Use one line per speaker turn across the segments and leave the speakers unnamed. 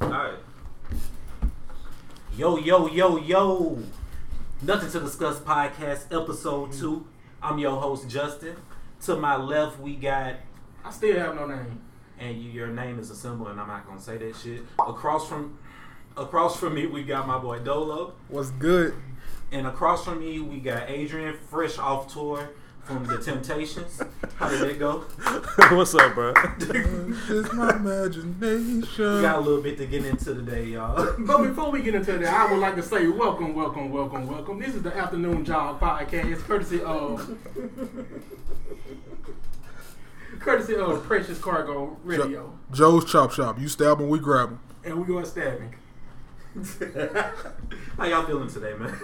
right.
Yo, yo, yo, yo. Nothing to Discuss podcast, episode two. I'm your host, Justin. To my left, we got,
I still have no name.
and you, your name is a symbol, and I'm not going to say that shit. Across from. Across from me, we got my boy Dolo.
What's good?
And across from me, we got Adrian, fresh off tour from The Temptations. How did that go?
What's up, bro?
It's my imagination.
We got a little bit to get into today, y'all.
But before we get into that, I would like to say welcome, welcome, welcome, welcome. This is the Afternoon Jog Podcast, courtesy of courtesy of Precious Cargo Radio,
Joe's Chop Shop. You stab him, we grab him.
and we going stabbing.
How y'all feeling today, man?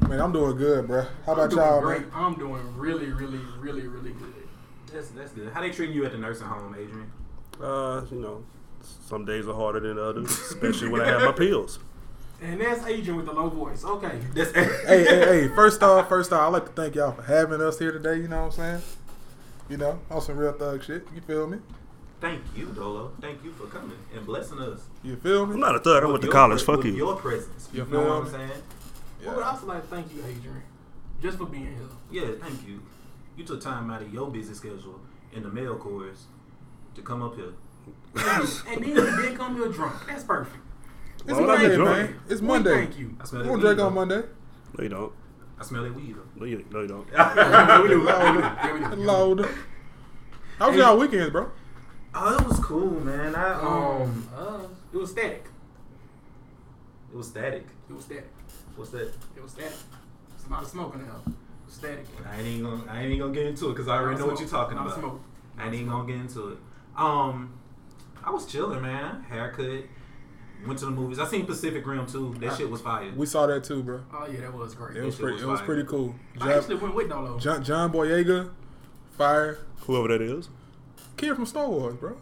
Man, I'm doing good, bruh. How
I'm
about
doing
y'all,
great.
man?
I'm doing really, really, really, really good.
that's, that's good. How they treating you at the nursing home, Adrian?
Uh, you know, some days are harder than others, especially when I have my pills.
And that's Adrian with the low voice. Okay.
That's
Hey, hey, hey. First off, first off, I'd like to thank y'all for having us here today. You know what I'm saying? You know, on some real thug shit. You feel me?
Thank you, Dolo. Thank you for coming and blessing us.
You feel
I'm
me?
not a thug. I went to
your
college.
pre-
Fuck
with
you.
Your presence. You
You
know
feel
what I'm
me?
saying?
We would also like to thank you, Adrian, just for being here.
Yeah, thank you. You took time out of your busy schedule in the mail course to come up here.
And then you did come here drunk. That's perfect.
It's
Why would I
Monday,
get drunk?
man. It's
We
Monday.
Thank you.
I smell that
We don't
weed.
drink
though.
on Monday.
No, you don't.
I smell that weed. though.
No, you, no, you don't.
Yeah, we do. Yeah, we do.
Lord. How was
Hey.
y'all weekends, bro?
Oh, it was cool, man. I um,
Um,
Oh.
uh, it was static.
it was static.
It was static.
What's that?
It was static. It's about smoking hell. It was Static.
I ain't even gonna, I ain't even gonna get into it because I already know what you're talking
Not
about.
Smoke.
I ain't even gonna get into it. Um, I was chilling, man. Haircut. Went to the movies. I seen Pacific Rim too. That shit was fire.
We saw that too, bro.
Oh yeah, that was great.
It was
shit
pretty.
was
It was
fire.
pretty cool.
I actually
John,
went with Dolo.
John, John Boyega, fire
Whoever that is.
kid from Star Wars, bro.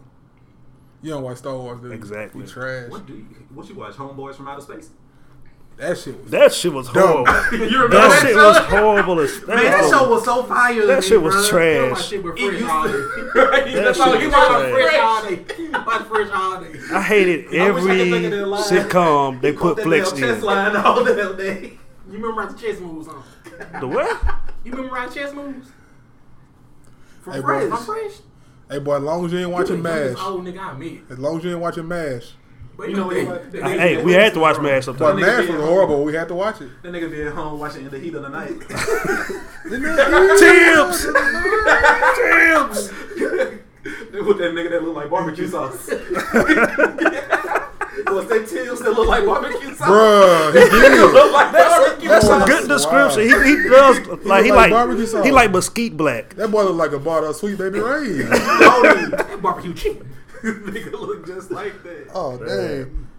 You don't watch Star Wars, dude.
Exactly.
You trash.
What do you, what you watch? Homeboys from Outer Space.
That shit was.
That shit was
Dumb.
horrible.
you
that shit was horrible as that,
Man, that
was-
show was so fire. to
that
me,
shit was
bruh.
trash.
That my shit with
It
Fresh
used
all
to-
day.
Right? That's
shit
all
He
you
was
watch.
watched Fresh
Fresh.
all day. He watched Fresh all day.
I hated
I wish I could
every
think of that line.
sitcom they put
that
flex
damn
in.
chest line all damn day.
You remember how the chess moves on?
The what?
You remember how the chess moves? From
Hey,
Fresh.
bro.
From Fresh.
Hey, boy, as long as you ain't watching
You the youngest
MASH,
Old nigga I met.
as long as you ain't watching MASH,
But
You
you
know
know
what?
what?
Hey,
Hey, we had to watch MASH
but
Well,
sometime.
nigga
MASH
did.
was horrible. We had to watch it.
That nigga be at home watching in the heat of the night.
Tips! Tips!
With that nigga that look like barbecue sauce. Was they tips that look like barbecue sauce?
Bruh, he did.
Look like barbecue
That's a
sauce.
good description. He, he does like he
like
like,
barbecue sauce.
he like mesquite black.
That boy looked like a bottle of sweet baby rain.
Tony.
That barbecue chicken.
nigga look just like that.
Oh damn.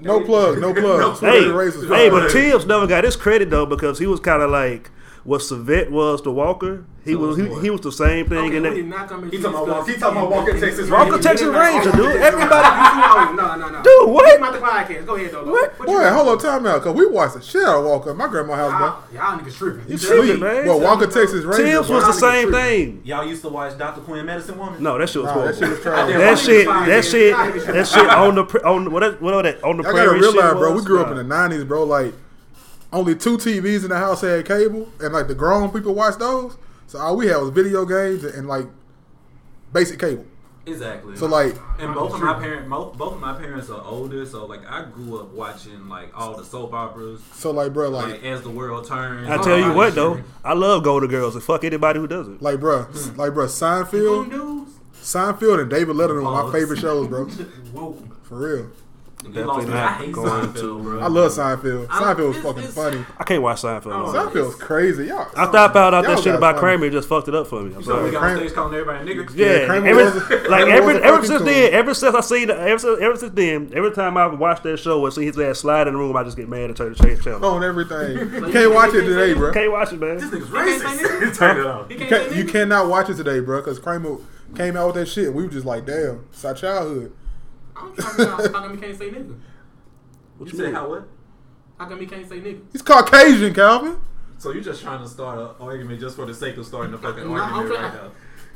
No plug, no plug. Sweet
Hey,
baby rays was
hey,
fire.
but Tibbs never got his credit though because he was kind of like what Savette was to Walker. He
So
was he,
what?
he was the same thing
Okay,
in
we
that.
did not come
He talking
into this
about Walker-
stuff.
he talking about Walker,
And-
Texas
and-
Ranger.
and-
Texas
and- and-
Ranger,
and-
dude.
and-
Everybody-
Oh, no, no, no.
Dude, what?
Talking about the podcast. Go ahead, though.
What?
you
Wait,
got?
hold on, time out, cause we watched the shit out of Walker at my grandma's house, bro.
Y'all, y'all niggas tripping.
You
You
tripping,
sweet,
man.
Well, Walker, Texas Ranger.
Tibbs
bro.
was the
Brown nigga
same
true.
thing.
Y'all used to watch Dr. Quinn Medicine Woman?
No, that shit was
Nah,
horrible.
that shit was
That
trash.
That shit,
nigga
that
fine,
shit,
man. That nigga
that shit on the pr- on what that, what all that on the
I gotta
prairie shit
realize, bro, we
was?
grew up
Nah.
in the 90s, bro. Like, only two TVs in the house had cable, and like the grown people watched those. So all we had was video games and, like basic cable.
Exactly.
So, like,
and both of my parents, both, both of my parents are older, so like I grew up watching like all the soap operas,
so, like, bro,
like
like,
as the world turns.
I
all
tell you
that
what
shit.
though, I love Golden Girls and fuck anybody who doesn't.
like, bro, like, bro, Seinfeld,
dudes?
Seinfeld, and David Letterman were
Pause.
my favorite shows, bro.
Whoa.
For real,
You lost
Definitely
me. I
not
hate
going
Seinfeld,
to.
bro.
I love Seinfeld.
I-
Seinfeld was
it's-
fucking
it's-
funny.
I can't watch Seinfeld. no
Oh,
more.
Seinfeld's crazy, y'all.
After I found out that
y'all
shit
guys
about
funny.
Kramer, it just fucked it up for me. I'm
So we
sorry.
got on
Kramer-
stage calling everybody nigga.
Yeah,
Kramer
ever,
was a-
like
Kramer was
ever,
a
ever
fucking
since
coon.
then, ever since I seen, ever since, ever since then, every time I watch that show or see his ass slide in the room, I just get mad and turn the cha- channel.
on everything. Can't watch it today, bro.
Can't watch it,
This
man.
nigga's
He can't say
racist. Turn it off.
He
You,
can't
can't-
say
you
nigga.
cannot watch it today, bro, because Kramer came out with that shit. We were just like, damn, it's our childhood.
I'm talking about how come he can't say nigga?
What
You
you
said
mean?
how what?
How come he can't say nigga?
He's Caucasian, Calvin.
So you just trying to start an argument just for the sake of starting a fucking
No, I'm
argument
trying-
right now.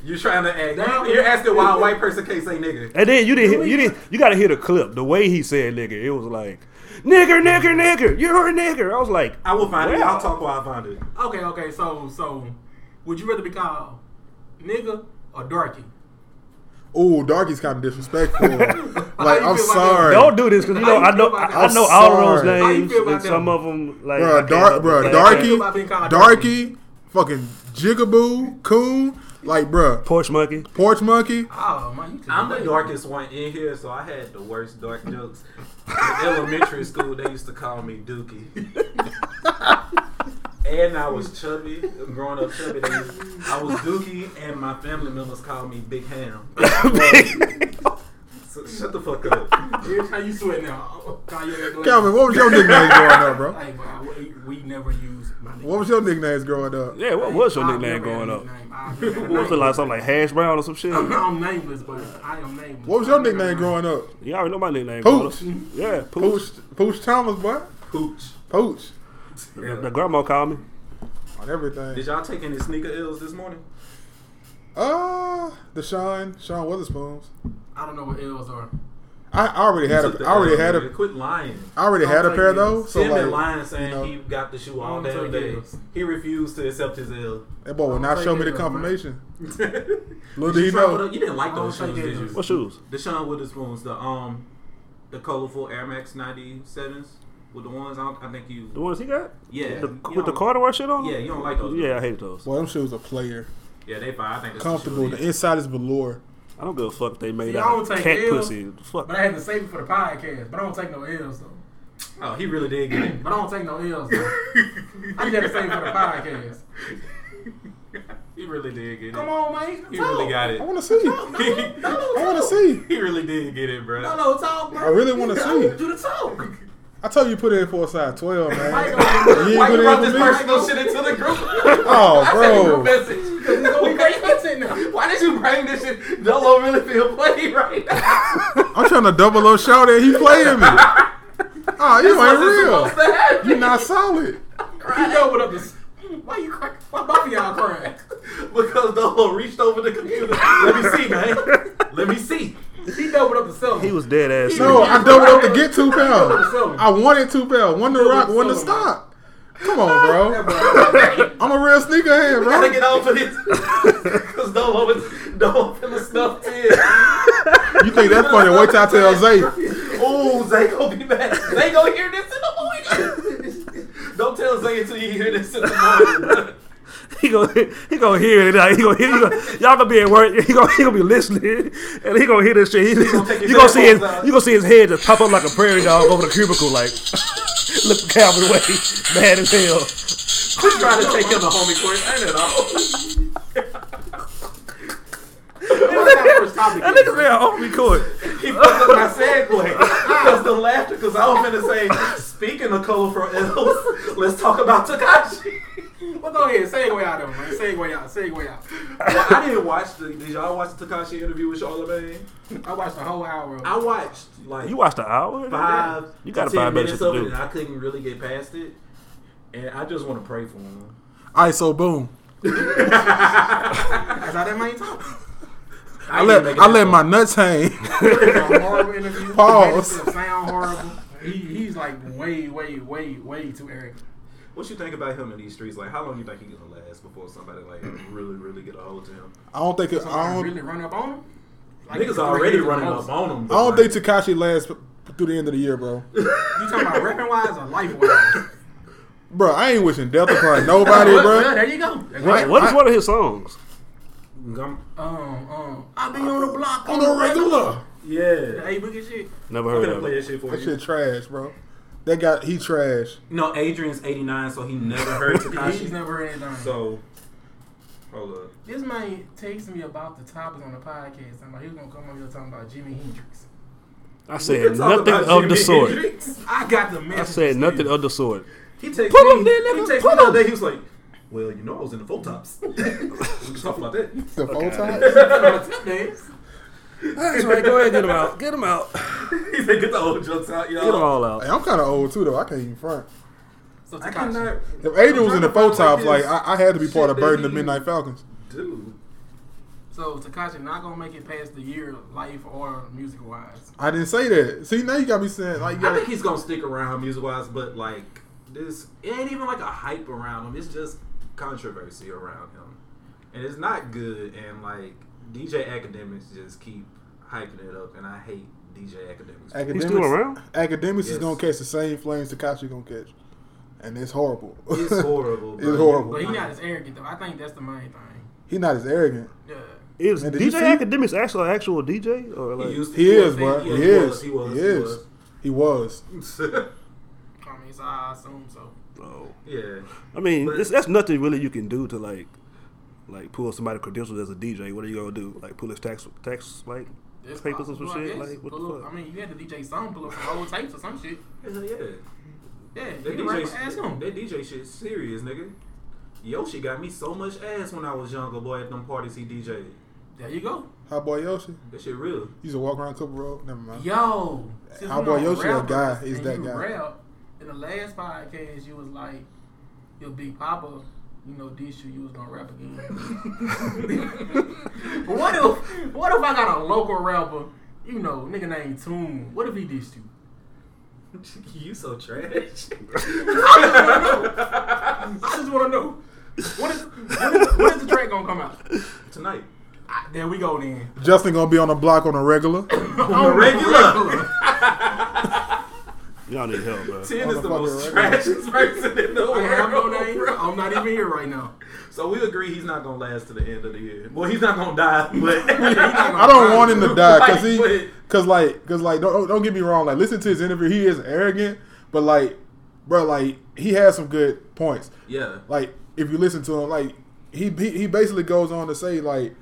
You're trying to act.
That
you're
was-
asking why a white person can't say nigga.
And then you didn't. Hit, you didn't. You gotta hear the clip. The way he said "nigga," it was like "nigger, nigger, nigger." You're a nigger. I was like,
I will find it.
Wow.
I'll talk while I find it.
Okay, okay. So, so, would you rather be called nigga or darky?
Ooh, Darky's kind of disrespectful.
How you
like,
feel about
I'm
that?
sorry.
"Don't do this," because you know
How you
I know
feel about
I, I
that?
know all of those
Sorry.
How you
names,
feel about
and
that?
some of them like I
Bruh,
can't
dark,
help it.
bruh,
Like,
feel
Darky,
about being called
Darky, fucking Jigaboo, Coon, like, bruh,
Porch monkey.
Porch Monkey.
Oh man, you just
I'm the darkest one in here, so I had the worst dark jokes. in elementary school, they used to call me Dookie. and I was chubby. Growing up chubby, they used, I was Dookie, and my family members called me Big Ham. so shut the fuck up.
Every time you sweat now, call your ass
Calvin, what was your nickname growing up, bro?
Hey, bro, we, we never use my name.
What was your nicknames growing up?
Yeah, what was your
I
nickname
never had
growing
a
up?
nickname. I never had a
What was it like?
nickname.
Something like hash brown or some shit.
I'm nameless, but I am nameless.
What was your nickname growing up?
You already know my nickname.
Pooch.
brother. Yeah, Pooch.
Pooch, Pooch Thomas, boy.
Pooch.
Pooch
The grandma called me.
on everything.
Did y'all take any sneaker L's this morning?
Uh, Deshaun, Sean Witherspoons.
I don't know what L's are.
I I already had
Took
a,
the
I already
L,
had
nigga.
a,
Quit lying.
I already
Don't
had a
take
pair
it.
though. So
Tim been
like,
lying saying
you know.
he got the shoe all
Don't
damn
take
day.
L's.
He refused to accept his L.
that boy would
Don't
not
take
show me
it,
the
man.
confirmation. Little
You
did he know.
didn't like those
Don't
shoes,
take
did
L's.
you?
What shoes?
Deshaun Witherspoon's the um the colorful Air Max 97s with the ones I, don't- I think
The
you
ones he got?
yeah
The,
you
with the
don't-
corduroy shit on?
yeah you don't like those
Yeah, I hate those.
Boy, them shoes are player.
yeah they fine I think that's
Comfortable.
the
The
shoe.
inside is velour.
I don't give a fuck if they made
See, I
out of
don't take
cat
L's,
pussy. Fuck.
But I had to save it for the podcast. But I don't take no L's though.
oh he really did get it
But I don't take no L's though. I just had to save it for the podcast.
he really did get it
Come on, man.
he really got it
I want to see. I want to see.
he really did get it bro
No, no, talk, bro.
I really wanna see
I
it.
want you to talk.
I told you you put in for a size twelve,
Why
man.
you gonna-
You ain't
why you
put in
brought
for
this
me?
personal shit into the group
Oh, bro.
message
Because it's gonna be great content now.
why did you bring this shit Dolo really feel played right now
I'm trying to double up shout at he playing me. Oh, you ain't real. You not solid.
You doubled up this. Why you crying? Why both of y'all crying?
because Dolo reached over the computer let me see man let me see
He doubled up the cell.
He was dead ass.
No, I doubled up to get two
Seven.
pounds. I wanted two pounds. One to rock, one to
Seven.
stop. Come on, bro. I'm a real sneakerhead,
gotta
bro.
get off of this because Dolo was Dolo feeling snuffed in.
You think that's funny? Wait till I tell Zay.
Ooh, Zay gonna be mad. Zay gonna hear this in the morning. Don't tell Zay until you hear this in the morning.
He gonna he gonna hear it. Like, he gonna, he gonna, y'all gonna be at work. He gonna he gonna be listening, and he gonna hear this shit. He,
gonna take his
you gonna see his
headphones out.
you gonna see his head just pop up like a prairie dog over the cubicle. Like look Calvin way mad as hell.
Just trying to take him to homie court. Ain't it all?
What's that first topic?
That nigga said off me court.
He fucked up my segue because the laughter. Because I was gonna say, speaking of colorful elves, let's talk about Takashi.
Well, go ahead. Segue out of him, man. Segue out. Segue out.
Well, I didn't watch the. Did y'all watch the Takashi interview with Charlamagne?
I watched the whole hour. Of it.
I watched like
You watched the hour.
five.
You gotta
to
find
10
better
minutes
shit to
of it,
do.
and I couldn't really get past it, and I just want to pray for him.
All right, so boom.
That's how that man talk.
I let I let my nuts hang.
It was a horrible interview.
Pause.
The sound horrible. He, he's like way, way, way, way too arrogant.
What you think about him in these streets? Like, how long you think he gonna last before somebody like really, really get a hold of him?
I don't think it,
So
I
I
don't
really run up on him. Like,
Niggas
it's
already
like-
running up on him.
I don't think Takashi lasts through the end of the year, bro.
You talking about rapping wise or life wise?
Bro, I ain't wishing death upon nobody, bro.
There you go.
Right.
What is
I-
one of his songs?
Gum-
Um, um, I be on the block
On the regular.
Yeah,
Hey, boogie shit.
Never
I'm
heard
gonna
of
play
it.
that shit for
That
you.
shit trash, bro. That guy, he trash.
No, Adrian's 89, so he never heard
He's
Takashi.
never heard anything.
so, hold up.
This man texted me about the topic on the podcast. I'm like, he was gonna come over here talking about Jimi Hendrix.
I
We can
said
talk
nothing
about
of the
Jimi
sort.
Hendrix.
I got the message.
I said nothing of the sort.
He texted
Put him
me.
there,
he
nigga,
texted
put
me the
him.
other day. He was like, "Well, you know, I was in the full tops." we can talk about that.
The full time.
That's right. Go ahead, get him out. Get him out. Get
He said, "Get the old jokes out, y'all."
them all out.
Hey, I'm kind of old too, though. I can't even front.
So
I
Takashi,
cannot,
If Adrian was in the
I'm trying
four
to find
tops, like
his
I, I had to be part
shit
of
that
Burden the
he-
Midnight Falcons.
dude.
so So Takashi not gonna make it past the year, life or music wise.
I didn't say that. See, now you got me saying like,
I
yeah,
think he's gonna stick around music wise, but like this, it ain't even like a hype around him. It's just controversy around him, and it's not good. And like DJ Academics just keep hyping it up, and I hate DJ Academics.
academics,
still around?
Academics is
Yes.
gonna catch the same flames Takashi gonna catch, and it's horrible.
It's horrible.
It's
bro.
horrible.
But he not as arrogant though. I think that's the main thing.
He not as arrogant.
Yeah.
Is
Man, did you
DJ
see-
Academics actually an actual DJ or
He
like?
used to-
He is,
was-
bro. He
yeah,
is. He
He was.
is. He was.
He was.
I mean, so I assume so.
oh.
yeah.
I mean,
But-
it's, that's nothing really you can do to like, like pull somebody credentials as a DJ. What are you gonna do? Like pull his tax tax like
It's
papers and some
possible, I
shit.
guess.
Like what
Pull
the
up-
fuck?
I mean, you had the DJ song pull up from old tapes or some shit.
Hell yeah.
Yeah,
That
you can rap
DJ,
my ass on.
that DJ shit serious, nigga. Yoshi got me so much ass when I was younger, boy, at them parties he DJ'd.
There you go.
Hot boy Yoshi.
That shit real.
He used to walk around Cooper Road. Never mind.
Yo, since
How
we
about
on
Yoshi a
rappers
guy? He's
and
that
you
guy.
Rap, in the last podcast, you was like, your big papa, you know, this you, you was gonna rap again. what if, what if I got a local rapper, you know, nigga named Tune? What if he dissed you?
you so trash.
I just wanna know. What is, what is, when is the track gonna come out?
Tonight.
Ah, there we go then.
Justin gonna be on the block on a regular.
On the
regular.
Y'all need help, bro.
Ten is the
Motherfucker,
most
right?
trashiest person in the
I have no
world.
name. I'm not even here right now.
So we agree he's not gonna last to the end of the year. Well, he's not gonna die, but
not
I don't want him to die because
Like,
he, because like, because like, don't don't get me wrong. Like, listen to his interview. He is arrogant, but like, bro, like he has some good points.
yeah.
Like, if you listen to him, like he he, he basically goes on to say like,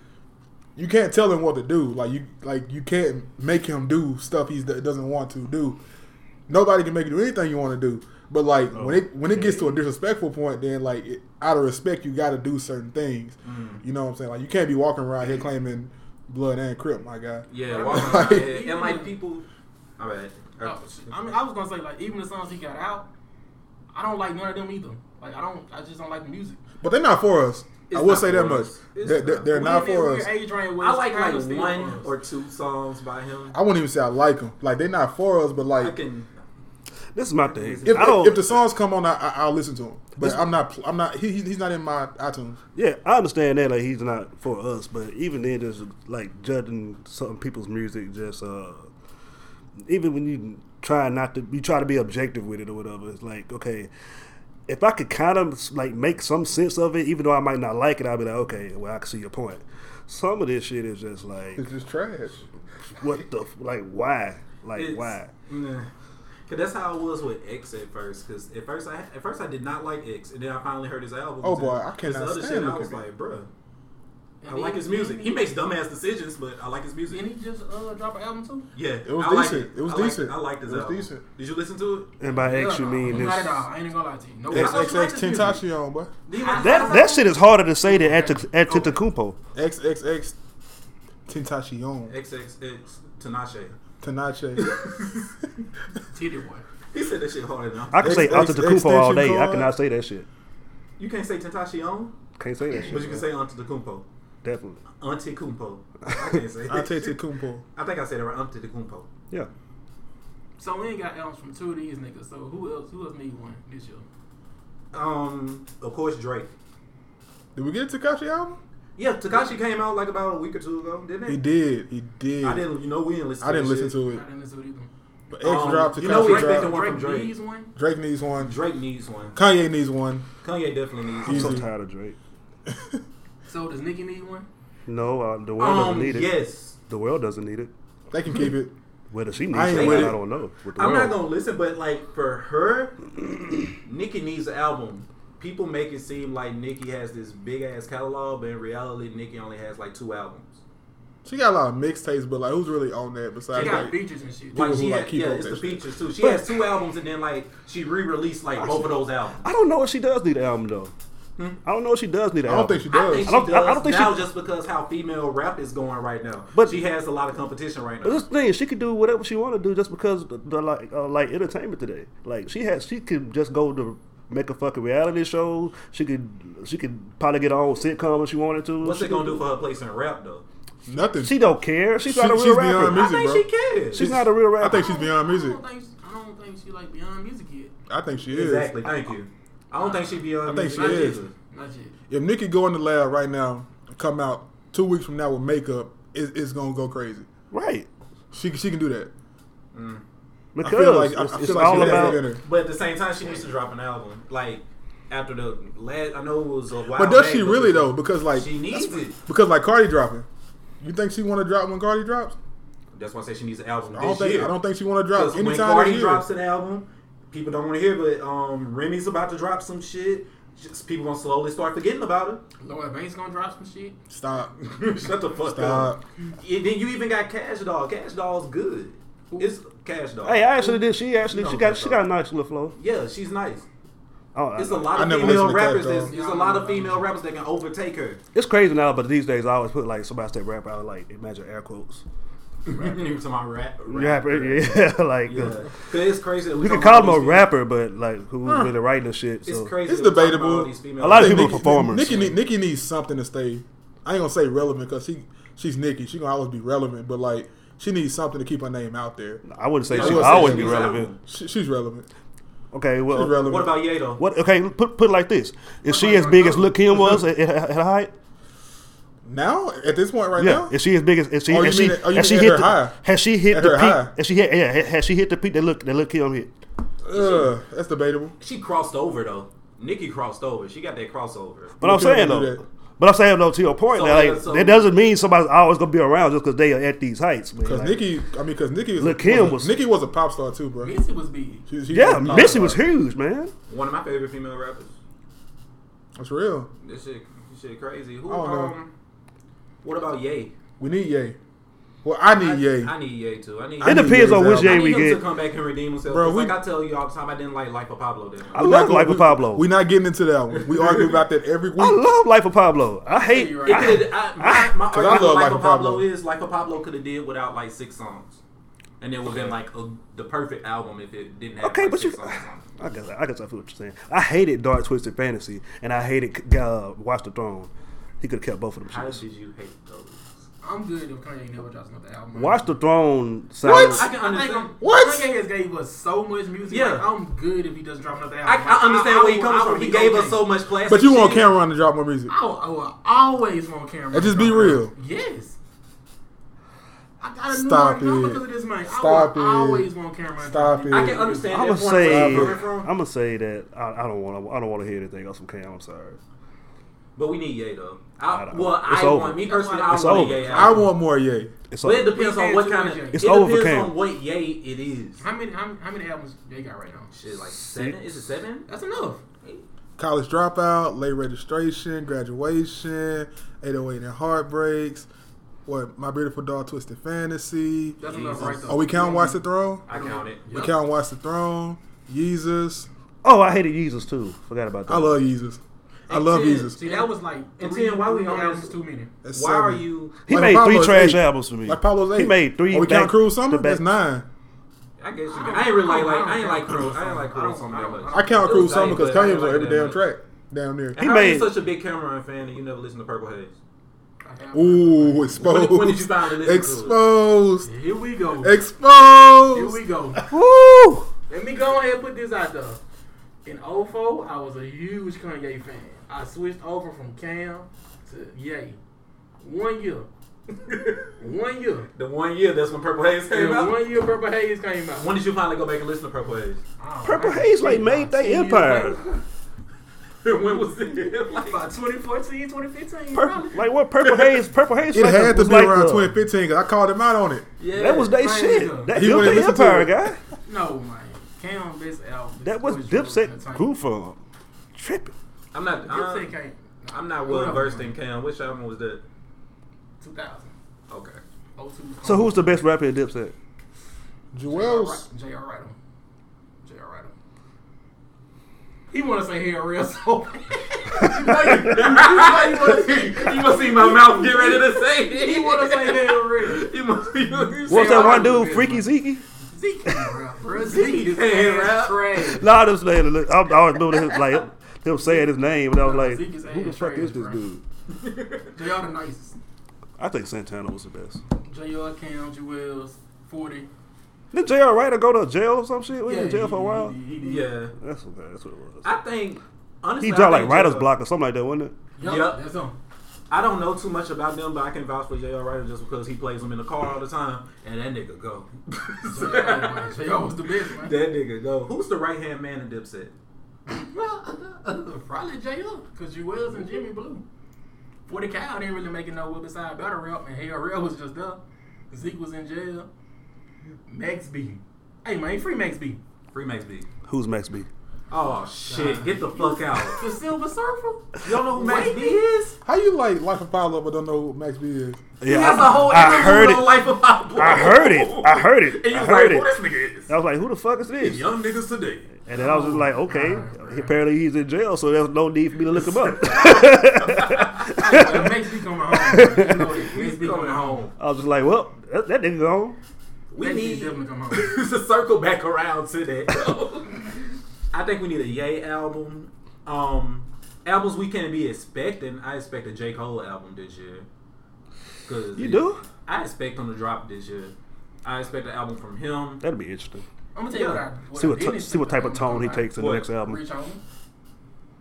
you can't tell him what to do. Like you like you can't make him do stuff he doesn't want to do. Nobody can make you do anything you want to do. But like
Oh,
when it when it gets to a disrespectful point, then like it, out of respect, you got to do certain things.
Mm.
You know what I'm saying? Like you can't be walking around here claiming blood and crip, my guy.
Yeah,
Right.
walking around
Like-
here. and like people. All right. Uh,
Oh, I mean, I was gonna say like even the songs he got out, I don't like none of them either. Like I don't, I just don't like the music.
But they're not for us.
It's
I will
not
say that
for
much.
us. It's
They're, they're,
not.
they're
We
not
in that
for
weird
us.
age range where
I
it's
like
kinda
like
still
one
for
or
us.
two songs by him.
I wouldn't even say I like them. Like they're not for us, but
I
like
can.
This is my thing.
If-
if,
I don't.
if the songs come on, I, I, I'll listen to them. But I'm not. pl- I'm not. He, he's he's not in my iTunes.
yeah, I understand that. Like he's not for us, but even then, just like judging some people's music, just uh, even when you try not to, you try to be objective with it or whatever. It's like okay. If I could kind of like make some sense of it, even though I might not like it, I'd be like, okay, well, I can see your point. Some of this shit is just like,
It's just trash.
what the f- like why like
It's-
why
Nah. Cause that's how I was with X at first. Cause at first I at first I did not like X, and then I finally heard his album.
Oh, boy, I
His
cannot
other
stand
shit, I
Look
was
at Me.
like, bruh, I
And
like
he-
his music. He
He,
makes dumbass decisions, but I like his music.
and he just uh, drop an album too.
Yeah,
It was
I like
decent. It was
I liked
decent.
I liked his
It was
album.
decent.
Did you listen to it?
and by X you
Yeah,
mean this
Not at all. I ain't even gonna lie to you. No,
That's-
I don't
XXX
like his music.
Tentacion, boy.
Did you like-
that that shit is harder to say than at at Tentacumpo.
XXX Tentacion.
XXX Tanache.
Tanache.
like titty boy.
He said that shit harder than
I can say
Ex-
out
ex-
Tentacumpo all
extension
day. I
cord.
cannot say that shit.
You can't say Tentacion,
Can't say that shit.
but you can
man.
say Antetokounmpo.
definitely.
Antetokounmpo. I can't say.
Antetokounmpo.
I think I said it right. Antetokounmpo.
Yeah.
So we ain't got albums from two of these niggas. So who else? Who else need one this year?
Um, of course Drake.
Did we get a Takashi album?
Yeah, Takashi came out like about a week or two ago, didn't it?
He did. He did.
I didn't. You know, we didn't listen.
I didn't
to
listen
it.
to
I
it.
didn't listen to either.
But X dropped.
you know we
Tekashi
expected
dropped.
one from Drake.
D's one.
Drake needs one.
Drake needs one.
Kanye needs one.
Kanye definitely needs
I'm
one.
so
Easy.
tired of Drake.
So does Nicki need one?
No, uh, the world
Um,
doesn't need it.
yes.
The world doesn't need it.
They can keep it.
Whether she needs
I ain't
it, or
with
not,
it.
I don't know. With the
I'm
world.
not gonna listen, but like for her, Nicki needs an album. People make it seem like Nicki has this big ass catalog, but in reality, Nicki only has like two albums.
She got a lot of mixtapes, but like, who's really on that
She
besides
got
like?
features and shit.
Like
People
she
who, like,
had,
keep
yeah,
up
it's the
that shit.
features too. She has two albums, and then like she re-released like both of those albums.
I don't know if she does need an album though. I don't know if she does need
Hmm?
an
I don't
album.
think she
I
does.
think she
don't-
does
I don't think
now
she-
just because how female rap is going right now.
But-
But she has a lot of competition right
But
now.
this thing, she could do whatever she want to do just because the, the like uh, like entertainment today. Like she has, she could just go to make a fucking reality show. She could she could probably get her own sitcom if she wanted to.
What's
she
it gonna do for her place in rap though?
Nothing.
She don't care. She's not
She-
a real
she's
rapper.
beyond
I
Music,
think
bro.
she can.
She's not a real rapper.
I think she's beyond
I
music.
don't think, I don't think she like beyond music yet.
I think she is.
exactly. Thank you. I don't think she be on.
I think she
music
is.
either.
Not yet.
If Nikki go in the lab right now, and come out two weeks from now with makeup, it, it's gonna go crazy.
right.
She she can do that.
Because
I feel like I, I
it's,
feel
it's
like
all
she has
about.
it in her.
But at the same time, she needs to drop an album. Like after the last, I know it was a while.
But does
back,
she
but
really though? Because like
She needs it.
because like Cardi dropping. You think she want to drop when Cardi drops?
That's why I say she needs an album
I don't
this
think
year.
I don't think she want to
Because
drop
when
anytime
Cardi
this year.
drops an album, people don't want to hear. But um, Remy's about to drop some shit. Just people gonna slowly start forgetting about her.
Lord Banks gonna drop some shit.
Stop.
Shut the fuck
Stop.
up. And then you even got Cash Doll. Cash Doll's good. It's Cash Doll.
Hey, I actually did. She actually
No,
she got
that's
she got a nice little flow.
Yeah, she's nice.
Oh, I-
It's a lot
I
of
never
female
listened to Cash
rappers.
Doll.
That's, it's a lot of female rappers that can overtake her.
it's crazy now, but these days I always put like somebody say rapper. I would, like imagine air quotes.
Even to my rap.
Rapper, yeah, like
Yeah.
uh,
'Cause it's crazy. That we
you
talking
can call
about
them a
these-
rapper, but like who's really writing the shit?
It's
So.
crazy.
It's
that we talking
debatable.
about all these female
A lot
rappers.
of people
Nikki-
are performers.
Nikki, Nikki, needs something to stay. I ain't gonna say relevant because she she's Nikki. She gonna always be relevant, but like she needs something to keep her name out there.
I wouldn't say
I
she
will say
always
that
be
was
relevant.
She, she's relevant.
Okay, well,
She's relevant.
Uh, What about Ye though?
What? Okay, put put it like this: Is she as big as Lil Kim was at, at, at her height?
now at this point right
Yeah.
now?
Is she as big as? Is she?
Oh, you
has she,
mean- oh, you
has she
mean at
hit?
her
the,
high.
Has she hit
At
the
her
peak?
high.
Has she hit? Yeah. ha- Has she hit the peak that look that Lil Kim hit?
Ugh, that's debatable.
She crossed over though. Nikki crossed over. She got that crossover.
But I'm
Lil Kim
saying
can do
though.
that.
But I'm saying though to your point
So,
that
yeah,
like
so-
that doesn't mean somebody's always gonna be around just because they are at these heights. man.
Because
Like,
Nikki, I mean, because Nikki was,
Lil' Kim
was,
was-
Nikki was a pop star too, bro.
Missy was big.
She, she
yeah,
a pop
Missy
star.
was huge, man.
One of my favorite female rappers.
That's real.
This shit, this shit crazy. Who?
I don't know.
um, What about Ye?
We need Ye. Well, I need Ye.
I need Ye too. I need.
I
It
need
depends on
Ye's
which
album.
Ye
I
we
need him to
get.
come back and redeem himself.
Bro,
'cause
we-
like I tell you all the time, I didn't like Life of Pablo. Then
I
We're
love
not gonna-
Life of
we-
Pablo.
We're not getting into that one. We argue about that every week.
I love Life of Pablo. I hate.
You're
It
I-
could. I,
Ah,
my my
'Cause I
argument
love
with Life
Life
of
of Pablo.
Pablo is Life of Pablo could have did without like six songs, and it would have been like a, the perfect album if it didn't have.
Okay,
like,
but
six
you-
Songs on it.
I guess I guess I feel what you're saying. I hated Dark Twisted Fantasy, and I hated uh, Watch the Throne. He could have kept both of them.
How
shits.
did you hate those?
I'm good if Kanye never drops another album.
Watch the Throne.
What?
Sounds,
I can
I think
understand.
I'm,
What?
Kanye has gave us so much music.
Yeah.
Like, I'm good if he doesn't drop another
I,
album. Like,
I understand where he comes
I
from.
would
He
be
gave us
okay.
so much plastic.
But you want
shit.
Cameron to drop more music.
I, will- I will always want Cameron.
Let's just be
to come
real.
out. Yes. I got a new
Stop
one
it.
because of this man.
Stop
I
it.
will always want Cameron. to
Stop
come
it.
out.
I can understand.
I'm
that
gonna
point where
say
you're
I'm
coming from,
gonna say that I, I don't want to I don't want to hear anything else from Cam. I'm sorry.
but we need Ye though.
I
I,
don't-
well,
it's
I
over.
want me personally.
It's
I want
over.
Ye.
I
album.
want more Ye.
It's
But it
over.
depends on
We
what
can't
kind
do
of.
it, Jay.
It's
it
over for
depends
Cam.
on what Ye it is.
How many, how, many- how many albums they got right now?
Shit, like seven? Is it seven?
That's enough.
College dropout, late registration, graduation, 808 and heartbreaks. What? My beautiful doll, twisted fantasy.
That's enough
Jesus.
right there.
Oh, we count Watch the Throne.
I count it.
We count Watch the Throne. Jesus.
Oh, I hated Jesus too. Forgot about that.
I love Jesus. I love
Ten.
Jesus.
See, that was like
And
three,
then why we
three
on
albums
this-
too many.
That's
Why
seven.
are you?
He
Like
made three
Apollo's
trash
eight.
albums for me.
Like Pablo's eight.
He made three
Oh, we
back-
count Cruel Summer.
the back-
That's nine.
I guess you.
I don't-
Can. I ain't really
I
like.
don't-
like
I
I ain't
don't
like
count
Cruz. I ain't
Cruz.
like
I don't-
Cruz on
I
that
don't-
much.
I count
It
Cruel
was
Summer
tight,
because
but I
Kanye
didn't
was on
like
every
that
damn
much.
track down there.
And
He
how are you
made-
such a big Cameron fan and you never listen to Purple Haze.
I have-
Ooh, exposed.
When- when did you finally listen to it?
Exposed.
Here we go. Here
Exposed.
we go.
Woo!
Let me go ahead and put this out there. In 04, I was a huge Kanye fan. I switched over from Cam to Ye. One year. One year.
The one year that's when Purple Haze came
And
out.
one year Purple Haze came out.
When did you finally go back and listen to Purple Haze?
Oh,
Purple
man.
Haze like made they
Ten years
empire.
later.
when was it? Like,
About 2014, 2015.
Purple, like what? Purple Haze. Purple Haze.
It
like
had to
was
be
like
around
the-
2015 because I called him out on it.
yeah.
That was they
Man,
shit.
nigga.
That
He
built
wouldn't
the
listen to
empire,
it.
guy.
No, man. Cam best album.
That was
Switch
Dipset
over to
grew from. Tripping.
I'm not.
Dipset
I'm,
came.
I'm not well versed in Cam. Which album was that?
2000.
Okay.
02.
So who's the best rapper in Dipset?
Joel's.
J.R. Riddle. J.R. Riddle. He want to say hair real so bad. You know you- you know
you must see my mouth get ready to say it.
He want to say hair real.
You must. You must
What's
Say
that one
Riddle
dude?
is
Freaky
my-
Zeke?
Zeke can't rap, bro. Zeke is ass trash.
Nah, I'm saying, look, I, I always remember him, like him saying his name, and I was like,
Zeke is
who the
ass
fuck is this
trash, bro.
dude?
JR the nicest.
I think Santana was the best.
JR, Cam, Jewels, 40.
Did J.R. Ryder go to jail or some shit? Was he in
Yeah,
jail for a
he-
while?
he- he- he-
Yeah,
That's okay. That's what it was.
I think honestly,
He dropped
I
like
think
writer's
J.R.
block or something like that, wasn't it?
Yup,
Yup.
that's him.
I don't know too much about them, but I can vouch for J.R. Ryder just because he plays them in the car all the time, and that nigga go.
JR was the best, man.
That nigga go. Who's the right hand man in Dipset?
Well, probably JR, because Jewels and Jimmy Blue. 40 Cal didn't really make it nowhere beside Battle Rep, and ARL was just there. Zeke was in jail. Max B. Hey, man, free Max B.
Free Max B.
Who's Max B?
Oh shit! Get the fuck
The
out.
Silver Surfer?
You don't know who Max B
Wait.
is?
How you like Life of Pablo but don't know who Max B is?
Yeah,
That's a whole
I
interview
heard
on
it.
Life of Pablo.
I heard it. I heard it.
And you
I
was like,
heard it.
Who this nigga is?
I was like, who the fuck is this?
Young niggas today.
And then I was just like, okay,
God.
apparently he's in jail, so there's no need for me to look him up.
Hey, well, Max B coming home. You know that. Max
He's
B
coming home.
I was just like, well, that, that nigga gone.
We
Max B
need
definitely coming home.
to circle back around to that. I think we need a Yay album. Um, albums we can be expecting. I expect a J Cole album this year. Cause
You do?
I expect him to drop this year. I expect an album from him.
That'd be interesting.
I'm gonna tell you what I what
See
I
what
didn't
t- see what type of
expect.
tone he takes in
What?
the next album.
Rich Homie,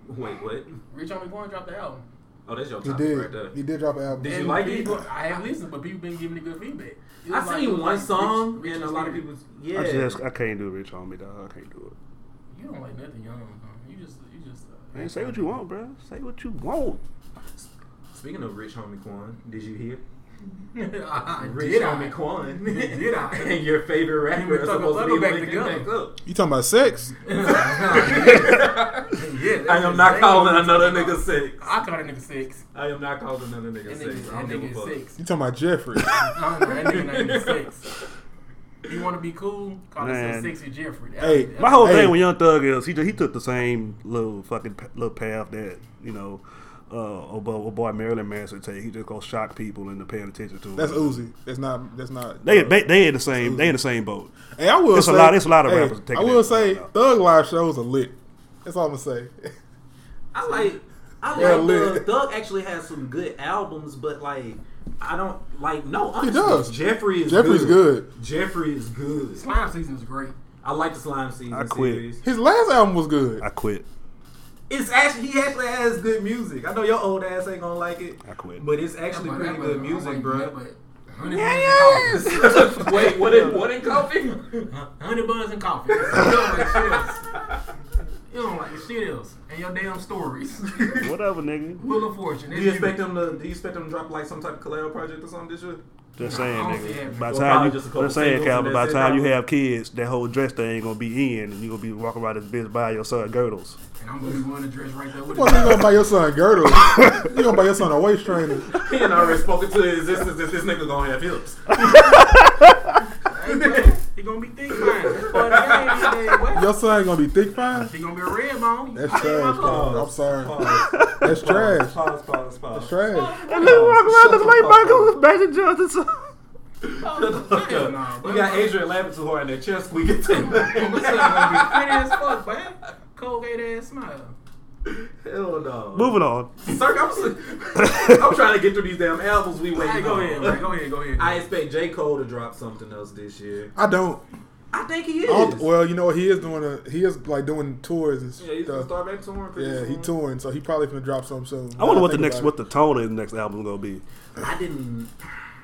Wait, what?
Rich Homie One dropped the album.
Oh, that's your
He
topic right
did.
there.
He did drop an album.
Did you
And
like it?
people, I haven't listened, but people been giving it good feedback. It was
I
like-
seen
it was
one
like
song,
Rich- Rich
and a lot of
Spirit.
people. Yeah,
I just I can't do Rich Homie, dog. I can't do it.
You don't like nothing young. huh? You just you just. Uh,
Man, say what you want, bro. Say what you want.
Speaking of Rich Homie Quan, did you hear?
I
Rich
did I?
Homie Quan.
Did I?
and your favorite
And we
rapper is
took a
supposed to be
little back
linking
together.
back up.
You talking about sex?
Yeah, that's
I am not
exactly
calling
what I'm
another
talking
nigga
about.
six.
I call that nigga six.
I am not calling another nigga
That
six.
nigga,
I don't
that nigga
give
is
a fuck.
six.
You talking about Jeffrey?
Uh, that nigga named six. You want to be cool? Call
Man.
this sexy Jeffrey. That-
Hey,
that-
My whole
Hey.
thing with Young Thug is he just, he took the same little fucking p- little path that you know, uh, old boy, old boy Marilyn Manson take. He just gonna shock people into paying attention to him.
That's Uzi. That's not. That's not. uh,
They, they they in the same they in the same boat.
hey, I will
it's a
say,
lot- it's a lot of
hey,
rappers taking
I will
that
say,
route.
Thug Live shows are lit. That's all I'm gonna say.
I like. I
Yeah,
like
lit.
Thug. Thug actually has some good albums, but like, I don't like. No, honestly,
does.
Jeffrey is
Jeffrey's
good. Jeffrey is good.
slime season was great.
I like the slime season
I quit.
series.
His last album was good.
I quit.
It's actually he actually has good music. I know your old ass ain't gonna like it,
I quit.
but it's actually
That boy-
pretty
that
good
boy-
music,
that boy- that
bro.
boy- Honey buns and
Yes. Wait, what? In, what in coffee?
coffee. Huh? Honey buns and coffee. You don't like shit else. You don't like shit else. And your damn stories.
Whatever, nigga.
Wheel of Fortune.
Do you expect them to? Do you expect them to drop like some type of collab project or something this year?
Just saying,
I don't see it.
nigga. By the
Well,
time
probably
you,
just a couple
I'm saying,
singles and
Calvin. By
that's
the
it,
time you
probably.
have kids, that whole dress thing ain't gonna be in, and you gonna be walking around this bitch by yourself girdles.
And I'm gonna be wearing a dress right there with
Well,
it.
you gonna buy your son girdles? you gonna buy your son a waist trainer?
He and I already spoken to his existence that this nigga gonna have hips.
Hey, bro, he gonna be thick man. But that ain't his
Your son gonna be thick fine?
He gonna be a red bone.
That's
I ain't my Oh,
trash,
fault.
dog. I'm sorry.
Pause,
That's trash.
pause, pause, pause.
That's trash.
And
nigga walking around just like Michael
with Magic Johnson.
Shut the fuck
Hell
up.
nah, bro.
You got Adrian laughing too hard in that chest squeaking too.
This nigga gonna be pretty as fuck, man. Colgate ass smile.
Hell no.
Moving on.
Sir, I'm, I'm trying to get through these damn albums we waiting
Hey, go
on.
ahead, man. Go ahead, go ahead.
I expect J. Cole to drop something else this year.
I don't.
I think he
I
is.
don't well, you know what? He is doing a. He is like doing tours and
yeah, he's gonna
stuff.
start back touring. pretty
uh, Yeah, he
soon.
touring, so he probably gonna drop something soon.
I wonder what the
Think
next
about
what the tone of his next album gonna be.
I didn't.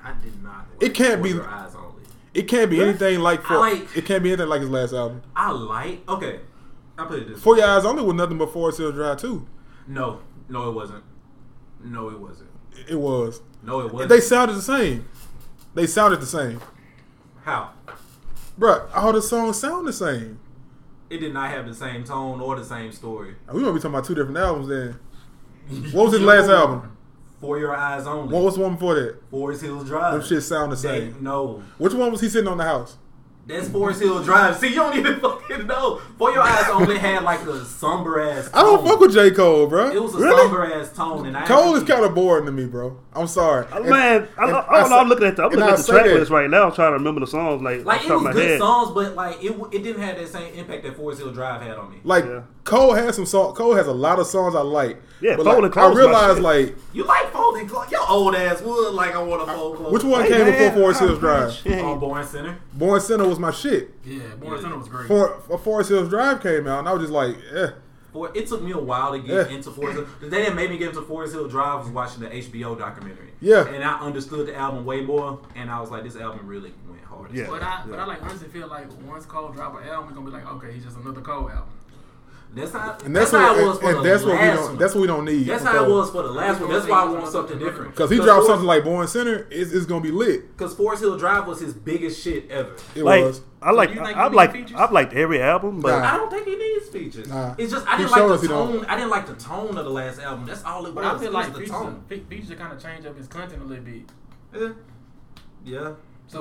I did not.
It can't be-
Your eyes only.
it. It can't be anything like. For,
I like-
it can't be anything like his last album.
I like. Okay, I put it this.
For your eyes only was nothing but Forest Hill Drive too.
No, no, it wasn't. No, it wasn't.
It was.
No, it wasn't.
They sounded the same. They sounded the same,
How?
Bruh, All the songs sound the same.
It did not have the same tone or the same story.
We gonna be talking about two different albums then. What was his last album?
For your eyes only.
What was the one before that?
Forest Hills Drive.
Them shit sound the
They-
same.
no,
Which one was he sitting on the house?
That's Forest Hill Drive. See, you don't even fucking know. For Your Eyes only had like a somber ass.
I don't fuck with J. Cole, bro.
It was a
really?
somber ass tone, and I
Cole is
actually-
kind of boring to me, bro. I'm sorry.
Oh,
And-
Man, I,
and
I, I don't know.
say-
I'm looking at the, I'm
and
looking
I
at the
say
track
that-
list right now, trying to remember the songs. Like,
Like
off
it
the top of
was
my
good
head.
songs, but like it w- it didn't have that same impact that Forest Hill Drive had on me.
Like
Yeah.
Cole has some song. Cole has a lot of songs I like.
Yeah,
but
Fold and
like, I
Close my
realized
shit.
like
you like folding clothes? Your old ass would like I want to fold clothes.
which one
Hey,
came
man,
before Forest
oh,
Hills Drive?
shit.
On Born Center.
Born Center was my shit.
Yeah, Born Center was great.
For, for Forest Hills Drive came out, and I was just like, eh.
For it took me a while to get
Yeah.
into Forest Hill. The day that made me get into Forest Hill Drive was watching the HBO documentary.
Yeah.
And I understood the album way more, and I was like, this album really went hard. as
Yeah.
fuck.
But I, but I like honestly feel like once Cole drop an album, we're gonna be like, okay, he's just another Cole album.
That's how.
And that's,
how
what,
it was
and,
for the
that's what we
last
don't.
one.
That's what we don't need.
That's how it was for the last one. That's why I want something different.
Because he dropped
Forest-
something like Born Center, it's, it's gonna be lit.
Because Forest Hill Drive was his biggest shit ever.
It
Like,
was.
I like,
you think
I,
you
I've
need
liked,
features?
I've liked every album, but
Nah.
I don't think he needs features.
Nah.
It's just I
He
didn't
showed
like
us he
the
don't.
tone. I didn't like the tone of the last album. That's all it was.
But I feel
It
like
was the
Feature,
tone.
Fe- Feature kind of change up his content a little bit.
Yeah. Yeah.
So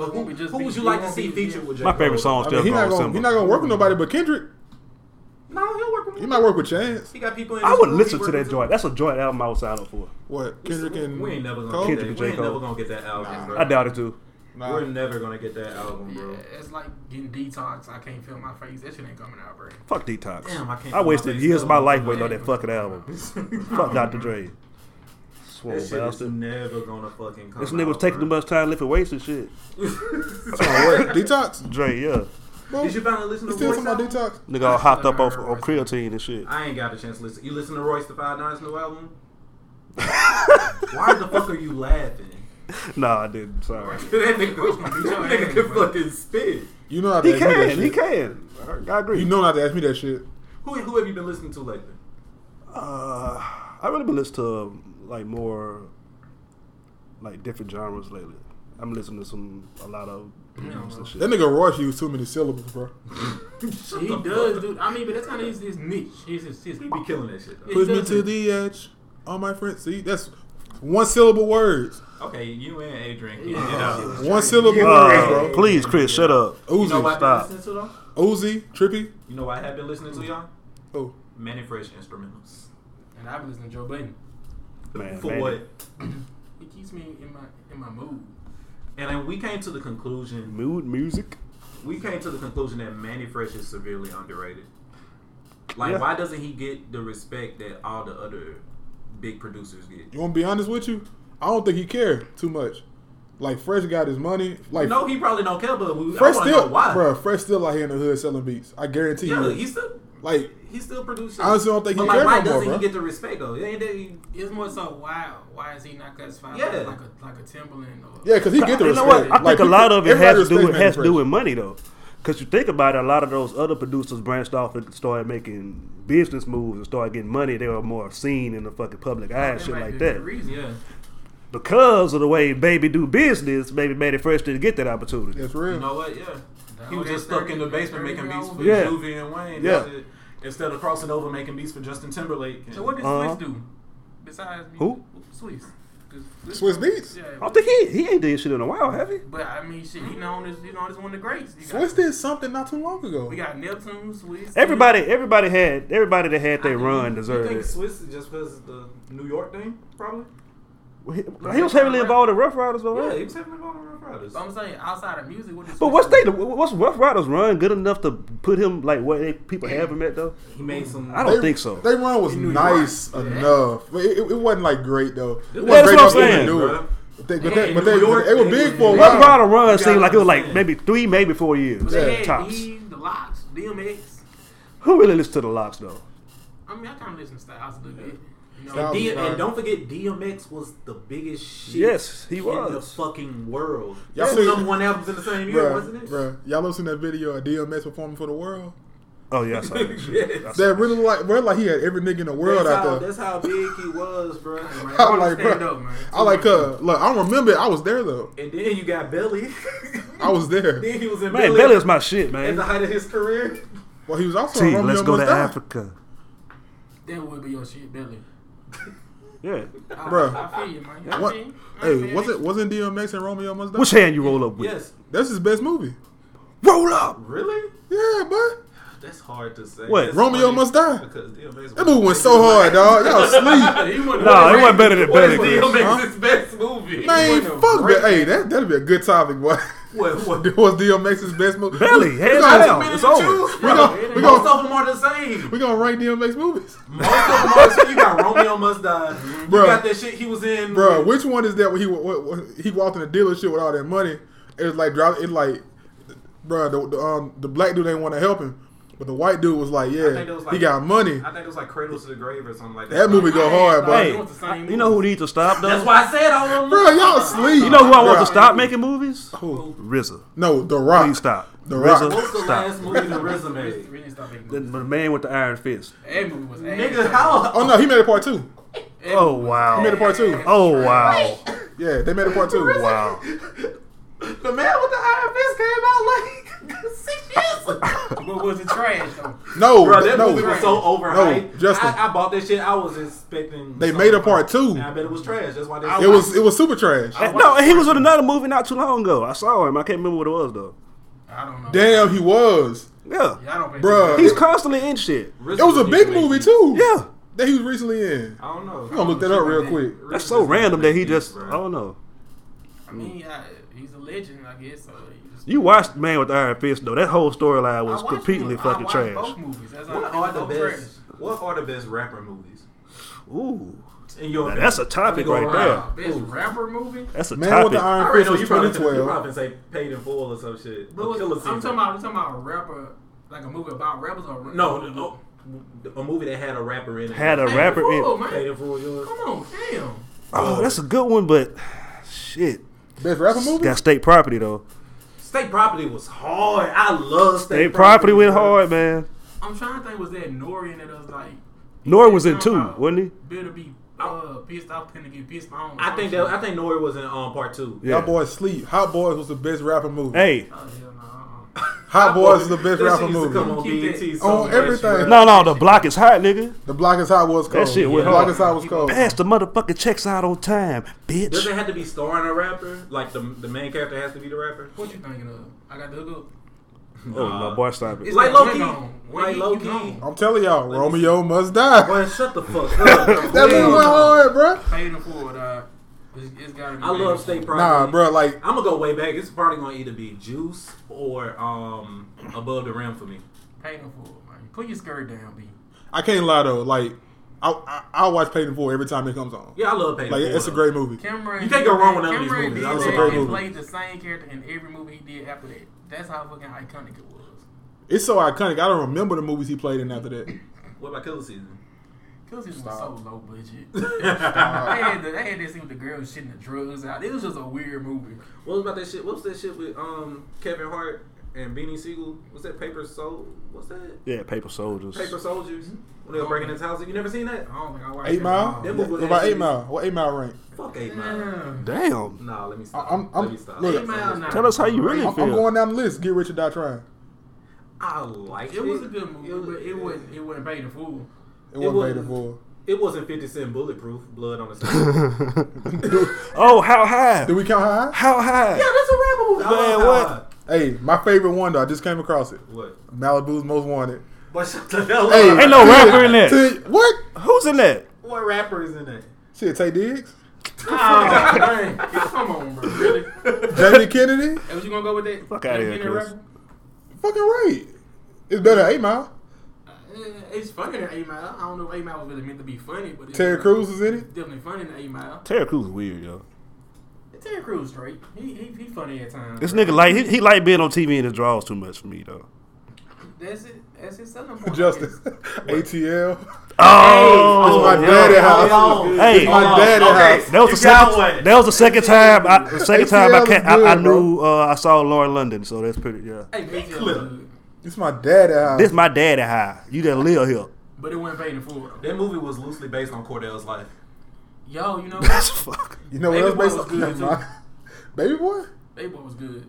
But
it
who,
won't be just
who would
feature.
you
It
like to
won't
see
be-
featured
yeah.
with J.
my favorite
Cole?
song
I
still
mean, he's not
Growing
gonna, he not
Simple.
gonna work with nobody but Kendrick.
No, he'll work with.
He might work with Chance.
He got people. In
I
his
would
crew
listen
he
to
working
that joint. That's a joint album I would sign up for.
What Kendrick and
We ain't never gonna
Cole?
get
Kendrick
that.
and
We
J.
ain't never
Cole.
gonna get that album, bro.
I doubt it too.
Nah.
We're never gonna get that album, bro.
Yeah, it's like getting detox. I can't feel my face. That shit ain't coming out, bro.
Fuck detox.
Damn, I can't
I
put my
wasted
face
years of my
down.
life waiting on that fucking album. Fuck Dr. Dre. Swole
That shit is
bastard.
never gonna fucking come.
This nigga was
out,
taking too
bro.
much time lifting weights and shit.
Detox.
Dre, yeah.
Bro,
Did you finally listen
you
to
still
Royce?
talking about
album?
detox?
Nigga all hopped up off on creatine and shit.
I ain't got a chance to listen. You listen to Royce the Five Nines new album? Why the fuck are you laughing?
Nah, I didn't. Sorry.
that nigga, that nigga can fucking spit.
You know not to
He
ask me that
can. He
shit.
can. I agree.
You know not to ask me that shit.
Who who have you been listening to lately?
Uh, I really been listening to um, like more like different genres lately. I'm listening to some a lot of blues and
That
shit.
nigga Royce used too many syllables, bro.
He does, dude. I mean, but that's kind of his, his niche. He's his, his
He be killing that shit. Though.
Push me to the edge, on my friend. See, that's one syllable words.
Okay, you and Adrian can
Yeah.
get out.
One syllable words,
Uh,
bro.
please, Chris, shut up.
You know what I've been
Uzi,
Stop.
listening to though?
Uzi, Trippy.
You know what I have been listening to y'all?
Oh,
Manny Fresh instrumentals.
And I've been listening to Joe Budden.
Man,
For
man.
what?
He keeps me in my in my mood.
And then we came to the conclusion.
Mood music.
We came to the conclusion that Manny Fresh is severely underrated. Like,
Yeah.
why doesn't he get the respect that all the other big producers get?
you want to be honest with you? I don't think he cared too much. Like Fresh got his money. Like
No, he probably don't care, but we, I want
Fresh
to
still,
know why.
bro. Fresh still out here in the hood selling beats. I guarantee
yeah,
you.
he's still
Like
he's still producing.
I honestly don't think
but
he
like,
cared
why
no more,
doesn't
bro.
he get the respect though? It ain't that he-
It's more so why why is he not classified
Yeah.
like a like a Timberland or
yeah, because he get the
You know
respect.
what? I
Like,
think a lot
people-
of it
everybody
has to
respects
do with
Manny
has to do
Fresh.
with money though, because you think about it, a lot of those other producers branched off and started making business moves and started getting money. They were more seen in the fucking public eye and
That
shit
might
like
be the
that.
reason.
yeah.
Because of the way Baby do business, Baby made it first to get that opportunity.
That's real.
You know what? Yeah,
That
he was
was
just
that
stuck in the
30
basement making beats for
Yeah.
Juvie and Wayne.
Yeah.
That's it. Instead of crossing over, making beats for Justin Timberlake. And
So what did
Uh-huh.
Swiss do? Besides me,
Who?
Swiss. 'Cause
Swiss Beats?
Yeah.
I don't think he he ain't did shit in a while, have he?
But I mean, shit. He known as you know as one of the greats. You got-
Swiss did something not too long ago.
We got Neptune, Swiss.
Everybody, everybody had everybody that had their
You
run
think-
deserved
You think
it.
Swiss is just because the New York thing, probably?
He, he was heavily involved in Rough Riders though,
Yeah, he
right?
was having involved in Rough Riders.
But I'm saying outside of music, what is
But what's they what's Rough Riders run good enough to put him like what they, people have him at though?
He made some.
I don't think so.
They run was
In New
nice
York.
enough, but it, it it wasn't like great though. It wasn't
that's
great
what I'm
enough for them to
saying,
do it.
bro.
But they, but
In
they, but
New
they,
York,
they were
they was
big for a
big.
while.
Rough Rider run
You
seemed
gotta
like it was like
understand.
maybe three, maybe four years
They had
tops.
Dee, the Locks, DMX.
Who really listened to the Locks though?
I mean, I kind of listen to Styles a little bit. You know,
Styles.
D-
Sorry.
and don't forget, DMX was the biggest shit.
Yes, he
in the
was.
fucking world.
Y'all
Y'all
see-
number one albums in the same year, wasn't
Bruh,
it?
bruh, y'all ever seen that video of DMX performing for the world?
Oh yeah, I saw that shit.
Yes.
I saw
That really like, bro, like he had every nigga in the world
That's how,
out there.
that's how big he was, bro.
I
I
like,
stand
bro.
up, man.
I like, uh, look, I don't remember. it. I was there though.
And then you got Belly.
I was there.
then he was in
Man,
Belly,
Belly is my shit,
at
man.
the height of his career.
Well, he was also
T,
on
let's
Romeo
go to
Must Die.
Africa.
that would be your shit, Billy.
Yeah.
I,
Bruh.
I feel you, man. I
What?
feel you. I
Hey,
feel
wasn't
you.
wasn't DMX and Romeo Must Die?
Which hand you roll up with?
Yes.
That's his best movie.
Roll up.
Really?
Yeah, but
That's hard to say.
What,
That's
Romeo
funny
Must Die?
Because DMX
that movie went so hard, dog. Y'all sleep.
he wouldn't
No, it
win.
wasn't better than
What is
Better Chris.
DMX's best movie?
Man,
wasn't a
fuck
great-
that. Hey, that that'd be a good topic, boy.
What? What? Oh,
What was DMX's best movie?
Belly,
we
hands
gonna-
down.
Minute
It's
to
over.
choose
We
from.
gonna- we
Most
gonna-
of them are the same.
We gonna rank DMX movies,
Most of them are. You got Romeo Must Die. You
Mm-hmm. Bruh.
got that shit he was in.
bro. Which one is that? When he wa- wa- wa- he walked in the dealership with all that money, it was like driving. It like, bro, the, the um the black dude didn't want to help him, but the white dude was like, yeah,
think it was
he
like-
got money.
I think it was like Cradle to the Grave or something like that.
That movie go hard, bro.
Hey, you know who needs to stop though?
That's why I said all of them.
Bro, y'all sleep.
you know who I want
Bro.
to stop making movies?
Who?
RZA.
No, The Rock.
Please stop.
The Rock.
What's the
Stop.
last movie the resume?
We didn't stop making
The,
movies.
the man with the iron fist.
That movie was
Nigga, how?
Oh no, he made a part two.
Oh
He made a
wow.
part two.
Oh wow. Oh,
Yeah, they made a part two.
Wow.
The man with the iron fist came out like six years ago.
But was it trash though?
No,
Bro, that
no.
movie was so overhyped.
No, Justin.
I, I bought that shit. I was expecting.
They
something
made a
about
part
it.
two.
And I bet it was trash. That's why they.
It was it was super trash.
No, he was in another movie not too long ago. I saw him. I can't remember what it was though.
I don't know.
Damn, he was.
Yeah.
Y'all don't pay
Bruh.
He's constantly in shit.
It
It was a big movie too.
Yeah.
that he was recently in.
I don't know.
I'm gonna look that up real quick.
That's so random that he just I
Bro.
don't know.
I mean, I, he's a legend, I guess. So you just,
You watched Man with the Iron Fist though. That whole storyline was
I watched
completely
them. I
fucking
watched
trash.
Both movies. That's all.
What
What
are the
trash.
best? What are the best rapper movies?
Ooh.
In your
Now, that's a
opinion? Let me
topic
go
right
around.
Best
Ooh.
rapper movie.
That's a
Man with
topic.
the
I
Iron
already
Fist
know you
was
probably, you
2012.
probably say paid in full or some shit.
But was,
Killer
I'm talking
Season.
about. I'm talking about a rapper, like a movie about rappers or Oh,
No, no, no, a movie that had a rapper in it.
Had a
Hey,
rapper
fool,
in.
paid in
Man.
full yours.
Come on, damn.
Oh, that's a good one, but shit.
Best rapper movie.
Got state property though.
State Property was hard. I love State,
They property went hard, man.
I'm trying to think. Was that Nori in it? Was like
Nor was in
Talking
two,
about
wasn't
Better be uh, pissed off than to get pissed on.
I think that I think Nori was in um, part two.
he?
Y'all
Yeah.
boys sleep. Hot Boys was the best rapper movie.
Hey,
Oh, hell no. uh-uh.
Hot Boys is the
That
best
shit
rapper
used to Come
movie.
on,
Keep
BET
that-
so
on
much,
everything.
bruh.
no, no, the block is hot, nigga.
The block is hot was cold.
shit went
the
hard.
block is hot was cold.
Pass the motherfucking checks out on time,
Does it
bitch.
have to be starring a rapper? Like the the main character has to be the rapper?
What you thinking of? I got the hookup.
Oh my boy, stop
It's
it.
like
that
low key.
gone. When
Like
you
low
gone.
key.
I'm telling y'all, Romeo must die.
Boy, shut the fuck up.
that movie
Please.
went hard, bro.
Paid in full, dog. It's, it's gotta be.
I
paid in
love
full.
State Property.
Nah, bro. Like
I'm gonna go way back. It's probably gonna either be Juice or um Above the Rim for me.
Paid in full, man. Put your skirt down, B.
I can't lie though. Like I I, I watch Paid in Full every time it comes on.
Yeah, I love Payton.
Like
Fuller.
it's a great movie.
Cameron.
You can't go wrong with none of these
Cameron
movies.
did
That was
a
that
great
and
movie.
played the same character in every movie he did after that. That's how fucking iconic it was.
It's so iconic. I don't remember the movies he played in after that.
What about Killer Season?
Cause it was
Stop.
so low budget. they, had the, they had this scene with the girl shitting the drugs out. It was just a weird movie.
What was about that shit? What was that shit with um Kevin Hart and Beanie Siegel? What's that Paper Soul? What's that
Yeah, paper soldiers.
Paper Soldiers? When they were breaking his house, you never seen that?
I don't think I watched
Eight
that
Mile.
at
That
all.
movie was
What about
actually-
Eight Mile? What Eight Mile rank?
Fuck Eight Mile.
Damn.
Damn.
Nah, let me stop.
I'm- I'm-
let me stop.
look.
Eight Mile, nah.
Tell us how you really
I'm,
feel.
I'm going down the list. Get Rich or Die Trying.
I like it.
It was a good movie,
was-
but it wasn't. It wasn't paid in full.
It
It
wasn't Paid
wasn't.
in Full.
It wasn't Fifty Cent bulletproof blood on the side.
oh, how high?
Did we count high?
How high?
yeah, that's a rapper movie. I
Man,
love how-
Hey, my favorite one though. I just came across it.
What?
Malibu's Most Wanted.
But shut the hell
Hey,
up.
Ain't no rapper in that.
T- what?
Who's in that?
What rapper is in that?
Shit, Tay Diggs,
Oh,
Ah.
man. Come on, bro. Really?
Jamie Kennedy.
Hey, was you gonna go with that?
Fuck outta
That
here,
Kenny
Chris.
rapper?
Fucking right. It's better than Eight Mile.
Uh, it's funny than Eight Mile. I don't know if Eight Mile was really meant to be funny, but it's
Terry Crews is in it.
definitely funny than Eight Mile.
Terry Crews is weird, yo.
Terry Crews straight. He he, he funny at times.
This nigga like he, he like being on TV and his draws too much for me though.
That's it. That's his selling point. I
Justin,
guess.
ATL.
Oh,
my
yo.
daddy house.
Hey.
It's my daddy house.
That was the second. That was the second time. I, the second time I
ATL is
can I, I
good,
knew uh, I saw Lauren London, so that's pretty. Yeah,
Hey, big deal,
Clip.
dude.
It's my daddy house.
this my daddy high. You done live here.
But it wasn't paid in full. though.
That movie was loosely based on Cordell's life.
Yo, you know,
That's fuck.
you know
Baby
what
Boy
else
was
based on?
good,
Never mind. Baby boy.
they boy was good.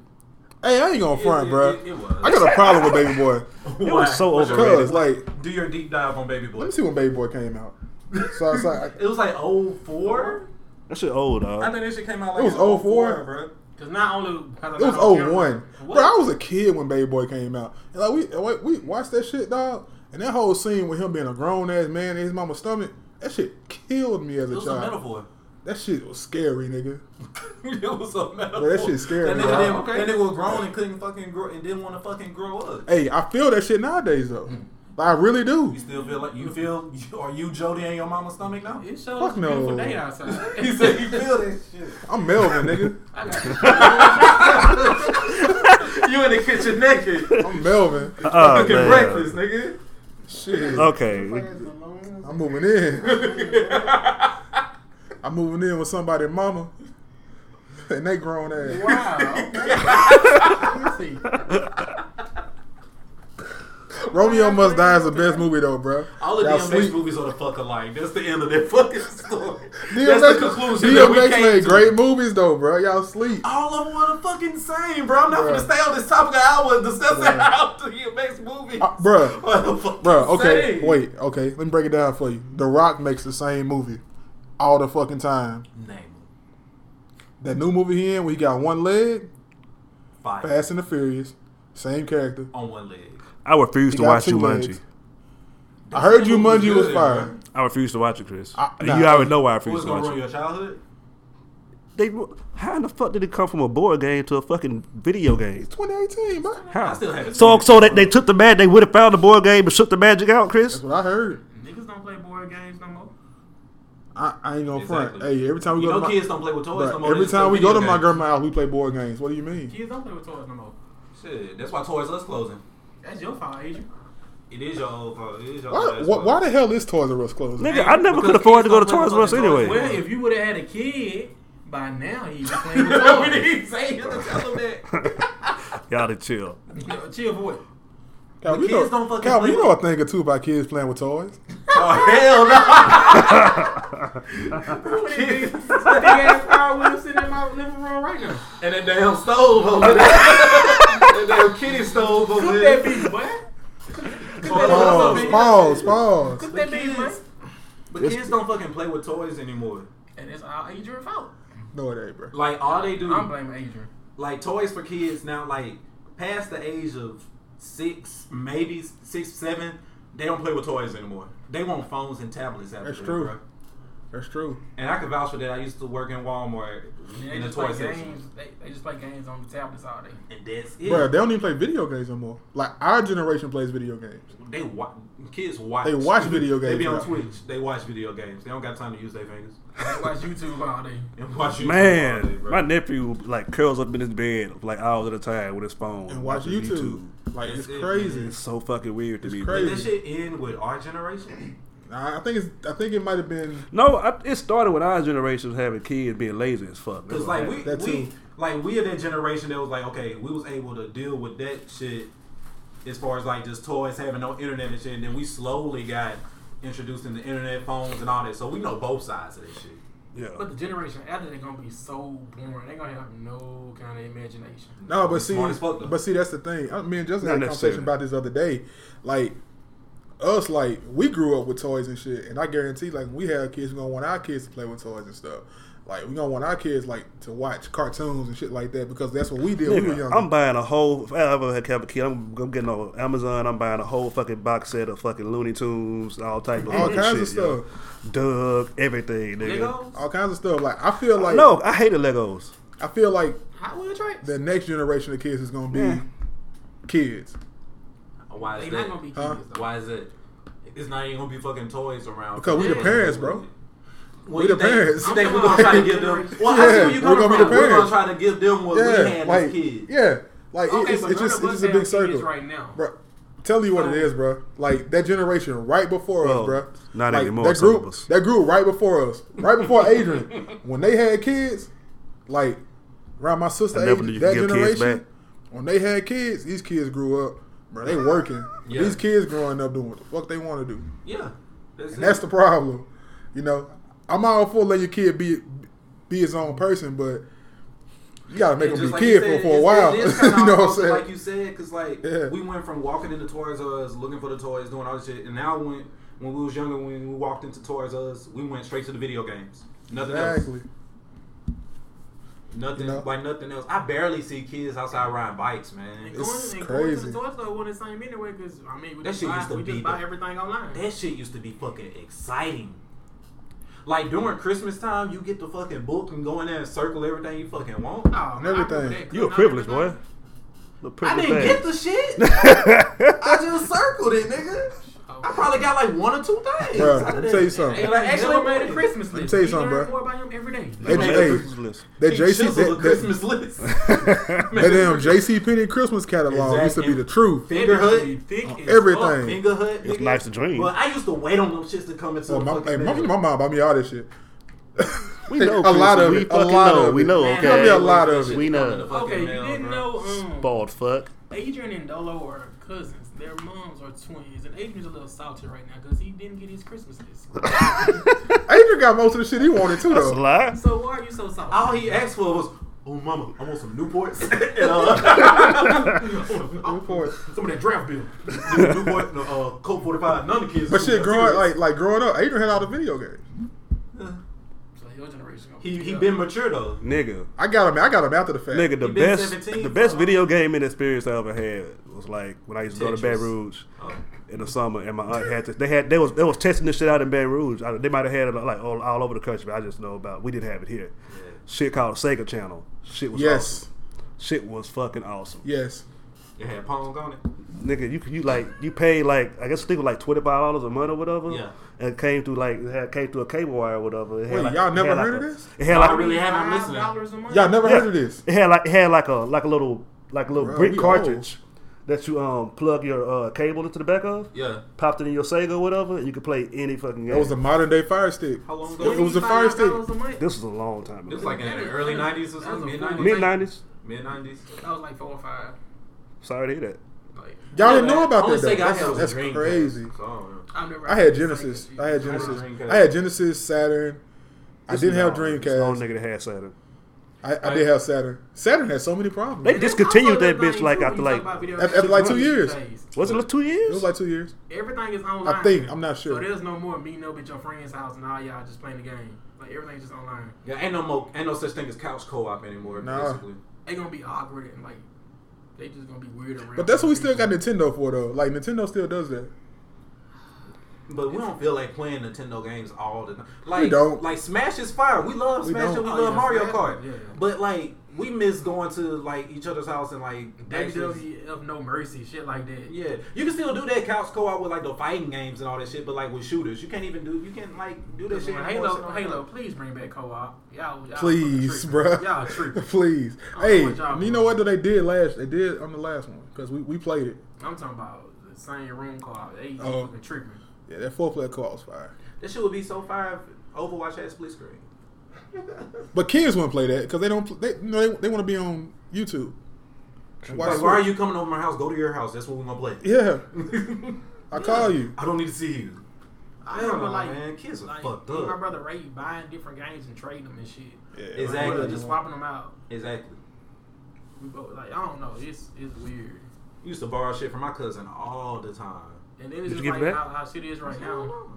Hey, I ain't gonna front,
it,
bro.
It, it was.
I got a problem with Baby Boy.
Why?
was so
What's your
overrated.
Cause
rating?
like,
do your deep dive on Baby
let
Boy.
me see when Baby Boy came out. So I was like,
It was like 04?
That shit old,
I
dog.
think that shit came out like oh
It was
in
04?
bro.
Because not only because
It was 01. Bro, I was a kid when Baby Boy came out. And like we we- we watched that shit, dog. And that whole scene with him being a grown ass man in his mama's stomach, that shit killed me as
It
a
was a
child.
metaphor.
that shit was scary, nigga.
it was a metaphor.
Bro, that shit scared
That
me,
nigga,
dog.
didn't, that nigga was grown and couldn't fucking grow and didn't want to fucking grow up.
Hey, I feel that shit nowadays though. Like, I really do.
Hmm. You still feel like you feel? You, are you Jody in your mama's stomach now?
It shows
Fuck
Fuck
no.
no. beautiful day outside.
He said you feel that shit.
I'm Melvin, nigga.
I got
you in the kitchen naked.
I'm Melvin.
Oh,
cooking
man.
breakfast, nigga.
Shit.
Okay.
I'm moving in. I'm moving in with somebody mama. And they grown ass.
Wow. Okay. Let me see.
Romeo Must Die is the best movie though, bro.
All of
Y'all
DMX
sleep.
movies are the fuck alike. That's the end of their fucking story. That's the
DMX,
conclusion that we
DMX
came
made
to.
great movies though, bro. Y'all sleep.
All of them are the fucking same, bro. I'm not
Bruh.
gonna stay on this topic an hour and discuss
Bruh.
how DMX movies
Uh, bruh.
are the fucking
Bro, okay,
same.
wait, okay. Let me break it down for you. The Rock makes the same movie all the fucking time.
Name
That new movie he in, where he got one leg,
five
Fast and the Furious, same character.
on one leg.
I refuse
He
to
got
watch
two
Jumanji.
legs. I heard you
movie
Mungie was
good,
fire.
bruh.
I refuse to watch it, Chris.
I-
you
nah.
already know why I refuse
Who's
to
gonna
watch
ruin your
it.
childhood?
They, how in the fuck did it come from a board game to a fucking video game?
2018, bro.
How?
I still haven't
So,
seen it.
so that they took the mag, they would have found the board game and shook the magic out, Chris.
That's what I heard.
Niggas don't play board games no more.
I, I ain't gonna front.
Exactly.
Hey, every time we
You
go
know
to my,
kids don't play with toys
bruh,
no more.
every
they just play
time we go to
video
my
games.
grandma's house, we play board games. What do you mean?
Kids don't play with toys no more.
Shit, that's why Toys Us closing.
That's your fault, Adrian.
It is your old fault. It is your old
Why,
ass
why,
fault.
why the hell is Toys R Us closing?
Nigga, I never
Because
could afford to
kids
go to
don't play
Toys R Us
with toys.
anyway.
Where
Well, if you would have had a kid, by now he'd be playing with toys.
we didn't say you to tell them that.
Y'all to chill.
Yeah, Chill for it.
Cal,
The
you
kids
know,
don't fucking
Cal,
play
you know
with-
a thing or two about kids playing with toys.
oh
Who is this big ass car with him sitting in my living room right now?
hell no! and that damn stove over there. that damn kitty stove over
Cook that
there.
beef, boy.
Oh,
Pause,
man.
pause, pause.
Cook that
The
beef, boy.
kids- But kids don't fucking play with toys anymore.
And it's all Adrian's fault.
No, it ain't, bro.
Like all they do,
I'm blaming Adrian.
like toys for kids now, like past the age of six, maybe six, seven, they don't play with toys anymore. They want phones and tablets after
That's
that,
true.
bruh.
That's true.
And I can vouch for that. I used to work in Walmart
And They
in the
just
toy
play
section,
games. They, they just play games on the tablets all day.
and that's it.
Bro, they don't even play video games no more. Like our generation plays video games.
They watch kids watch.
They watch video
They be
games
on
now.
Twitch. They watch video games. They don't got time to use their fingers.
They watch YouTube all day.
And watch YouTube all day,
Man,
bro.
my nephew like curls up in his bed like hours at a time with his phone
And watch
watching
YouTube. Like it's
That's it,
crazy.
man.
It's so fucking weird to
It's
me.
crazy.
Did that shit end with our generation?
Nah, I think it's. I think it might have been.
No, I, it started when our generation was having kids being lazy as fuck.
Because like we,
That
we
too.
like we are that generation that was like, okay, we was able to deal with that shit as far as like just toys having no internet and shit, and then we slowly got introduced into internet phones and all that. So we know both sides of that shit.
yeah.
But the generation after they're gonna be so boring. They're gonna have no kind of imagination.
No, but
It's
see,
smart as fuck, though.
but see, that's the thing. I, me and Justin
Not
had a conversation
necessarily.
about this other day. Like us, like we grew up with toys and shit, and I guarantee, like when we have kids, we are gonna want our kids to play with toys and stuff. Like we gonna want our kids like to watch cartoons and shit like that because that's what we did. when we were
Nigga,
younger.
I'm buying a whole. If I ever had have a kid, I'm, I'm getting on Amazon. I'm buying a whole fucking box set of fucking Looney Tunes, all type of
All
fucking
kinds of
shit, yo. Doug, everything, nigga.
Legos?
all kinds of stuff. Like I feel like
no, I hated Legos.
I feel like
Hot Wheel tracks?
the next generation of kids is gonna be
Yeah.
kids.
Why
They
is
not
that?
gonna be kids.
Huh?
though.
Why is it? It's not even gonna be fucking toys around.
Because we
the
parents, bro.
Well,
We
you
the
think-
parents.
You think we're gonna try to give them? Well, I see
Yeah,
where you
we're
coming
gonna
from.
be the
We're gonna
parents.
try to give them what we
Yeah,
had
like
as kids.
yeah, like it-
Okay,
it's,
but
it's
none
just it's
of us
just a big
have
circle.
kids right now.
bro. Tell you what it is, bro. Like that generation right before
Well,
us, bro.
Oh, not
like,
anymore,
That
some of
group,
us.
that group right before us, right before Adrian, when they had kids, like around my sister
I never
age,
knew you
that
could give kids
generation,
back.
when they had kids, these kids grew up, bro. They working.
Yeah.
These kids growing up doing what the fuck they want to do.
Yeah, that's
And that's
it.
the problem. You know, I'm all for letting your kid be be his own person, but you gotta make
And
him be
just like you
kid
said,
for, for a
it's-
while.
it is kinda
you know what I'm
almost
saying?
Like you said, because like
Yeah.
we went from walking into Toys R Us, looking for the toys, doing all this shit, and now when when we was younger, when we walked into Toys R Us, we went straight to the video games. Nothing
exactly.
else. Nothing
You know?
like nothing else. I barely see kids outside riding bikes, man.
It's
and Going to
crazy.
the toy store wasn't the same anyway because I mean we
That
just
shit
buy,
used to
we
be
just buy
the-
everything online.
That shit used to be fucking exciting. Like during Christmas time, you get the fucking book and go in there and circle everything you fucking want.
Oh, man, I
everything.
remember that.
You a
Not
privileged boy.
everything.
A
I
privileged
didn't get
bag.
the shit. I just circled it, nigga. I probably got like one or two things.
Bruh,
I
let me
didn't-
tell you something.
And I actually
never
made a Christmas.
Christmas list.
me tell you
We
something,
learn
bruh.
More about him every day.
Hey,
Made a
hey.
Christmas list.
That
She
JC
chiseled
that,
a
that,
Christmas list.
that damn JC Penney Christmas catalog used to
Exactly.
be the truth.
Fit- Fingerhood.
thick as
Uh, Everything.
Finger hut.
It's
nigga.
nice to dream.
Well, I used to wait on them shits to come into
Well,
the
Oh, my,
fucking
hey, my,
thing.
my mom bought me all this shit.
we know
a lot
Chris,
of
we
it. A
fucking
lot
know.
of
we
it.
know.
Man,
Okay,
Tell me a lot of it.
We
Coming
know.
to
fuck. Okay,
fucking
you
mail,
didn't
bruh.
know um,
Bald fuck.
Adrian and Dolo are cousins. Their moms are twins, and Adrian's a little salty right now because he didn't get his Christmas list.
Adrian got most of the shit he wanted too,
That's a
though.
lie.
so why are you so salty?
All he asked for was, "Oh, mama, I want some Newports and uh,
Newports.
some of that draft beer, Newport, no, uh, Coke 45." None of the kids.
But shit, growing like like growing up, Adrian had all the video games.
So your generation. gonna
he
pick
he
up.
been mature though.
Nigga.
I got him. I got him after the fact.
Nigga, the
been
best
17
the best
for-
video game experience I ever had was like when I used to go to
Tetris.
Baton Rouge.
Oh.
in the summer, and my aunt had to. They had they was they was testing this shit out in Baton Rouge. I, they might have had it like all, all over the country, but I just know about. We didn't have it here.
Yeah.
Shit called Sega Channel. Shit was
Yes,
awesome. Shit was fucking awesome.
yes.
It had Pong on it.
Nigga, you you like you paid like I guess I think it was like twenty five dollars a month or whatever.
Yeah.
and it came through like it had, came through a cable wire or whatever. It had,
Wait,
like,
y'all
it
never
had, like,
heard
a-
of this?
It had
I
like
really haven't
$5
listened.
dollars a month.
Y'all never
Yeah.
heard of this?
It had like it had like a like a little like a little
Bruh,
brick
we
cartridge that you um plug your uh, cable into the back of.
Yeah.
Popped it in your Sega or whatever, and you could play any fucking game.
It was a modern day fire stick.
How long ago?
It was a fire stick.
$25 a month.
This was a long time
It was
ago.
like in the early '90s or
That was
something,
a
mid
fool.
Mid
'90s.
nineties.
Mid '90s.
That was like four or five.
Sorry to hear that.
Like
Y'all didn't
Yeah,
know about
only
that. Though.
Sega I had
That's,
was
that's
a Dreamcast,
crazy.
so I don't know.
I never.
I had Genesis. I had Genesis.
Dreamcast.
I had Genesis, Saturn. I didn't have
This old
Dreamcast.
nigga that had Saturn.
I, I did have Saturn. Saturn had so many problems.
They discontinued that bitch like after like
After- after like two years.
was it like two
It
years?
was like two years.
Everything is online.
I think. I'm not
So
sure.
there's no more meeting up at your friend's house and all y'all just playing the game. Like everything's just online.
Yeah, ain't no mo- ain't no such thing as couch co-op anymore.
Nah.
Basically,
They gonna be awkward and like they just gonna be weird around.
But that's what we still got Nintendo for though. Like Nintendo still does that.
but we don't feel like playing Nintendo games all the time. Like,
don't.
like Smash is fire. We love
We
Smash. and
don't.
we
Oh,
love
yeah,
Mario
Smash,
Kart.
yeah.
But like, we miss going to like each other's house and like actually-
WWF No Mercy shit like that.
Yeah, you can still do that couch co-op with like the fighting games and all that shit. But like with shooters, you can't even do. You can't like do that shit.
Man,
anymore.
Halo, Halo, please bring back co-op. Y'all, y'all
Please,
fucking
bruh.
tripping. Y'all tripping.
Please.
I don't
Hey,
know what y'all
you
doing.
know what? Though they did last. They did on the last one because we, we played it.
I'm talking about the same room co-op. They
Oh.
fucking tripping.
Yeah, that four player co-op was fire.
That shit would be so fire. If Overwatch had split screen.
But kids won't play that because they don't. pl- They you know, they, they want to be on YouTube. Why-
Like, why are you coming over my house? Go to your house. That's what we're gonna play.
Yeah, I call you.
I don't need to see you.
I
Hell
remember
no,
like
Ah, man. Kids are
like,
fucked
me and My
up.
brother Ray buying different games and trading them and shit.
Yeah,
Exactly.
Like, just swapping them out.
Exactly.
We both like I don't know. It's it's weird.
We used to borrow shit from my cousin all the time.
And then it's
Did you
just
give
like
it back?
how, how shit is right now.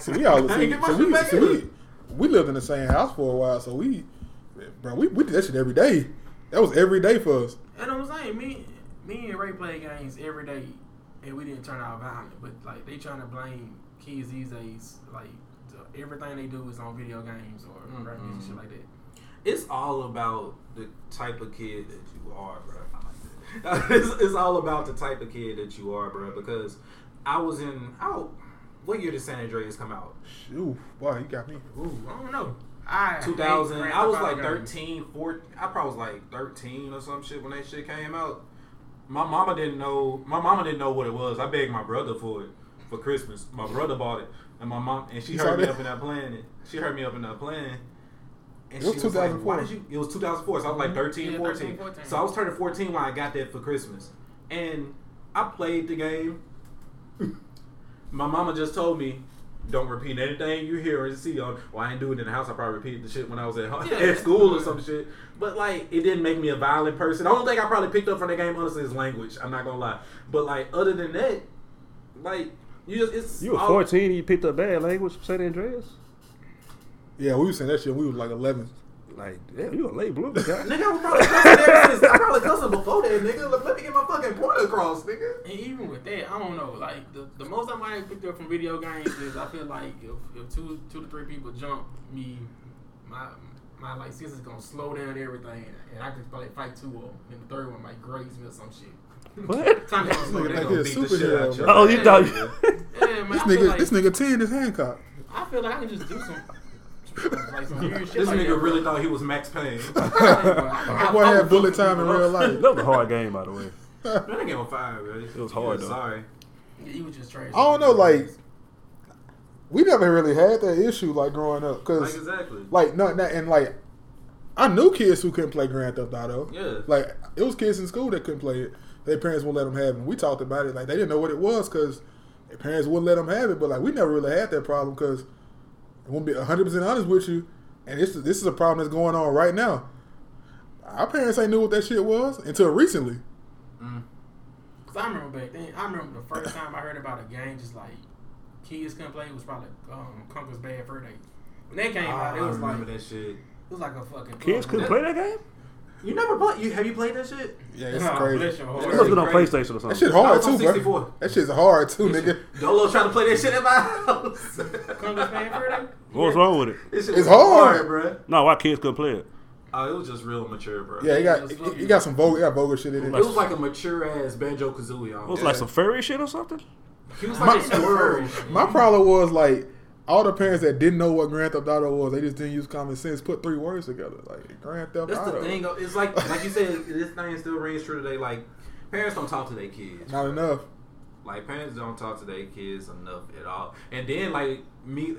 So we all
I
so,
ain't get my
so
shit
we,
back
so
in.
we we lived in the same house for a while. So we, bro, we, we did that shit every day. That was every day for us.
And I'm saying me me and Ray play games every day, and we didn't turn out violent. But like they trying to blame kids these days. Like the- everything they do is on video games or
Mm-hmm.
rap music shit like that.
It's all about the type of kid that you are, bro. it's, it's all about the type of kid that you are, bro. Because I was in out. What year did San Andreas come out?
Ooh, boy, you got me.
Ooh, I don't know. I
2000.
hate
I was like
grandfather games.
13, 14. I probably was like 13 or some shit when that shit came out. My mama didn't know. My mama didn't know what it was. I begged my brother for it for Christmas. My brother bought it, and my mom and she
You saw
heard me
that?
up in that plan. it. She heard me up in that plan. And
It was
she was like, why
2004.
did you? It was 2004, so I was like 13,
Yeah,
14.
13, 14.
So I was turning 14 when I got that for Christmas. And I played the game. My mama just told me, don't repeat anything you hear and see on. Well, I didn't do it in the house. I probably repeated the shit when I was at, home,
Yeah.
at school or some shit. But, like, it didn't make me a violent person. The only thing I probably picked up from the game, honestly, is language. I'm not going to lie. But, like, other than that, like, you just, it's.
You were
all-
fourteen and you picked up bad language from San Andreas.
Yeah, we was saying that shit. when We was like eleven.
Like, damn, you a late bloomer, guy.
Nigga, I'm probably cussing ever since. I'm probably cussing before that, nigga. Let- Let me get my fucking point across, nigga.
And even with that, I don't know. Like the, the most I might have picked up from video games is I feel like if, if two two to three people jump me, my my like sense is gonna slow down everything, and I could probably fight two of them, and the third one might graze me or some shit.
What?
Time gonna slow
Nigga,
They
like
down.
gonna
he a
beat the shit
superhero,
out your
bro.
Oh, you
ass,
thought
nigga.
Yeah, man,
This
I feel
nigga,
like,
this nigga ten is Hancock.
I feel like I can just do some. Like some weird shit
This
like that.
nigga really thought he was Max Payne. that
I
That boy had bullet time in real life.
That was a hard game, by the way.
nigga on fire, bro. It
was hard, though.
Sorry.
Yeah, he was just trash.
I don't know, like we never really had that issue like growing up,
Like,
cause
exactly.
like no, not, and like I knew kids who couldn't play Grand Theft Auto.
Yeah.
Like it was kids in school that couldn't play it. Their parents wouldn't let them have it. We talked about it. Like they didn't know what it was because their parents wouldn't let them have it. But like we never really had that problem because I'm gonna be 100 percent honest with you, and this is this is a problem that's going on right now. Our parents ain't knew what that shit was until recently.
Mm.
Cause I remember back then. I remember the first time I heard about a game, just like kids couldn't play. It was probably um, Conker's Bad Fur Day. When that came
Ah,
out, it
I
was like
remember
it
that shit.
was like a fucking
Kids couldn't play that game?
You never played? You have you played that shit?
Yeah, it's
Nah,
crazy.
bless your heart.
It must have been on
Crazy.
PlayStation or something.
That shit
I
hard
was on
too, bro.
64.
That shit's hard too, nigga.
Dolo trying to play that shit at my house.
Conker's Bad Fur Day.
What's wrong with it?
This shit
It's
was hard,
hard.
bro.
No, why kids couldn't play it?
Oh, it was just real mature, bro.
Yeah, it got
It's
it,
fucking-
it got some vulgar, it got vulgar shit in
It
it.
was like a mature ass banjo kazooie.
It was like some furry shit or something?
He was like a squirrel.
My problem was like all the parents that didn't know what Grand Theft Auto was, they just didn't use common sense. Put three words together, like Grand Theft
That's
Auto.
the thing. though. It's like, like you said, this thing still rings true today. Like, parents don't talk to their kids.
Not enough.
Like, parents don't talk to their kids enough at all. And then, like me,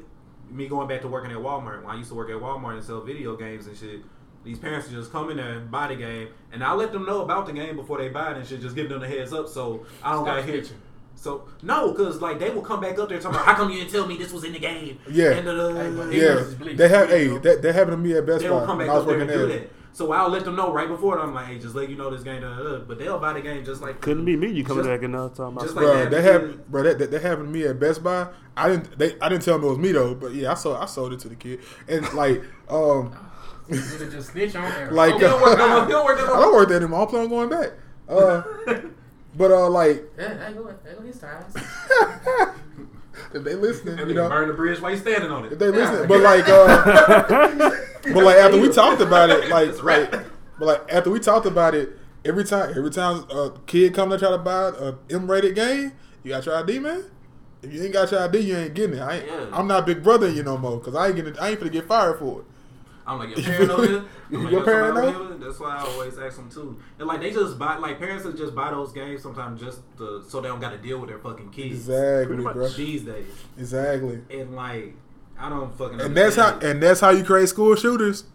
me going back to working at Walmart. When I used to work at Walmart and sell video games and shit, these parents would just come in there and buy the game, and I let them know about the game before they buy it and shit, just give them the heads up so I don't
Stop
got hit.
snitching.
So no, because like they will come back up there talking about how come you didn't tell me this was in the game?
Yeah.
And, uh,
Hey, but
they
Yeah,
Ignorance is bliss.
they have.
There
Hey,
you go.
that, that happened to me at Best
they
Buy
will come back
when I was
up there
working
and do
there.
that. So I'll let them know right before it. I'm like, hey, just let you know this game. Da, da, da. But they'll buy the game just like
Couldn't be me. You coming
Just-
back and uh, talking about
just
some-
like
Bro,
that.
that happened. Bro, that, that that happened to me at Best Buy. I didn't. They I didn't tell them it was me though. But yeah, I sold I sold it to the kid. And like, um,
Nigga just snitch on there.
Like,
oh,
You don't work no more. You don't work
I
no more.
don't work there anymore. I don't plan on going back. Uh, but uh, like,
yeah, there go, there go his ties.
if they listening,
And
you
you
know,
burn the bridge while you standing on
if
it.
they listening, but like, uh. but like after we talked about it, like
It's
right,
rap.
but like after we talked about it, every time every time a kid come to try to buy a M-rated game, you got your ID, man. If you ain't got your ID, you ain't getting it. I ain't,
Yeah.
I'm not big brother in you no more because I ain't getting I ain't finna get fired for it.
I'm like, your parent know this? I'm like,
Your
"Yo,
parent
somebody
know?"
know this?" That's why I always ask them too. And like, they just buy like parents that just buy those games sometimes just to, so they don't got to deal with their fucking kids
Exactly,
Pretty much.
bro.
these days.
Exactly.
And like, I don't fucking.
And that's how
understand it.
and that's how you create school shooters.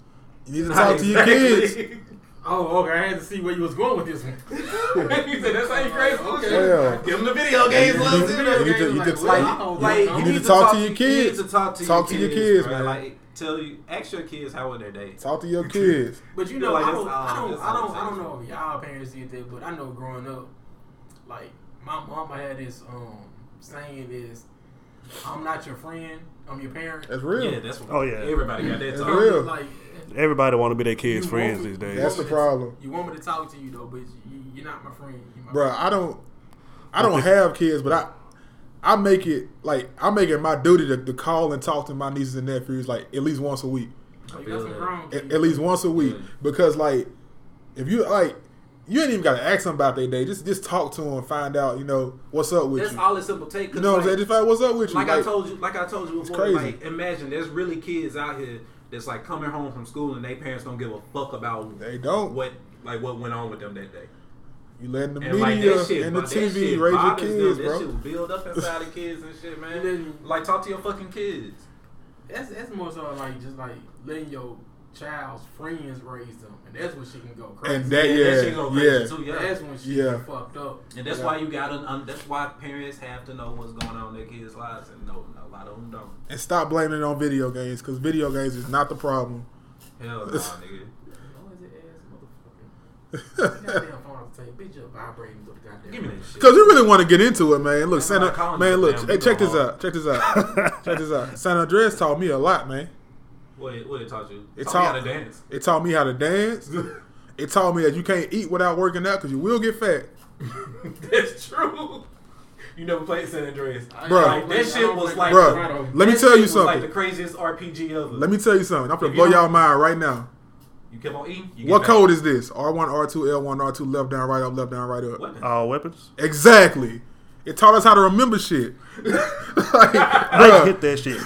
You need to talk to your kids.
Exactly.
Oh, okay. I had to see where you was going with this one.
he said, "That's how you crazy."
Yeah.
Give them the video games.
You
Let them
need-
see the video
you need to-
games.
you
Like,
need to-
like,
you-
like,
you
need to talk to your
You
kids.
need to talk to
Talk
your
to your
kids,
kids,
bro.
man.
Like, tell you, ask your kids how were their day.
Talk to your kids.
But you
Feel
know,
like
I
that's
don't, I
all-
don't,
that's
I
all
don't, I
I'm
don't know if y'all parents did that, but I know growing up, like my mama had this um saying is, "I'm not your friend, I'm your parent."
That's real.
Yeah, that's what.
Oh, yeah.
everybody got that
It's
talk.
real.
Like
Everybody want to be their kids'
you
friends
want me-
these
you
days.
That's
want me
the
to-
problem.
You want me to talk to you though, but you, you're not my friend. You my
Bruh, I don't, I don't have kids, but I, I make it like I make it my duty to, to call and talk to my nieces and nephews like at least once a week,
friend. You
feel
got some
that.
grown
at,
kids.
at least once a week,
Yeah.
because like, if you like, you ain't even gotta ask them about their day. Just just talk to them, find out you know what's up with
That's
you.
all it simple take. 'cause,
you know what I'm
like,
saying? Just find what's up with you.
like,
Like,
I told you, like I told you before,
crazy.
like imagine there's really kids out here that's like coming home from school and their parents don't give a fuck about
They don't.
what like what went on with them that day.
you letting the
And like
media
that shit,
and the
bro, that shit
TV raise your
bothers
kids,
them. That shit
bro.
will build up inside the kids and shit,
And
man.
then,
Like talk to your fucking kids.
that's that's more so like just like letting your child's friends raise them, and that's when she can go crazy.
And that, yeah,
that shit go crazy
yeah.
too, yeah.
that's when she
Yeah.
get fucked up.
and that's
Yeah.
why you gotta. Um, that's why parents have to know what's going on in their kids' lives, and no, a lot of them don't.
And stop blaming it on video games because video games is not the problem.
Hell no, nigga.
Noisy ass motherfucker.
Because
Goddamn phone off the table. Bitch, you're vibrating through the goddamn.
Give me that shit.
you really want to get into it, man. Look,
That's why I
Santa,
call you,
man, look,
man.
hey,
We
check
go
this
hard.
out, check this out, check this out. San Andreas taught me a lot, man.
What it, what it taught you?
It
taught me
taught-
how to dance.
It taught me how to dance. it taught me that you can't eat without working out because you will get fat.
That's true. You never played San Andreas.
I-
Bruh.
I don't
Like,
play-
that
I
shit
don't
was like-
play Colorado.
Bruh, let me
That
tell
shit
you
was
something.
Like the craziest RPG ever.
Let me tell you something. I'm gonna
If
blow
you
y'all
don't-
mind right now.
You kept on eating. You
What
get
code is this? R1, R2, L1, R2, left down, right up, left down, right up.
What? the-
All weapons.
Exactly. It taught us how to remember shit. like,
I like to
bruh,
hit that shit.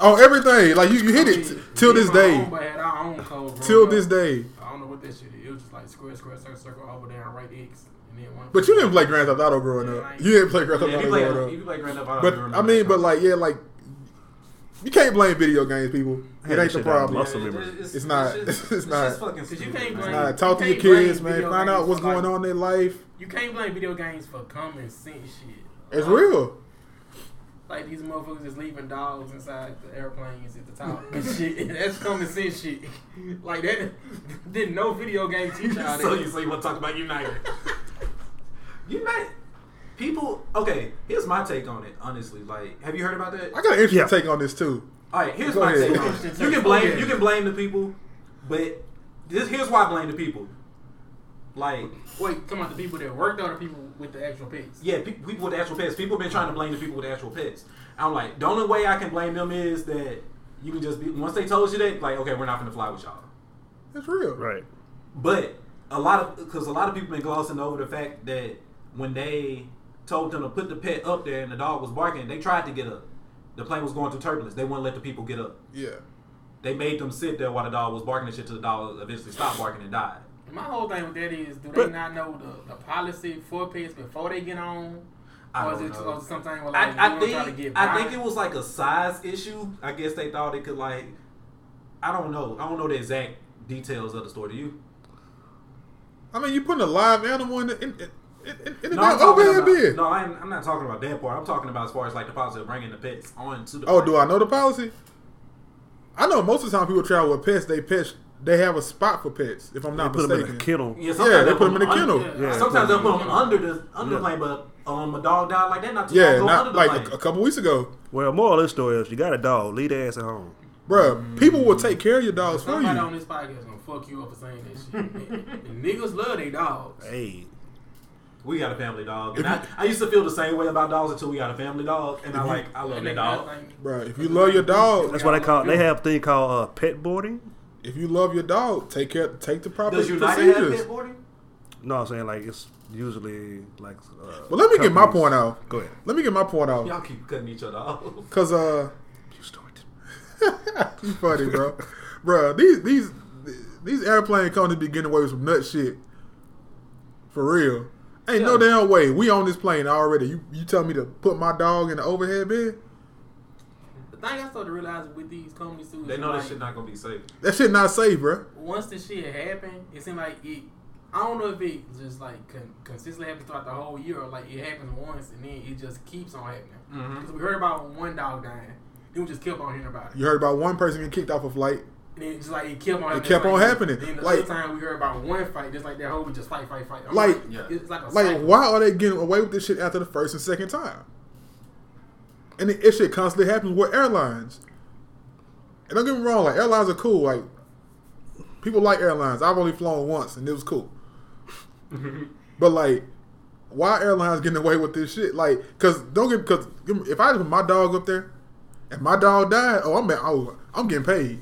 on everything. Like you, you hit it
Shit,
t- till
me
this
and my
day.
homeboy had our own code, bro.
Till this day.
I don't know what that shit is. It was just like square, square, circle, circle, over there, right X, and then one.
But you didn't play Grand Theft Auto growing up. You didn't play Grand
Yeah,
Theft
if
Auto
you play,
growing
if
up.
you play Grand Theft Auto,
But
you remember
I mean,
that
but
code.
like, yeah, like you can't blame video games, people.
Hey,
It ain't the
shit, that
problem.
muscle memory.
It's not.
just-
It's
just
not.
fucking
Cause you
stupid,
can't
man.
blame-
Nah, talk to
You
your
can't
kids,
blame
man.
video
Find out
games
what's
for
going
life.
on in their life.
You can't blame video games for common sense shit.
It's
Like-
real.
Like these motherfuckers is leaving dogs inside the airplanes at the top and shit. That's common sense shit. Like that didn't no video game teach y'all
so
that.
you so you want to talk about United? United. People, okay. Here's my take on it. Honestly, like, have you heard about that?
I got an interesting
Yeah.
take on this too.
All right, here's
Go
my
ahead.
take on it. You can blame you can blame the people, but this, here's why I blame the people. Like,
Wait, come on, the people that worked on the people with the actual pigs.
yeah, pe- people with actual pets. People been trying to blame the people with actual pets. I'm like, the only way I can blame them is that you can just be once they told you that, like, okay, we're not gonna fly with y'all.
It's real.
Right.
But a lot of because a lot of people been glossing over the fact that when they told them to put the pet up there and the dog was barking, they tried to get up. The plane was going through turbulence. They wouldn't let the people get up.
Yeah.
They made them sit there while the dog was barking and shit till the dog eventually stopped barking and died.
My whole thing with that is, do they
But-
not know the, the policy for pigs before they get on?
I
or is
don't
it,
know.
or is it something where like
I, I
you don't try to
think
get
I
by?
think it was like a size issue. I guess they thought it could like I don't know. I don't know the exact details of the story. Do you?
I mean, you're putting a live animal in the in, in, in, in the
I'm
damn
talking
overhead
about,
bin.
no I'm, I'm not talking about that part. I'm talking about as far as like the policy of bringing the pets onto the.
Oh, do I know the policy? I know most of the time people travel with pets. They pets. They have a spot for pets. If I'm
They
not
put them in a
mistaken.
kennel.
Yeah, sometimes
Yeah, they put them in a
under-
kennel.
Yeah.
Yeah.
Sometimes they'll put them
Yeah.
under the under the plane, but um, a dog died like that not too long
Yeah,
ago
not
under the
like
plane.
a, a couple weeks ago,
Well, moral of this story is you got a dog, leave the ass at home.
Mm.
Bruh, People will take care of your dogs for you.
Somebody on this podcast gonna fuck you up for saying that shit. the niggas love their dogs.
Hey,
we got a family dog, and I, I used to feel the same way about dogs until we got a family dog, and I like I love
And
that
they
dog.
nothing-
Bruh, If you love your dog,
that's what they call. They have a thing called uh, pet boarding.
if you love your dog, take care. Take the proper
Does United have
procedures.
pet boarding?
No, I'm saying like it's usually like. Uh,
Well, let me get my
companies-
point out.
Go ahead.
Let me get my point out.
Y'all keep cutting each other off.
Cause uh,
You started.
you funny, bro. bro, these these these airplane companies be getting away with some nut shit. For real, ain't no
Yeah.
damn way. We on this plane already. You you tell me to put my dog in the overhead bin?
The thing I started to realize with these companies too is
They know
like,
that shit not gonna be safe.
That shit not safe, bro.
once the shit happened, it seemed like it. I don't know if it just like con- consistently happens throughout the whole year, or like it happens once and then it just keeps on happening.
Mhm.
Because we heard about one dog dying, then we just kept on hearing about it.
You heard about one person getting kicked off a flight.
And then just like it kept on. happening.
kept on
Like,
happening.
Then the
Like-
other time we heard about one fight, just like that whole we just fight, fight, fight. I'm
Like-
Yeah.
it's like a
Like,
cycle.
why are they getting away with this shit after the first and second time? And it, it shit constantly happens with airlines. And don't get me wrong, like airlines are cool. Like people like airlines. I've only flown once, and it was cool. but like, why airlines getting away with this shit? Like, cause don't get cause if I put my dog up there, and my dog died, oh I'm oh, I'm getting paid.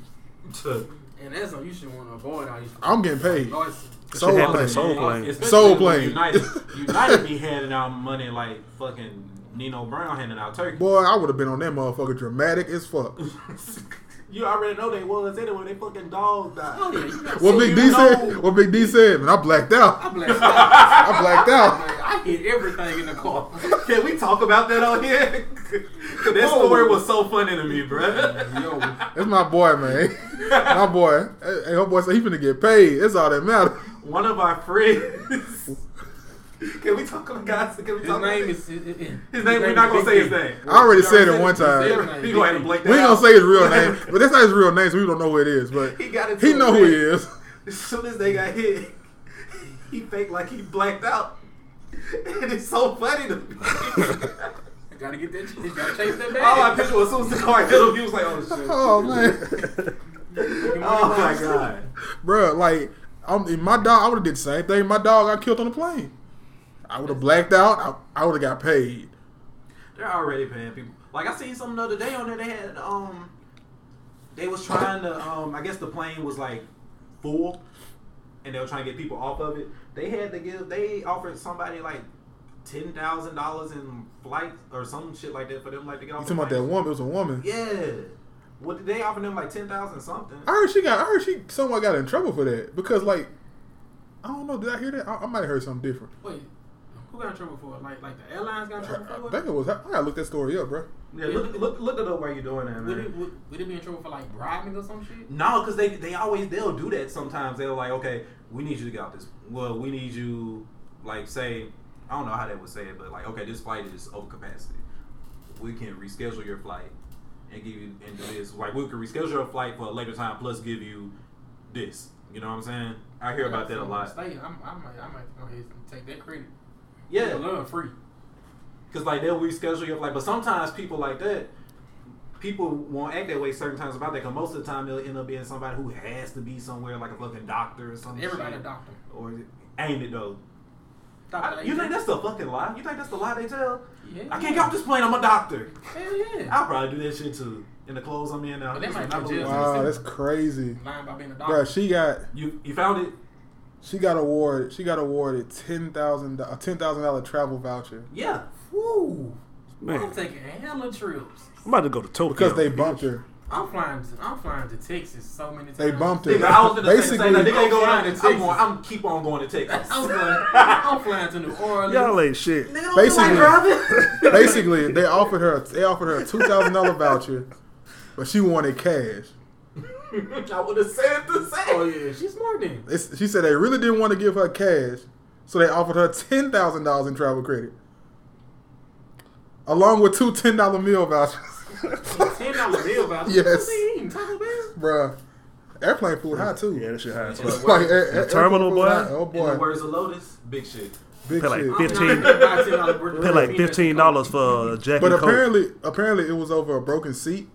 And that's something you should want to avoid. All these
I'm getting paid.
Noise.
Soul
happened
plane.
in Soul Plane.
Especially
Soul
when
Plane.
United, United be handing out money like fucking Nino Brown handing out turkey.
Boy, I would have been on that motherfucker dramatic as fuck.
you already know they was anyway. They fucking dogs
Oh
died.
yeah, you got
What
So
Big
you
D said?
know-
What Big D said? And I blacked out.
I blacked out.
I blacked out.
Like, I hit everything in the car.
Can we talk about that on here? 'Cause that story was so funny to me, bruh.
Yo,
It's my boy, man. my boy. Hey, her boy said he finna get paid. That's all that matter.
One of our friends. Can we talk about guys? Can we
his
talk
name
about
is his name.
His name. We're not gonna say his name.
I already said it
Y'all
one
said
time.
it. He gonna have to blink that
We ain't
out.
gonna say his real name, but that's not his real name, so we don't know who it is. But
He got into
he
a
know who he
bit.
is.
As soon as they got hit, he faked like he blacked out. And it's so funny to me.
I gotta get that. You gotta chase that bag.
oh, All I picture was as soon as the car hit him, he was like, oh shit.
Oh man.
chicken wing
Oh my
wings.
god.
Bruh, like I'm in my dog. I would have did the same thing. My dog got killed on the plane. I would have blacked out. I, I would have got paid.
They're already paying people. Like I seen something the other day on there. They had um, they was trying to um, I guess the plane was like full, and they were trying to get people off of it. They had to give. They offered somebody like ten thousand dollars in flight or some shit like that for them like to get
You
off.
talking
the
about that
plane.
woman? It was a woman.
Yeah. What did they offer them like ten thousand something?
I heard she got. I heard she someone got in trouble for that because like I don't know. Did I hear that? I, I might have heard something different.
Wait, who got in trouble for it? Like, like the airlines got in
I, I
trouble for
think
it?
it was. I gotta look that story up, bro.
Yeah, look, look, look it up while you're doing that,
Would it,
man.
would, would it be in trouble for like bribing or some shit?
No, because they they always they'll do that sometimes. They're like, okay, we need you to get out this. Well, we need you, like say, I don't know how they would say it, but like, okay, this flight is over capacity. We can reschedule your flight and give you and do this. Like we can reschedule your flight for a later time, plus give you this. You know what I'm saying? I hear about that a lot.
Stay, I'm, I might, I might go ahead and take that credit.
Yeah,
love free.
Because like they'll reschedule your flight, but sometimes people like that, people won't act that way certain times about that. Because most of the time they'll end up being somebody who has to be somewhere, like a fucking doctor or something.
Everybody a doctor.
Or ain't it though?
Doctor
I- you think
Adrian.
that's the fucking lie? You think that's the lie they tell?
Yeah.
I can't get off this plane. I'm a doctor.
Hell yeah.
I'll probably do that shit too. In the clothes I'm in now.
But they might
I
be
believe-
jailed.
Wow, that's crazy,
lying about being a doctor.
bro. She got
You you found it?
she got awarded. She got awarded ten thousand a ten thousand dollar travel voucher
Yeah.
Woo! I'm
Man,
taking hella trips.
I'm about to go to Tokyo
because they bumped her.
I'm flying. To, I'm flying to Texas so many times.
They bumped
Nigga,
her.
I was gonna say the same
Basically-
thing. Nigga ain't going
I'm
out to
flying
Texas.
to
I'm, going,
Texas.
I'm keep on going to Texas.
I'm flying. I'm flying to New Orleans.
y'all ain't shit.
Nigga, don't
Basically-
feel like driving.
Basically, they offered her they offered her a two thousand dollar voucher, but she wanted cash.
I would have said the same.
oh yeah, she's smart then.
It's, she said they really didn't want to give her cash, so they offered her ten thousand dollars in travel credit, along with two ten dollar meal vouchers.
Ten dollar meal voucher.
Yes.
What's he eating? Taco Bell.
Bruh, airplane food high too.
Yeah, that shit high as
Yeah.
fuck.
Like, air- air-
terminal,
airplane food
boy?
high. Oh
In the
boy,
words of Lotus, big shit.
big
Pay like
shit.
15
I'm not gonna buy $10 worth of
Pay like
peanuts
fifteen
and
dollars
Coke.
for a jacket.
But
and Coke.
apparently, apparently it was over a broken seat,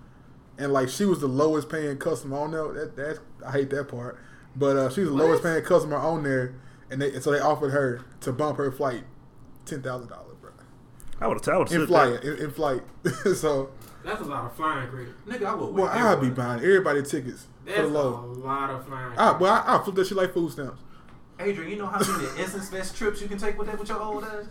and like she was the lowest paying customer on there. That that I hate that part. But uh, she was the lowest
What?
paying customer on there, and they so they offered her to bump her flight ten thousand dollars, bro,
I would have told
in flight, in, in flight. so
That's a lot of flying credit.
Nigga, I would wait.
well, I'd be
everywhere.
buying everybody tickets for
That's
the
a
low. Ah.
lot of flying.
I well, I, I flip that shit like food stamps.
Adrian, you know how many Essence Fest trips you can take with that with your old ass?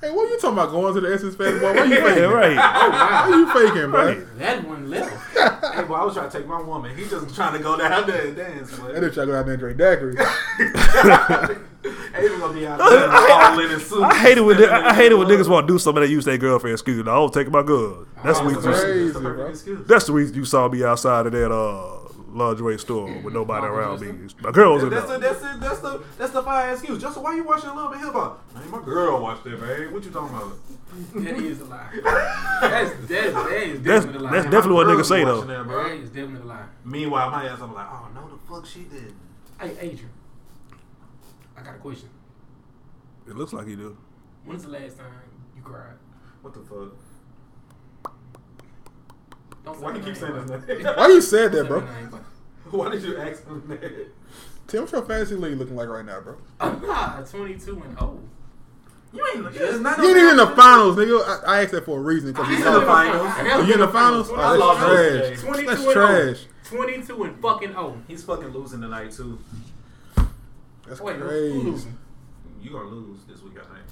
Hey, what you talking about going to the Essence Fest, boy? Why you faking?
Yeah, right.
Oh, wow. Why you faking, bro?
Right.
That one little.
hey, boy, I was trying to take my woman. He just trying to go down there and dance, boy.
That nigga try to go out there and drink daiquiri.
Adrian gonna be out there all in a suit.
I hate it when ni- I I hate it when niggas want to do something that use their girlfriend excuse. I don't take my girl. That's the
Oh,
we-
reason.
that's the
You,
crazy,
perfect
bro.
excuse.
that's the reason you saw me outside of that uh lingerie store with nobody around me. My girl was in
That's the,
there.
that's, the, that's, the, that's the fire excuse. Just why you watching a little bit hip hop? Man, my girl watched it, man. What you talking about?
That is a lie. That's that's that is
That's
definitely a lie.
that's
My
definitely what
girl
niggas say
watching
though.
That,
That
bro.
is definitely a lie.
Meanwhile, my ass, I'm like, oh, no, the fuck she did.
Hey, Adrian, I got a question.
It looks like you do.
When's the last time you cried?
What the fuck?
Don't
Why
my
you keep
name,
saying
bud.
his name?
Why you said
Don't
that,
say
bro?
my name, bud.
Why did you ask him that?
Tim, what's your fantasy league looking like right now, bro?
I'm not 22 and oh. old.
You ain't. It's not
You ain't even in the finals, nigga. I, I asked that for a reason. Cause
He's
you
in the
know,
finals.
Oh, you in the finals?
I
Oh,
love those days.
that's trash.
22
That's
and
trash.
22 and fucking oh. old.
He's fucking losing tonight too.
That's
Wait, who's
crazy.
losing?
You gonna lose this week, I think.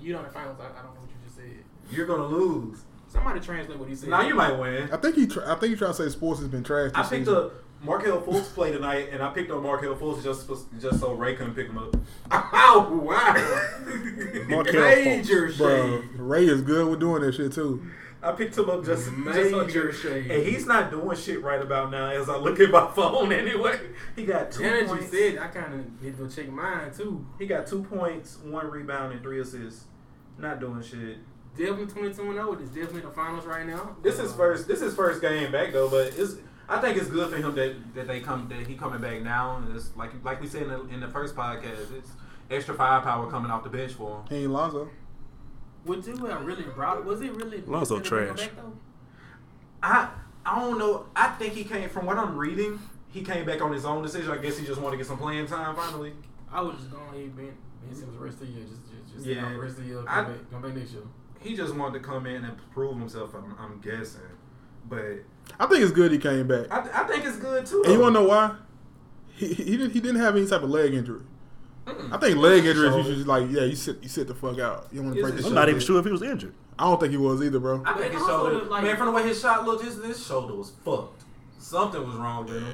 You know the finals. I, I don't know what you just said.
You're gonna lose.
Somebody translate what he said.
Now you might win.
I think he. Tra- I think you trying to say sports has been trash.
I
This
picked
season.
up Markel Fultz play tonight, and I picked up Markel Fultz just just so Ray couldn't pick him up.
Oh wow!
Markel
Major
Bro,
shade.
Ray is good with doing that shit too.
I picked him up just just
Major
so-
shade.
and he's not doing shit right about now. As I look at my phone, anyway, he got two
Now that you
points.
said, I kind of need to go check mine too.
He got two points, one rebound, and three assists. Not doing shit.
Definitely 22 and 0. It's definitely the finals right now. Uh,
This is first. This is first game back though, but it's. I think it's good for him that, that they come that he coming back now. And it's like like we said in the, in the first podcast, it's extra firepower coming off the bench for him.
He ain't Lonzo.
Would you have really brought? Was it really?
Lonzo
was it really
trash.
back, though?
I I don't know. I think he came from what I'm reading. he came back on his own decision. I guess he just wanted to get some playing time finally.
I was just going to leave Ben. Ben Simmons rest of the year. Just, just, just
Yeah.
yeah. rest of the year. Come,
I-
back, come back next year.
He just wanted to come in and prove himself. I'm, I'm guessing, but
I think it's good he came back.
I, I think it's good too.
And you
though.
want to know why? He, he, he didn't, he didn't have any type of leg injury. I think leg injuries, you
Shoulder.
should just like, yeah, you sit you sit the fuck out. You don't
Yes,
want to break
it's
the
I'm
shoulder.
not even sure if he was injured.
I don't think he was either, bro.
I think his
Also,
shoulder.
like-
man, from the way his shot looked, his this shoulder was fucked. Something was wrong with him.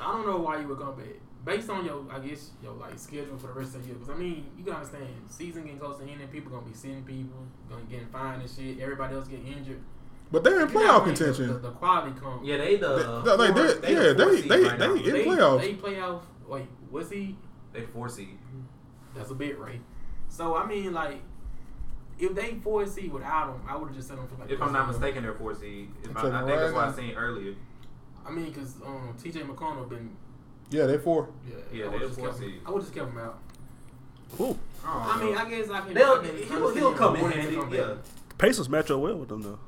I don't know why you would come back. Based on your, I guess your like schedule for the rest of the year, because I mean, you gotta understand, season getting close to ending, people gonna be sitting people, gonna getting fined and shit. Everybody else getting injured.
But they're in
You gotta
playoff
think The, the,
contention.
the quality comes.
Yeah, they the
They- they-
four-
they- yeah,
the four
they-
seed
they-
right now.
they-
they,
in playoffs.
They playoff. Wait, was he?
they four seed.
That's a bit right. So I mean, like, if they four C without him, I would have just sent him for like.
If I'm not mistaken, they're four seed. If I,
Taking
I think that's what I
right
seen earlier.
I mean, because um, T.J. McConnell been.
Yeah, they four.
Yeah,
Yeah,
I
they
would just
the four
kept him.
seed.
I would just kept him out.
Cool.
I mean, I guess I can.
They'll,
I can
he'll,
understand
he'll come in
wanting to
handy.
come back.
Yeah.
The Pacers match up well with them though.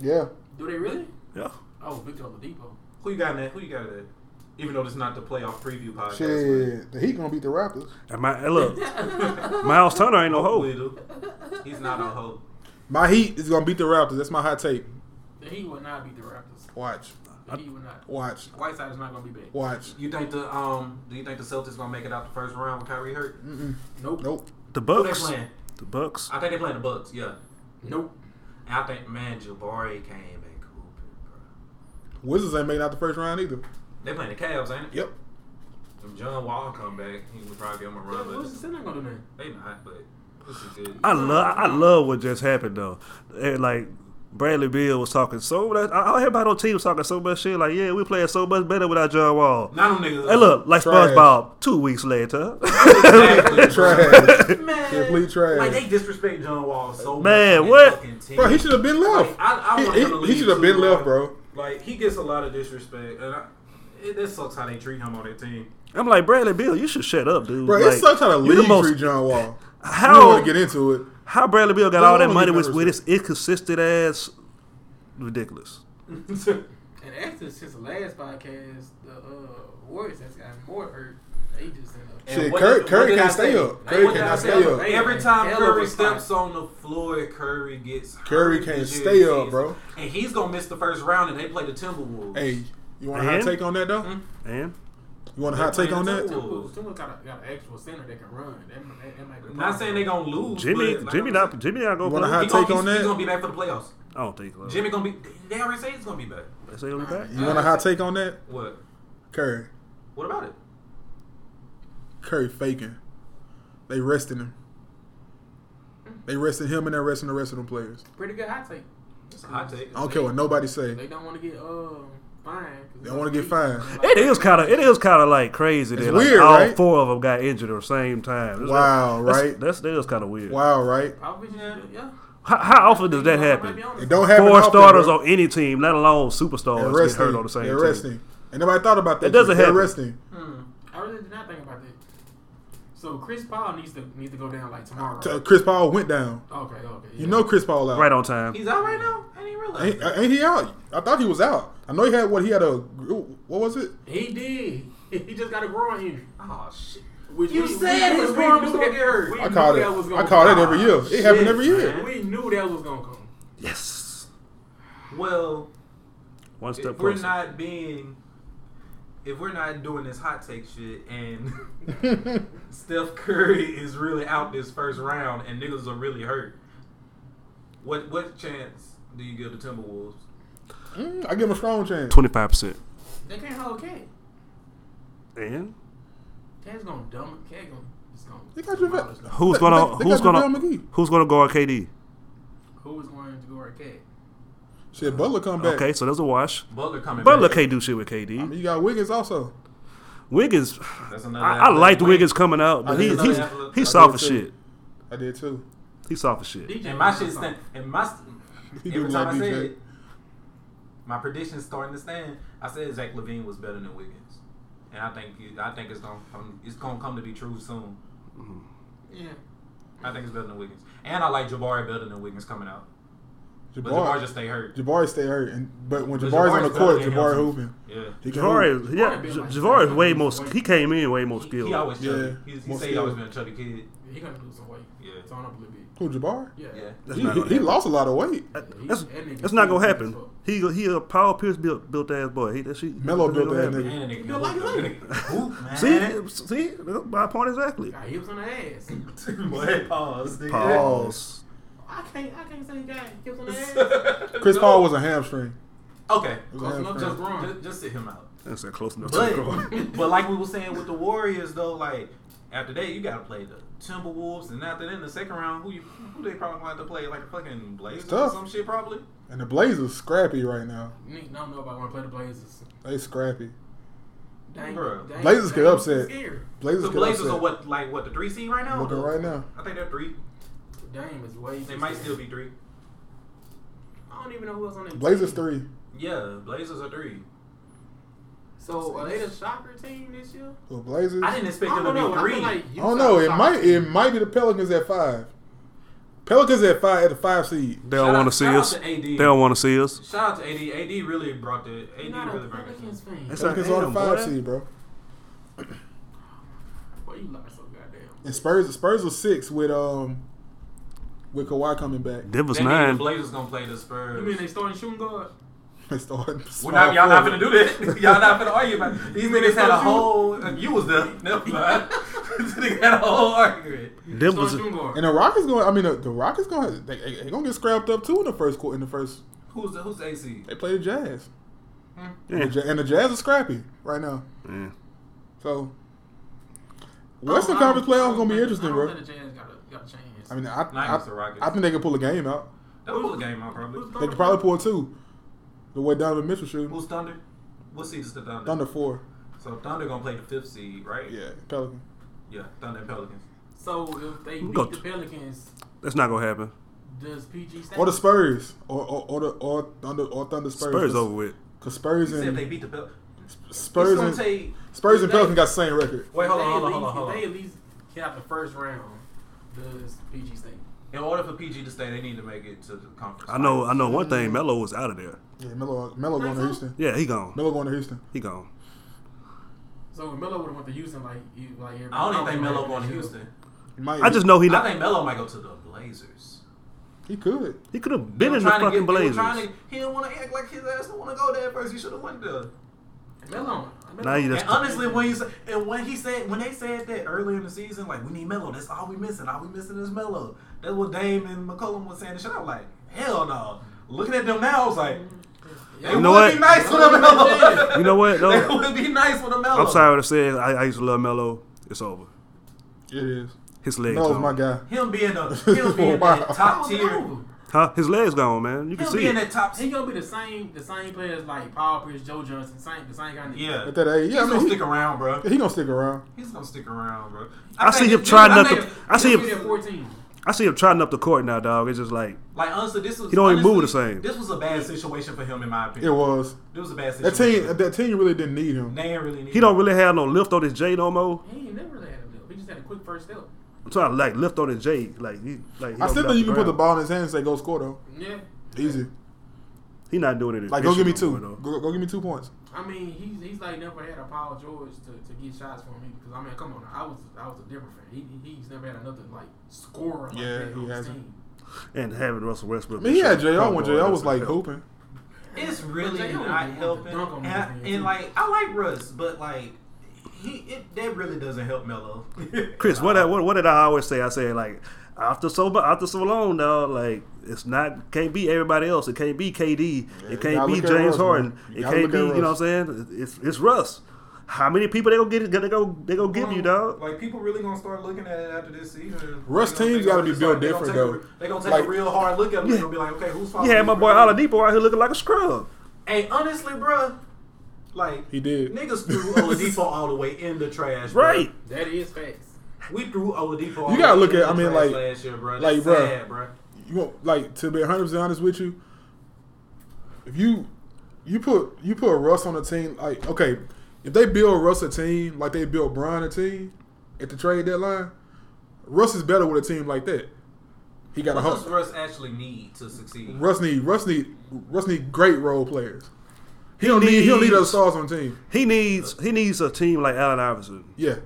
Yeah.
Do they really?
Yeah.
Oh, Victor Oladipo.
Who you got in that? Who you got in that? Even though this is not the playoff preview podcast.
Shit. The Heat going to beat the Raptors.
And my and look, Miles Turner ain't
but
no
hopefully
hope.
it'll- He's not on hope.
My Heat is going to beat the Raptors. That's my hot take.
The Heat would not beat the Raptors.
Watch.
The Heat would not.
Watch.
Whiteside is not going to be back.
Watch.
You think the um? Do you think the Celtics gonna make it out the first round with Kyrie hurt?
Nope.
Nope.
The
Who they
Bucks.
playing?
The Bucks.
I think they playing the Bucks. Yeah.
Nope.
And I think man, Jabari came and hooping, bro.
Wizards ain't made out the first round either.
They playing the Cavs, ain't it?
Yep.
If John Wall come back, he would probably be on the
What
run,
was
but
the not going to do nothing.
they not. But this is good.
I love I love what just happened though. And like Bradley Bill was talking so much. I- Everybody on the team was talking so much shit. Like, yeah, we playing so much better without John Wall.
Not them niggas.
Hey, look, like
Trash.
SpongeBob. Two weeks later,
Exactly, bro.
Trash.
man.
Complete trash.
Like they disrespect John Wall so much.
Man,
on that
what?
fucking team.
bro, he should have been
Like,
left.
I- I
He-
want him to
he
leave
should have
too,
been
bro.
left, bro.
Like he gets a lot of disrespect, and I, it, that sucks how they treat him on that team.
I'm like Bradley Bill. You should shut up, dude.
Bro,
like,
it sucks how the
you
league
the most-
treat John Wall. You don't
How
want to get into it.
how Bradley Bill got
No,
all
I
that
don't
money
get
with
nervous.
with his inconsistent ass? Ridiculous.
And actually, since the last podcast, the uh, Warriors has gotten more hurt. They just end up.
And
Shit,
what
Curry-
did-
Curry
what did
can't
I
stay
say?
up. Curry
What did
cannot
I say?
stay up.
Every time
Hell of a
Curry
fight.
steps on the floor, Curry gets hurt.
Curry can't
This
stay
year,
up, bro.
And he's gonna miss the first round, and they play the Timberwolves.
Hey, you want a hot
And?
take on that though?
Mhm.
And
You want a hot
They're
take on
playing
that?
the
Timberwolves Timberwolves got, a, got an actual center that can run. That, that, that might be a
I'm not
problem.
saying they gonna lose.
Jimmy,
but, like
Jimmy
I'm
not
saying,
Jimmy not gonna
Wanna
play.
hot
he gonna-
take on
he's,
that?
He's gonna be back for the playoffs.
I don't think so.
Jimmy gonna be. They already say he's gonna be back.
They say he'll be back.
You want a hot take on that?
What?
Curry,
What about it?
Curry faking. They resting him. They resting him and they're resting the rest of them players.
Pretty good hot take.
It's a hot take.
I don't care what nobody say.
They don't want to get um fined.
They don't want to get fined.
It is kind of it is kind of like crazy
It's
that like
weird,
all
right?
four of them got injured at the same time. That's-
Wow,
that's-
right?
That's that is kind of weird.
Wow, right?
Probably yeah. yeah.
How, how often does that
Might be
happen?
honest.
It don't happen.
Four
often,
starters
bro.
on any team, let alone
They're
superstars, get
resting.
hurt on the same
they're
team.
resting. And nobody thought about that.
It doesn't
shit. They're
happen.
resting.
Hmm.
Mm. I really did not think about that. So Chris Paul needs to needs to go down like tomorrow.
T- uh, Chris Paul went down.
okay, okay.
You know Chris Paul out.
Right on time.
He's out right now. I didn't realize.
Ain't, uh,
that.
ain't he out? I thought he was out. I know he had what he had a what was it?
he did. He just got a groin injury.
Oh shit!
Which
You said his groin was gonna get hurt.
we
I
knew
called it.
that was
I
gonna
called it
come.
every year. It
shit,
happened every year.
man.
We knew that was gonna come.
Yes.
Well,
One
if
step
we're
closer.
not being, if we're not doing this hot take shit, and Steph Curry is really out this first round, and niggas are really hurt, what what chance do you give the Timberwolves?
Mm, I give him a strong chance.
Twenty-five percent.
They can't hold Cat.
And
Cat's gonna dumb. Cat gonna. It's gonna.
They got your
demolish them.
who's
They-
gonna
they- they
who's
got
gonna
JaVale McGee.
who's gonna guard KD?
Who is going to go at Cat?
Shit, Butler come back.
Okay, so there's a wash.
Butler coming.
Butler
back.
can't do shit with
I
KD.
mean, you got Wiggins also.
Wiggins,
That's
I,
another
I
athlete.
liked Wiggins coming out, but
I
he's
did
he's
another athlete.
he's
I
soft
did
as
too.
shit.
I did too.
He's soft as shit.
DJ
And my
was
shit
something.
stand. And my st-
He do
every
love
time I
DJ.
say it, my prediction's starting to stand. I said Zach Levine was better than Wiggins, and I think it- I think it's gonna come, it's gonna come to be true soon.
Yeah.
I think it's better than Wiggins, and I like Jabari better than Wiggins coming out. But Jabari just stay hurt.
Jabari stay hurt, and but when
But
Jabari's on the
Jabari's
court,
healthy and
Jabari
healthy.
hooping.
Yeah.
He can hoop.
Jabari, is, yeah,
Jabari
J-
been like-
Jabari is way more. He came in way more
He,
skilled.
he always chubby.
Yeah,
He's, he
more
say he always been
skilled.
a chubby kid.
He gonna lose some weight.
Yeah.
It's on up a little bit.
Who Jabari?
Yeah.
Yeah.
That's
He,
not gonna
he
happen.
lost a lot of weight.
That's, that's not gonna happen. He he a Paul Pierce built built ass boy. He that shit.
Melo
that shit
built
gonna
that
happen.
nigga.
And a nigga
Look like
can
you.
hoop, man.
See see That's my point exactly.
Got hips on the ass.
Boy, pause. nigga.
Pause.
I can't. I can't say he got hips on the ass.
Chris
Chris
Paul was a hamstring.
okay.
It was a
Close enough, just
hamstring.
wrong.
Just, just sit him out.
That's a close enough. to
But, but like we were saying with the Warriors though, like after that you gotta play the Timberwolves, and after that in the second round, who you who they probably going to play like a fucking Blazers or
tough.
some shit probably.
And the Blazers scrappy right now.
Nick don't know if I want to play the Blazers.
They scrappy.
Dang,
Bruh.
dang,
Blazers
dang,
get upset.
Scary.
Blazers
the
get
Blazers
upset.
are what like what the three seed right now.
Looking right now.
I think they're three.
Dame is way.
They
too
might
scary.
still be three.
I don't even know who else on that.
Blazers
team.
three.
Yeah, Blazers are three.
So are they the shocker team this year?
The Blazers.
I didn't expect
I
them to
don't know.
be
I
three.
feel like
I don't know. It
Utah's
might.
shocker.
It might be the Pelicans at five. Pelicans at five at the five seed.
They
Shout
don't want
out-
to see
shout out
us.
to
They
AD.
don't want to see us.
Shout out to AD. AD really brought the
I'm
AD
not a
really brought it.
Pelicans fan.
That's
Pelicans
Damn,
are the five
boy.
seed, bro.
Why you lie so goddamn?
And Spurs. Spurs are six with um with Kawhi coming back.
Denver's
That means
nine.
The Blazers gonna play the Spurs.
You mean they starting shooting guard?
They started.
We're not, y'all not finna do that. y'all not finna argue about it. These niggas had a whole. You was there. Never mind. This nigga had a whole argument.
Denver's
Starting shooting guard.
And the Rockets going. I mean, the, the Rockets going. They, they, they gonna get scrapped up too in the first quarter. In the first,
Who's the who's the AC?
they play the Jazz.
Hmm?
yeah.
The Ja- and the Jazz are scrappy right now.
yeah.
So Western
Oh, I don't-
Conference playoffs gonna be
I don't
interesting,
think
bro.
The Jazz got a, got a chance.
I mean, I
Not
I,
against the Rockets.
I think they can pull a game out.
That was a game out probably.
Who's
They could probably pull two. The way Donovan Mitchell shooting.
Who's Thunder? What seed is the Thunder?
Thunder four.
So Thunder gonna play the fifth seed, right?
Yeah, Pelican.
Yeah. Thunder and Pelicans.
So if they
We
beat
got
the
t-
Pelicans,
That's not gonna happen.
does PG stay?
Or the Spurs. Or or, or the or Thunder or Thunder Spurs.
Spurs over with.
Cause Spurs
He said if they
and
beat the Pelicans.
Spurs and Spurs and Pelican got the same record.
Wait, hold
If
on,
they
hold on,
at
hold on,
least-
hold
if
on.
They at least get out the first round. Does PG stay?
In order for PG to stay, they need to make it to the conference.
I know. I know one thing. Melo was out of there.
Yeah, Melo Melo going to Houston.
Yeah, he gone.
Melo going to Houston.
He gone.
So if Melo would have went to Houston like you like every,
I don't even think
know
Melo
if
going to
he should've.
Houston.
He might
I just know he
I
not.
think Melo might go to the Blazers.
he could.
He could have
He
been
was
in the
trying to
fucking
get- He, was
Blazers.
trying to, he didn't want to act like his ass didn't want to go there first. He should have went there.
Melo. Melo-
Now you just-
And honestly, when you sa- and when he said when they said that earlier in the season, like we need Melo, that's all we missing. All we missing is Melo. That's what Dame and McCollum was saying. And shit, I'm like, hell no. Looking at them now, I was like, they
You
know
would
what?
be nice with a Melo.
You know what, though?
they would be nice with a Melo.
I'm sorry what I said. I, I used to love Melo. It's over.
It is.
His legs.
Melo's
gone.
my guy.
Him being a him being
Wow.
that
How
top
is it
tier.
over?
Huh? His legs gone, man. You can
Him
see.
being
It.
that top.
He gonna be the same the same players like Paul Pierce, Joe Johnson, same the same guy.
Yeah,
At that age,
he's
yeah, I
gonna
mean,
stick around, bro.
he, he gonna stick around.
He's gonna stick around, bro.
I see
think
him
this-
trying
I
not
think-
to- I see
He'll
him-
be there fourteen.
I see him trotting up the court now, dog. It's just like
Like honestly, this was
He don't even
honestly,
move the same.
This was a bad situation for him, in my
It
opinion.
was
This was a bad
that
situation.
team. That team really didn't need him.
They ain't really need
he don't really have no lift on his J no more.
He ain't never really had a dip. He just had a quick first step.
I'm trying to like lift on his J. Like he
I still
like. He don't get off
think you can put the
ground.
ball in his hand and say go score though.
Yeah.
Easy.
He not doing it.
Like go give me
efficient
two.
no more, though.
Go, go give me two points.
I mean, he's he's like never had a Paul George to, to get shots from him because I mean, come on, now, I was I was a different fan. He, he- he's never had another like scorer. Like
Yeah,
that
he
on his
hasn't.
team.
And having Russell Westbrook.
I mean, he had JR
Come
when
on,
JR was
that's
like
a-
hooping.
It's really
But they
not
don't want to
helping.
dunk
And,
on this
I-
man,
and,
too.
like I like Russ, but like he it, that really doesn't help Melo.
Chris, what, I- what what did I always say? I said like after so mu- after so long now, like it's not can't be everybody else. It can't be KD.
you
It can't
gotta
be
look at Russ, man.
James Harden.
You
It
gotta
can't be
look at
you know what I'm saying. It's it's Russ. How many people they gonna get? They go they gonna give you dog.
Um, Like people really gonna start looking at it after this season.
Russ
They gonna-
teams
they gonna
gotta be
just,
built
they gonna
different,
take a-
though.
They gonna take
Like-
a real hard look at him. They gonna be like, okay, who's
You had my boy Oladipo out here looking like a scrub.
Hey, honestly, bruh, like
He did.
Niggas threw Oladipo all the way in the trash. bruh.
Right.
That is facts.
We threw Oladipo. all
You gotta
the
look
way
at-
in
I
the
mean,
trash
like-
last year, bro.
like,
That's
bruh.
sad, bruh.
you won't like to be 100 percent honest with you. If you you put you put Russ on a team like okay, if they build Russ a team like they built Bron a team at the trade deadline, Russ is better with a team like that. He got a
What does
home.
Russ actually need to succeed?
Russ need Russ need Russ need great role players. He don't need he don't need
needs-
other stars on the team.
He needs he needs a team like Allen Iverson.
Yeah,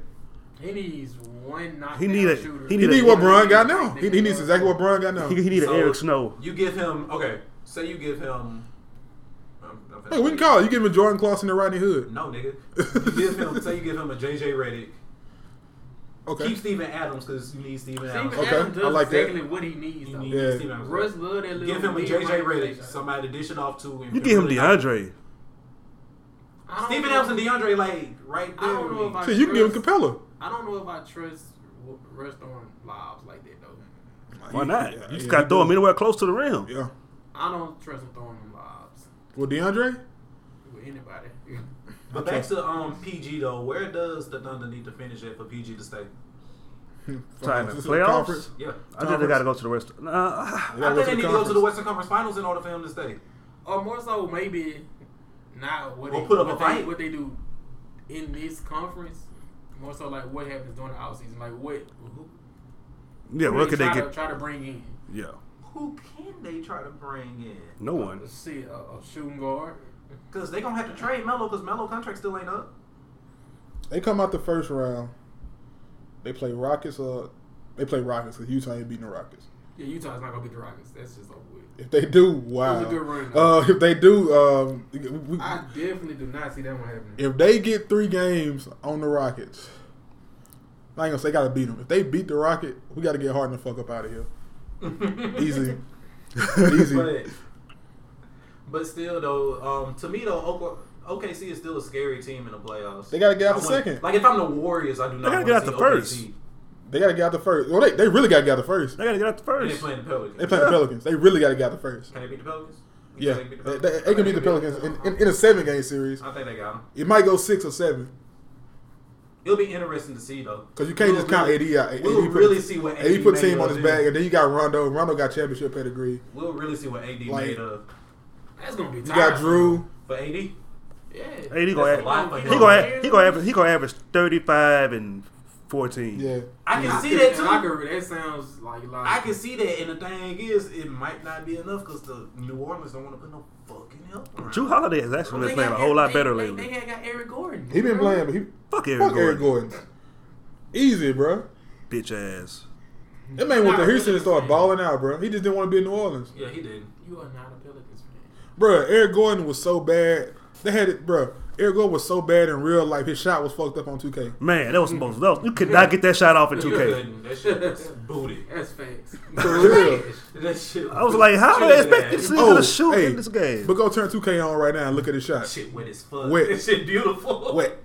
He needs one knockdown
He need a-
shooter.
he
he
need
need
a-
what Bron got now. He, he needs exactly what Bron got now.
He, he needs
So-
an Eric Snow.
You give him okay. Say you give him. I'm- I'm finna-
Hey, we can call it. You give him Jordan Clausen and Rodney Hood.
No, nigga. You give him. say you give him a JJ Redick.
Okay.
Keep Steven Adams because you need Steven
Steven
Adams.
Okay,
Adams does
I like that.
exactly what he needs.
You
Though.
need
Yeah.
Steven Adams.
Russ love that little
Give him a
mid-range
JJ Redick,
shot.
somebody to dish it off to. and
You give him
really-
DeAndre.
I don't
Steven
know-
Adams and DeAndre like right
I
there.
don't know if I-
See, you can give him Capella.
I don't know if I trust w- Russ on lobs like that though.
Why not?
Yeah,
you just
yeah,
gotta
he
throw him
do.
anywhere close to the rim.
Yeah.
I don't trust him throwing them lobs
With DeAndre,
with anybody.
But back to um PG though, where does the Thunder need to finish at for PG to stay?
This
Time to
Hmm. is a
playoffs.
conference.
Yeah,
I think they gotta go to the rest. Nah,
I think
to
they
the
need to go to the
conference.
Western Conference Finals in order for him to stay.
or more so, maybe now what
Or
they
put up
what
a
they,
fight.
What they do in this conference, more so like what happens during the offseason, like what. Who,
yeah,
who
what could they
try To,
get?
try to bring in.
Yeah,
Who can they try to bring in?
no one.
Let's see a, a shooting guard.
Because they gonna have to trade Melo because Melo contract still ain't up.
They come out the first round. They play Rockets. Uh, they play Rockets because Utah ain't beating the Rockets.
Yeah, Utah's not gonna beat the Rockets. That's just over with.
If they do, wow.
It was a good run, though.
uh, if they do, um, we-
I definitely do not see that one happening.
if they get three games on the Rockets, I ain't gonna say gotta beat them. If they beat the Rocket, we gotta get Harden the fuck up out of here. Easy, easy.
But, but still though, um, to me though, Okla- OKC is still a scary team in the playoffs.
They gotta get out
I
the
want-
second.
Like if I'm the Warriors, I do not.
gotta
want
get
to
out
see
the first.
OKC.
They gotta get out the first. Well, they, they really gotta get out the first.
They gotta get out the
And they
first.
playing the Pelicans.
They play the Pelicans. They really gotta get out the first.
Can they beat the Pelicans? You
Yeah,
think
they,
Pelicans?
they- they can beat the Pelicans in, in, in a seven game series.
I think they got them.
It might go six or seven
It'll be interesting to see though.
because you can't just count AD out. AD
We'll
put-
really see what AD,
AD put team
made
on
of
his
them.
back, and then you got Rondo. Rondo got championship pedigree.
We'll really see what AD
Like-
made of.
That's gonna be.
You got
tiring.
Drew.
For AD,
Yeah.
Hey, he
That's
gonna
a lot
average,
for
he
him.
gonna a- he gonna average he gonna average thirty five and fourteen.
Yeah,
I can see
could-
that
I
too.
could, that sounds like a lot.
I can see that, and the thing is, it might not be enough because the New Orleans don't want to put no fucking help. around.
Drew Holiday has actually
They
been playing a
got-
whole lot
they-
better
they- They
lately.
had got Eric Gordon.
he been playing, but he
Fuck Eric
fuck Eric
Gordon,
Gordon. Easy, bro.
bitch ass.
That man went to Houston and started balling out, bro. He just didn't want to be in New Orleans,
Yeah, he did.
You are not a Pelicans fan.
bro. Eric Gordon was so bad. They had it, bro. Eric Gordon was so bad in real life. His shot was fucked up on 2K.
Man, that was the most. That was, you could not get that shot off in two
You
K.
couldn't. That shit was booty.
That's facts.
For real.
That shit.
I was like, how do
Shit
they expect
was
this
bad. Oh.
nigga to shoot
Oh, hey,
in this game?
But go turn 2K on right now and look at his
That
shot.
Shit wet as fuck.
Wet.
That shit beautiful.
Wet,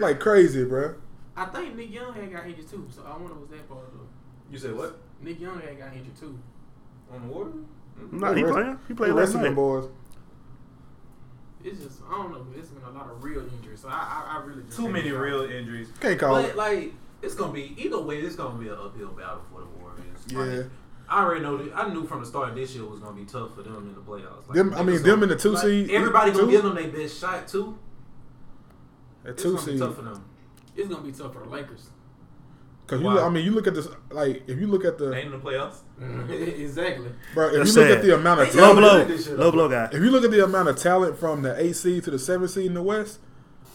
like crazy, bro.
I think Nick Young had got injured too, so I wonder was that part of it.
You said what?
Nick Young had got injured too.
On the water?
Nah, he
Rest-
playing. He played
rest
last
of them
night.
boys.
It's just I don't know. It's been a lot of real injuries, so I I, I really just
Too
can't
many
decide.
real injuries.
Can't call
But
it.
like, it's gonna be either way. It's gonna be an uphill battle for the Warriors.
Yeah.
Like, I already know. That, I knew from the start this year was gonna be tough for them in the playoffs. Like,
Them- I mean,
niggas
them
gonna-
in the two
like,
seed-
Everybody gonna
two?
give them their best shot too.
At
It's
two
gonna be
seed.
tough for them.
It's gonna be tough for the Lakers.
Cause you,
Why?
I mean, you look at this. Like, if you look at
They
the,
ain't in the playoffs. Mm-hmm.
exactly.
bro, if
That's
you look at
sad.
the amount of
They
Low
Yeah,
talent,
we
blow,
did this shit
low
up.
blow guy.
if you look at the amount of talent from the eight seed to the seven seed in the West,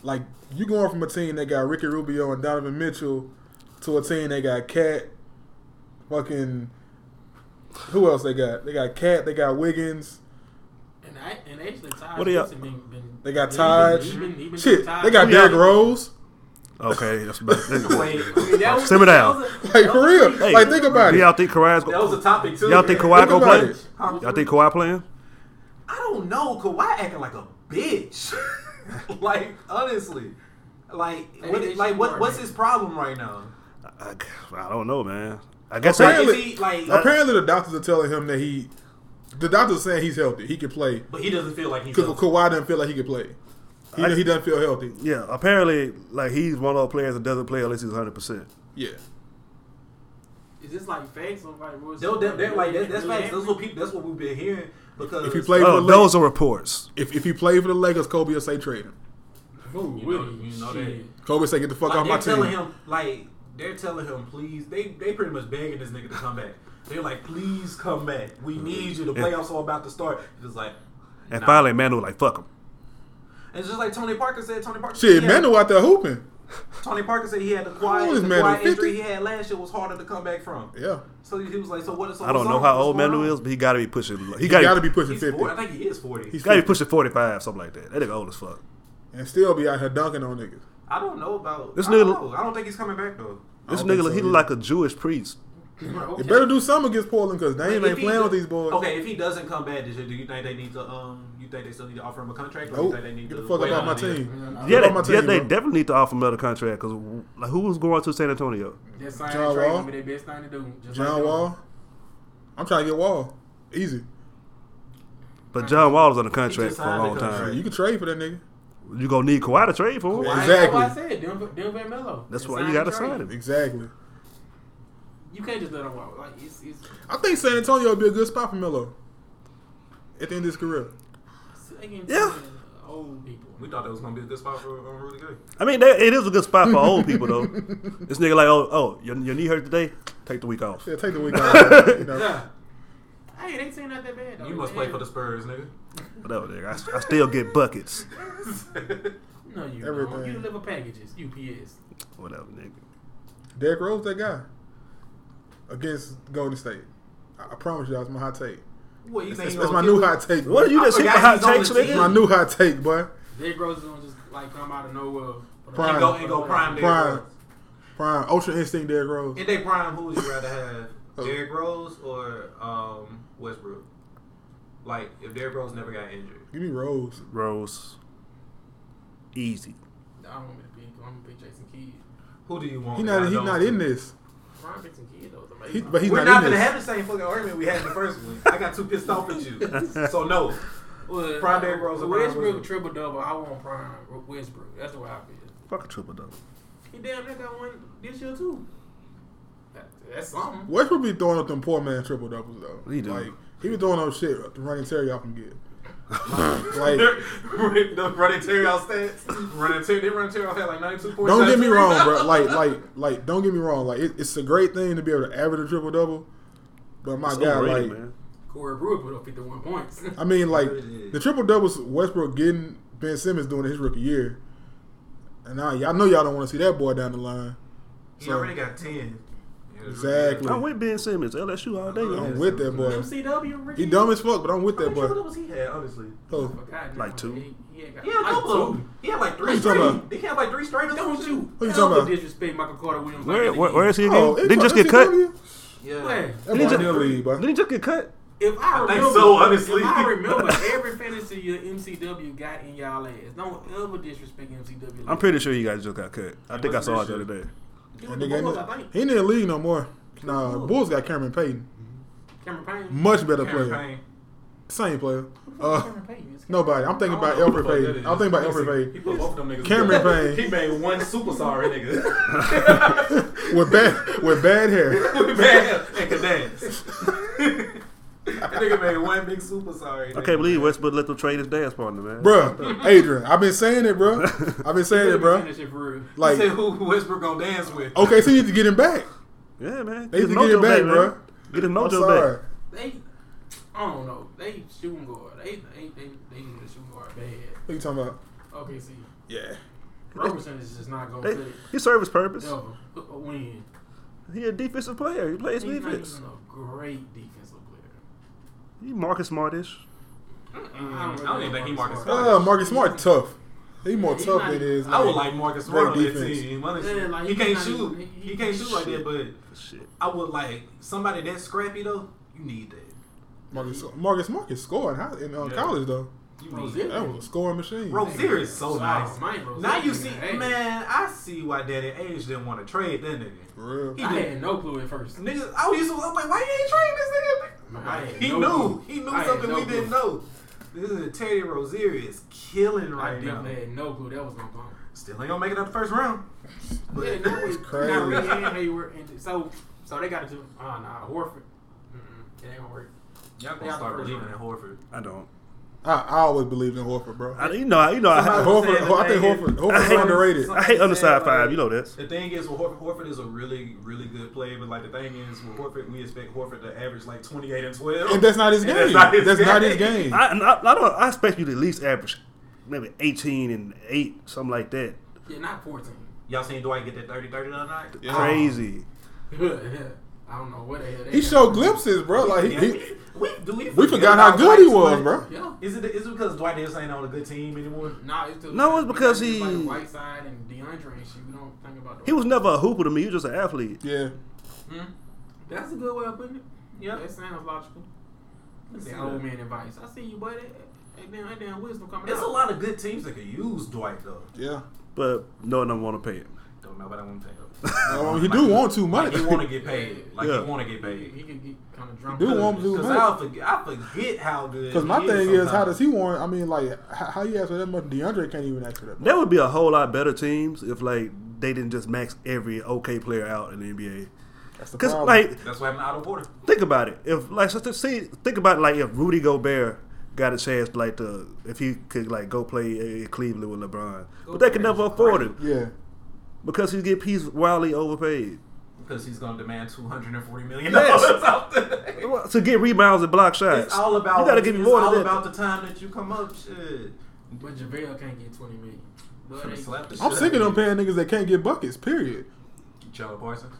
like you going from a team that got Ricky Rubio and Donovan Mitchell to a team that got Cat, fucking, who else they got? They got Cat. They got Wiggins.
And I and actually Ty
What do y'all-
Gibson been, been
They got
he
Taj.
been- he been- he been
Shit,
Taj.
they got
Who y'all-
Derrick Rose.
Okay, that's about.
Wait, I mean, that was,
Simmer down.
That was, a,
Like for real.
Hey,
like think about
do
it.
y'all think Kawhi's?
that was a
Go,
topic too.
y'all think Kawhi
Think
go
about
play?
it.
Huh?
Y'all think Kawhi playing?
I don't know. Kawhi acting like a bitch. like honestly, like
Maybe
what,
they
like
should
what,
work.
what's his problem right now?
I, I don't know, man. I guess
Like,
Apparently-
I,
is he like?
Apparently, the doctors are telling him that he, the doctors saying he's healthy. He can play
But he doesn't feel like he's.
because Kawhi doesn't feel like he can play. He,
I-
he doesn't feel healthy.
yeah. Apparently, like he's one of those players that doesn't play unless he's hundred percent.
Yeah.
Is this like facts or like what's-
They'll- they're- they're like, that- that's
really
facts. That's what people. That's what we've been hearing. Because
If you play
Oh,
for the Lakers,
those are reports.
if, if he played for the Lakers, Kobe will say trade him.
happening?
You know- you know that.
Shit.
Kobe say get the fuck
like,
off my
they're telling
team.
him like they're telling him please. They they pretty much begging this nigga to come back. They're like, please come back. We
Mm-hmm.
need you. The playoffs are about to start. It's just like,
And
nah.
finally, Manu was like, fuck him.
And it's just like Tony Parker said. Tony Parker.
Shit,
yeah.
Manu out there hooping.
Tony Parker said he had the
old
quiet,
is
the
Manu?
quiet
50?
injury he had last year was harder to come back from.
Yeah,
So he was like, so what? So
I don't
what's
know
up?
how
What's
old
going
Manu
on?
is, but he got to be pushing. He,
he
got
got
to
to be pushing
He's
fifty
40, I think he is forty.
He's-
gotta be pushing 45, something like that. That nigga old as fuck.
and still be out here dunking on niggas.
I don't know about.
This
I don't,
nigga-
know. I don't think he's coming back though.
This
I don't
nigga,
think so
he
either.
look like a Jewish priest.
They
Okay.
better do something against Portland because they ain't
If
playing
he
with
do-
these boys.
Okay, if he doesn't come back this year, do you think they need to? Um, you think they still need to offer him a contract? Or
Nope.
you think they need
Get
to
the fuck
wait
out my
on it?
team.
Yeah,
Yeah,
Look
they,
at my
yeah,
team,
they
bro.
definitely need to offer another contract because like, who was going to San Antonio?
That sign
John
John trade
Wall.
would be their best thing to do. Just like
John
that.
Wall. I'm trying to get Wall. Easy.
But John Wall is on a
He
contract
just
for a
signed the
long
Shit,
time.
contract.
You can trade for that nigga.
You gonna need Kawhi to trade for him.
Kawhi.
Why-
Exactly.
That's why I said Denver, Denver and Melo.
That's
Just
why
sign
you gotta
and trade.
sign him.
Exactly.
You can't just let him walk. Like it's, it's
I think San Antonio would be a good spot for Melo at the end of his career.
singing
Yeah.
to old people.
We thought that was gonna be a good spot for um, Rudy Gay.
I mean, that, it is a good spot for old people though. This nigga like, oh, oh, your, your knee hurt today? Take the week off.
Yeah, take the week off. you know.
Yeah,
Hey, they seem not that bad. Though.
you must
Yeah.
play for the Spurs, nigga.
Whatever, nigga. I, I still get buckets.
No, you
Everything.
Don't. You deliver packages. UPS.
Whatever, nigga.
Derrick Rose, that guy against Golden State. I, I promise you, that's my hot take.
what you
It's,
think?
it's
he gonna
my
get?
new hot take.
What
What
are you
I
just hit for
forgot
hot
he's on
takes,
the
nigga?
team.
My new hot take, boy.
Derrick Rose is gonna just like come out of nowhere.
Prime.
And go and go prime.
Prime.
Prime.
Prime, Ultra Instinct, Derrick Rose.
In they prime, who would you rather have,
Who?
Derrick Rose or um, Westbrook? Like, if Derrick Rose never got injured,
Give me Rose.
Rose, easy.
I don't want me to pick. I'm gonna pick Jason Kidd.
who do you want?
He not.
out of
He
those
not
two?
in this.
Prime Jason Kidd though. is amazing.
He, but he's
We're
not
not
in
gonna
this.
have the same fucking argument we had in the first one. I got too pissed off at you, so no.
Well,
Prime Derrick Rose or Prime
Westbrook
Westbrook?
triple double. I want prime Westbrook. That's the way I feel.
Fuck a triple double.
He damn near got one this year too. That, that's something.
Westbrook be throwing up them poor man triple doubles though.
He do.
Like he be throwing up shit to running Terry off and get. like
the running Terry out stats, running Terry, they running Terry out had like ninety-two points.
don't get me
92
wrong, bro.
rebounds.
Like like like don't get me wrong. Like it, it's a great thing to be able to average a triple double. But my
It's
God,
overrated,
like
man.
Corey Brewer put up 51 points.
I mean, like
Yeah.
the triple doubles Westbrook getting Ben Simmons doing his rookie year, and I y'all know y'all don't want to see that boy down the line.
he already got ten.
Exactly.
I'm with Ben Simmons, LSU all day.
I'm
man.
I'm with that boy.
MCW, Ricky.
He dumb as fuck, but I'm with
How
that
many triple
boy.
doubles he had? Honestly,
So,
Oh, God,
Like
no,
two.
He, he ain't got
he had a couple of
two.
them. He had like
you
three
talking
straight.
about?
He had like three straight. or
Don't
something.
you?
Who you
hell
talking
of
about?
disrespect Michael Carter Williams.
Where,
like that
where, where is he again?
oh,
Didn't he
it's
just
on
get cut?
NCAA?
Yeah.
Where?
That's
He
my
just-
new league, bro.
Didn't he just get cut?
If I
I
remember,
think so, honestly.
if I remember every fantasy your MCW got in y'all ass. Don't ever disrespect MCW. like
I'm pretty sure he guys just got cut. I think I saw it the
pretty
other day.
that.
And
Dude,
they
the
got-
Bulls, I think.
He ain't in the league no more. Nah,
Bulls.
Bulls got Cameron Payton.
Cameron Payne.
Much better
Cameron
player.
Payne.
Same player.
Who the fuck
Uh,
Cameron Payne is?
nobody. I'm thinking
I
about
don't know
Alfred
who the fuck that
Payton.
is.
I'm thinking about Alfred
He
Payton.
put both of them niggas.
Cameron
together.
Payne.
He made one super sorry nigga.
With bad with bad hair.
Man, and could dance. that nigga made one big super sorry.
I
nigga.
can't believe Westbrook let them trade his dance partner, man.
Bruh, Adrian, I've been saying it, bruh. I've been
He
saying it,
could've been
bruh.
finished it for real.
He said
Like Oh,
who who Westbrook gonna dance with.
okay, so you need to get him back.
Yeah, man.
They
his
need to get it
mojo
back,
man.
bruh.
Get his
I'm
mojo
sorry.
back.
They, I don't know. They shooting guard. They, they, they, they need a shooting guard bad.
What you talking about?
Okay, see,
Yeah.
Robertson is just not gonna
They,
cut it.
he served his purpose.
Ever Put a win.
He a defensive player. He plays
He's not even
defense.
a great defensive player.
He Marcus Smartish.
I don't even think he Marcus Smart.
Uh, Marcus Smart tough. He more
He's
tough
not-
than it is.
I would like Marcus Smart on
Great
that
defense.
team. Honestly,
Yeah, like,
he
he
can't
not
shoot.
even-
He can't shoot like that. But
Shit.
I would like somebody that scrappy though. You need that.
Marcus Marcus Marcus scored in, high, in uh,
Yeah.
college though.
You need
Rozier.
that.
That was a scoring machine.
Rozier is so
Wow,
nice.
man, Rozier
now you
is
see,
nice.
man, I see why Daddy Age didn't want to trade that nigga.
For real.
He
I
did.
had no clue at first.
Niggas, I was used to, I was like, why you ain't trading this nigga?
I had
he
no
knew.
clue.
He knew
I had
something
no
we didn't
clue.
know. This is Terry Rozier is killing
I
right now.
definitely had no clue that was gonna come.
Still ain't gonna make it out the first round. But
Yeah, no, it's
crazy.
Kyrie and Hayward, and so so they got to do. Oh, nah, Horford. Mm-mm, it ain't gonna work.
y'all
They out
gonna start
the first
believing in
round.
Horford.
I don't.
I, I always believed in Horford, bro.
I, you know, you know,
Somebody
I,
was
Horford-
saying the
I think
thing
Horford-
is-
Horford's
somebody-
underrated.
I
somebody
hate underside
said, like,
five. You know that.
The thing is, with Horford, Horford is a really, really good player, but like the thing is, with Horford, we expect Horford to average like twenty eight and twelve.
And that's not his
And
game. That's not his game.
I, and I, I don't. I expect you to at least average maybe eighteen and eight, something like that.
Yeah, not 14.
Y'all seen Dwight get that 30 30 the other night?
Yeah.
Crazy.
I don't know what the hell they
he
got.
showed glimpses, bro. Like he, he
we, do we,
we forgot how
about
good he
Dwight's
was,
play?
bro.
Yeah.
Is it is it because Dwight Davis ain't on a good team anymore?
Nah, it's just
No, it's because he-
like Whiteside and DeAndre and shit. We don't think about the
He was never a hooper to me. He was just an athlete.
Yeah,
Hmm? That's a good way of putting it.
Yeah.
that sounds logical. That's
see
the old
that.
man advice. I see you, buddy. Ain't damn, ain't damn wisdom coming
There's
out.
a lot of good teams that could use Dwight though.
yeah.
But no one want to pay him.
Don't know, but I want to pay him.
Oh, he do want too much.
Like, he want to get paid. Like
Yeah.
he want to get
He,
paid.
he could get kind of drunk.
do want to-
Because I forget, I forget how good.
Because my
he
thing is, how
sometimes.
does he want? I mean, like, how, how you ask for that much? DeAndre can't even ask for that. Much.
There would be a whole lot better teams if like they didn't just max every okay player out in the NBA.
That's the
Because
problem.
like
That's why I'm out of order.
think about it. If like so see think about like if Rudy Gobert got a chance like to if he could like go play in Cleveland with LeBron, but they could never afford him
yeah,
because he get he's wildly overpaid.
Because he's going to demand two hundred and forty million
Yes.
dollars. out there.
To get rebounds and block shots,
It's all about.
you got to give me
it's
more
all
than that.
about the time that you come up. Shit.
But JaVale can't get 20 million. But
Should've
they-
slapped the
I'm
shit
sick of
out
them
you.
paying niggas that can't get buckets. Period.
Chandler Parsons.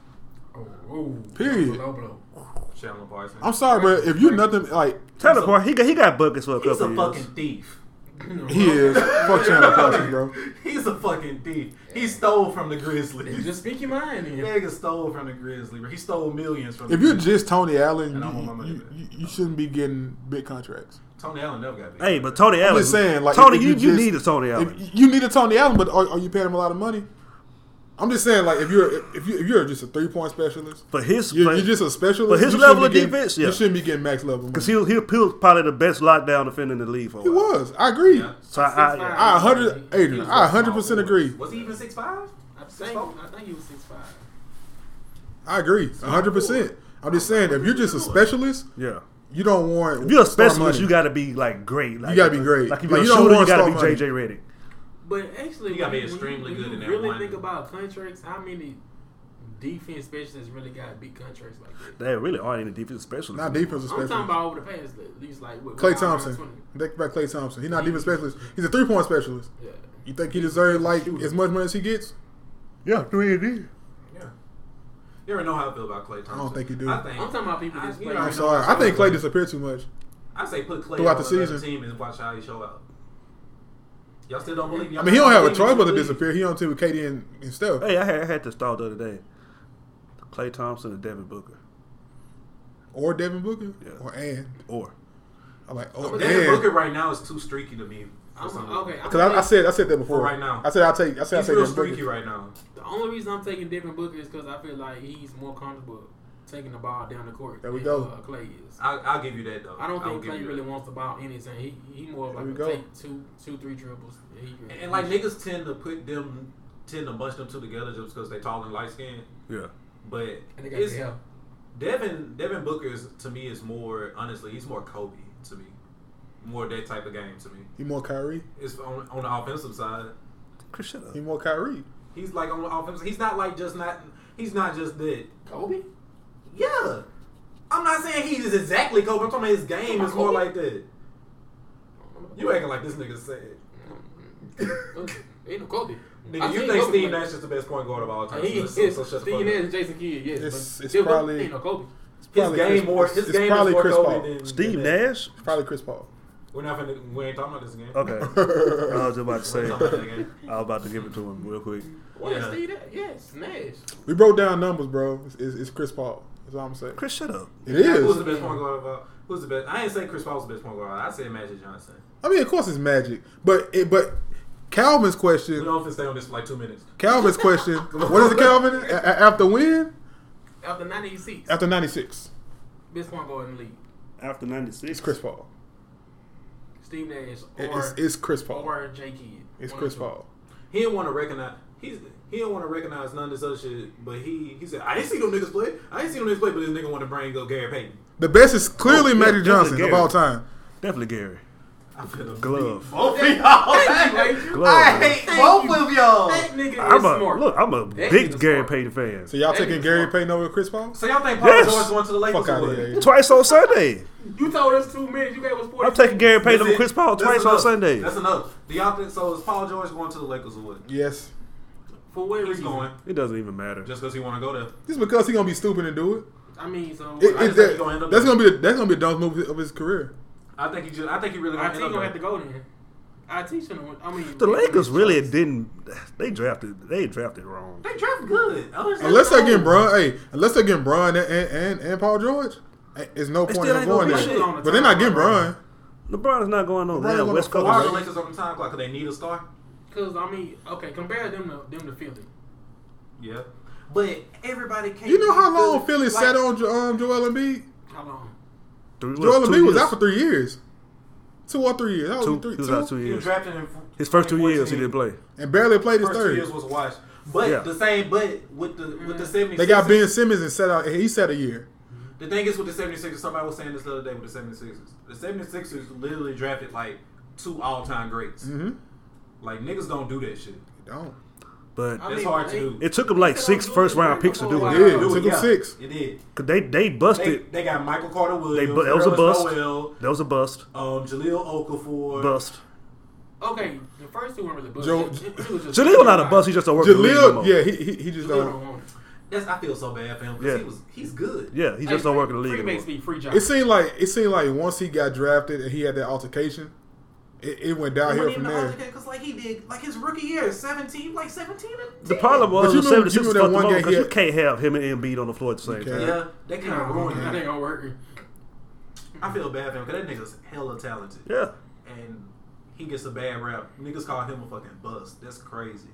Oh, oh,
Period.
Low blow.
Chandler Parsons.
I'm sorry, but if you nothing like
Tyler Parr, he got he got buckets for a
He's
couple
a
years.
fucking thief.
he is, fuck Chandler Parsons, bro.
He's a fucking thief. He stole from the Grizzlies.
Just speak your mind. then.
Nigga stole from the Grizzlies. bro. He stole millions from.
If
the
you're
Grizzlies.
just Tony Allen,
And I want my
you,
money
you,
back.
you, you shouldn't be getting big contracts.
Tony Allen never got. beat.
Hey, but Tony Allen,
just saying, like,
Tony,
if
you,
you
you
just-
need a Tony Allen.
If you need a Tony Allen, but are, are you paying him a lot of money? I'm just saying, like, if you're if, you, if you're just a three point specialist,
for his
you're,
play-
you're just a specialist.
But his
you shouldn't
level
be
of
getting-
defense, yeah.
you shouldn't be getting max level. Because
Because
he,
he'll, he'll, he'll probably the best lockdown defender in the league for a while.
was, I agree.
Yeah.
So I, I,
Six-five.
I hundred,
He was
Adrian,
a
I hundred percent
Small forward.
agree.
Was he even six five?
I think, I think he was 6'5.
I agree, hundred percent. I'm just saying, if you're just a specialist,
yeah.
you don't want.
If you're a
star money.
specialist, you got to be like great. Like,
gotta be great.
Like if
Like, you
you're a
don't
shooter, you
want
got to be
star money.
JJ Redick.
But actually,
You gotta be
when when
extremely
when
good in that
really
one.
think about contracts, how many defense specialists really got big contracts like that?
They really aren't any defensive specialists.
not defensive
I'm
specialist.
talking about over the past, at least like what,
Clay
what, around
Thompson.
20?
Think about Clay Thompson. He's not defense specialist. He's a three point specialist.
Yeah.
You think he deserves like as much money as he gets?
Yeah, three and
Yeah. You ever know how I feel about Clay Thompson?
think you do.
I think,
I'm talking about people
I-
that's
you
playing.
know,
I'm sorry. I think Clay disappeared too much.
I say put Clay
Throughout
on
the
the
season.
team and watch how he show out. Y'all still don't believe?
I
Y'all
mean, he don't have a choice but to
believe-
disappear. He on team with KD and, and stuff.
Hey, I had, I had this thought the other day. Clay Thompson and Devin Booker,
Or Devin Booker.
Yeah.
Or and.
or
I'm like, oh,
But Devin Booker
and.
right now is too streaky to me. for
I'm,
some
okay.
reason.
I'm
Because I, I
taking-
said I said that before.
For right now.
I said I'll take I said
he's
I'll
real
take Devin
streaky
Booker.
right now.
The only reason I'm taking Devin Booker is because I feel like he's more comfortable taking the ball down the court.
There we
than,
go.
Uh, Clay is.
I, I'll give you that though.
I don't
I'll
think
give
Clay
you
really
that.
wants the ball anything. He he more of
There
like
we
a
go.
take two two three dribbles. He,
And, and like niggas tend to put them, tend to bunch them two together just because they tall and light skinned.
yeah.
But
and they got
it's,
the help.
Devin Devin Booker is, to me is more honestly he's more Kobe to me, more that type of game to me.
He more Kyrie.
It's on on the offensive side.
Chris, shut up.
He more Kyrie.
He's like on the offensive. He's not like just not. He's not just that.
Kobe.
Yeah, I'm not saying he's exactly Kobe. I'm talking about his game is more like that. You acting like this nigga said.
Mm-hmm. Ain't no Kobe. I
Nigga, you
seen
think
Kobe
Steve
play.
Nash is the best point guard of all time?
He
so-
is.
so- so shut the
Steve
fuck
Nash
up.
and Jason Kidd. Yes,
It's-
but
it's
Devin Booker
probably-
ain't no Kobe.
It's
His
probably
game
Chris-
more. His
it's
game
probably
is more
Chris
Kobe
Paul.
than
Steve
than
Nash.
Probably Chris Paul.
We're not finna. We ain't talking about this game.
Okay, I was just about to
We ain't
say.
talking about that game.
I was about to give it to him real quick.
What is
Yeah.
Steve Nash? Yes, Nash.
we broke down numbers, bro. It's, it's, it's Chris Paul. That's all I'm saying.
Chris, shut up.
It
Who's the
is.
best point guard of all? Who's the best? I ain't say Chris Paul's the best point guard. I said Magic Johnson.
I mean, of course it's magic, but it, but Calvin's
We
question.
don't have to stay on this for like two minutes.
Calvin's question. what is it, Calvin? A- a- after when?
After 96,
After '96,
best point guard in the league.
After '96,
it's Chris Paul.
Steve Nash
It-
or
It's, it's Chris Paul.
or J Kidd.
It's
One
Chris
or two.
Paul.
He didn't want to recognize. He's he didn't want to recognize none of this other shit. But he he said I didn't see them niggas play. I didn't see them niggas play. But this nigga want to bring up Gary Payton.
The best is clearly
Oh, yeah,
Magic
definitely
Johnson of
Gary.
all time.
Definitely Gary.
I'm finna
Glove.
beat Both of y'all.
Glove,
I
man.
hate both of y'all.
That nigga
I'm
is
a
smart.
look. I'm a
That
big
nigga's
Gary
smart.
Payton fan.
So y'all
That
taking
nigga's
Gary
smart.
Payton over Chris Paul?
So y'all think Paul
Yes.
George going to the Lakers?
Fuck out
or
of
what?
here.
Twice on Sunday,
You told us two minutes. You gave us four.
I'm taking Gary
That's
Payton over
it.
Chris Paul
That's
twice on
enough.
Sunday.
That's enough. Do y'all think so? Is Paul George going to the Lakers or what?
Yes.
For where
He's going
It doesn't even matter.
just because he want to go there.
Just because he gonna be stupid and do it.
I mean, so
It-
I,
it-
think
just,
he
that-
gonna end up
that's
there.
gonna be the, that's gonna be the dumbest move of his career.
I think he just. I think he really
I
going to
think
end
gonna
up
have to
there.
go there. I teach him. I mean,
The Lakers really
They
didn't. They drafted. They drafted wrong.
They draft good. Others
Unless they
don't.
get Bron, hey, unless they get Bron and and, and, and Paul George, eh, there's no
They
point
still
in
ain't
going
gonna
there.
be shit.
but they're not getting Bron.
LeBron is not going over
LeBron
there.
gonna
West
fuck
Why are the
up.
Coast.
Lakers on the time clock? 'Cause they need a star.
Because I mean, okay, compare them to them to Philly.
Yeah. But everybody can't.
You know how
be
long
good.
Philly
Like,
sat on Jo- um, Joel Embiid?
How long?
Three-
Joel
two
Embiid was
years.
out for three years, two or three years. That was
Two.
three,
He was out
two?
two
He was
years.
drafted in
His first two years, he
2014.
didn't play.
and barely played his
First two
third.
years was a wash. But
Yeah.
the same, but with the with
Mm-hmm.
the 76
They got Ben Simmons and set out. He set a year.
The thing is with the 76ers, somebody was saying this the other day with the 76ers. The 76ers literally drafted like two all time greats.
Mm-hmm.
Like niggas don't do that shit.
Don't.
But
I
It's
mean,
hard
they-
to do.
it took him like
They
six
don't do
first
this
round
right
picks to do
before
it.
They did.
They do
Took them six.
It did.
Cause they they
They,
busted.
they got Michael Carter
They
Williams.
bu- that was a
Nerlens
bust.
Noel,
That was a bust.
um, Jaleel Okafor.
Bust.
Okay, the first two weren't really bust.
Joe-
It- it was just-
Jaleel not a bust. He just don't work. the league no
Jaleel,
more.
yeah, he, he he just
Jaleel
don't.
don't want it.
That's I feel so bad for him because
Yeah.
he was he's good.
yeah. He
Hey,
just don't work in the
free
league
Free makes
anymore.
me free job.
It seemed like it seemed like once he got drafted and he had that altercation, it, it went downhill from there.
Because like he did, like his rookie year, seventeen, like seventeen. and
The
10.
problem was
But you
the
remember- you
76ers
remember
fucked
that
them
one
over
game
because
he
you
had-
can't have him and Embiid on the floor at the same
You
time.
can't.
Yeah, they kind of ruined
That ain't
it.
gonna work.
I feel bad for him because that nigga's hella talented.
Yeah.
and he gets a bad rap. Niggas call him a fucking bust. That's crazy.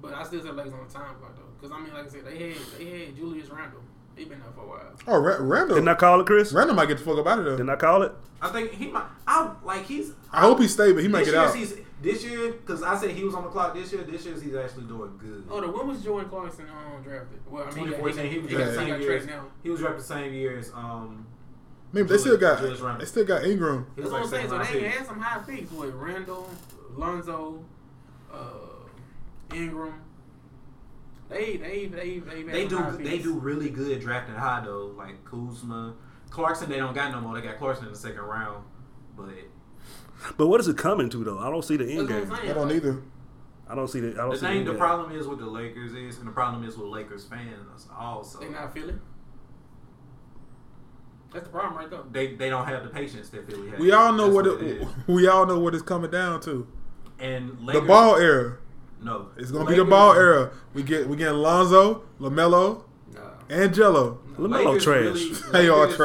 But I still say Lakers on the time clock though, because I mean, like I said, they had they had Julius Randle. He been there for a while.
Oh, Ra- Randall,
Didn't I call it, Chris?
Randall might get the fuck up out of there.
Didn't I call it?
I think he might. I like he's.
I hope he stay, but he might
This
get
year,
out.
he's this year because I said he was on the clock this year. This year he's actually doing good.
Oh, the when was Jordan Clarkson um, drafted? Well, I mean, he got, he
2014,
got,
he
he
was
got,
drafted the
he
same
got
year. as-
traded now.
He was drafted the same year as um.
Maybe they still got
Julius Randle.
they still got Ingram.
He
That's
was
what
like
I'm saying. So
second
they
round
had some high picks with Randall, Lonzo, uh, Ingram. They they they they,
pick.
had
They
some high
do. They
picks.
do really good drafting high though. Like Kuzma, Clarkson. They don't got no more. They got Clarkson in the second round, but
But what is it coming to though? I don't see the end
That's what I'm
game.
saying.
I don't either.
I don't see the. I don't
the
see
thing.
the,
The
end
problem is with the Lakers is, and the problem is with Lakers fans also.
They not feeling. That's the problem right there.
they they don't have the patience that Philly has.
We all know
That's
what it,
is.
we all know what it's coming down to.
And
The
Lakers,
ball era.
No,
It's gonna be
Lakers-
the ball era. We get we get Lonzo, Lamelo,
Nah.
and Jello.
Lamelo
Lakers
trash.
really-
They all
Lakers-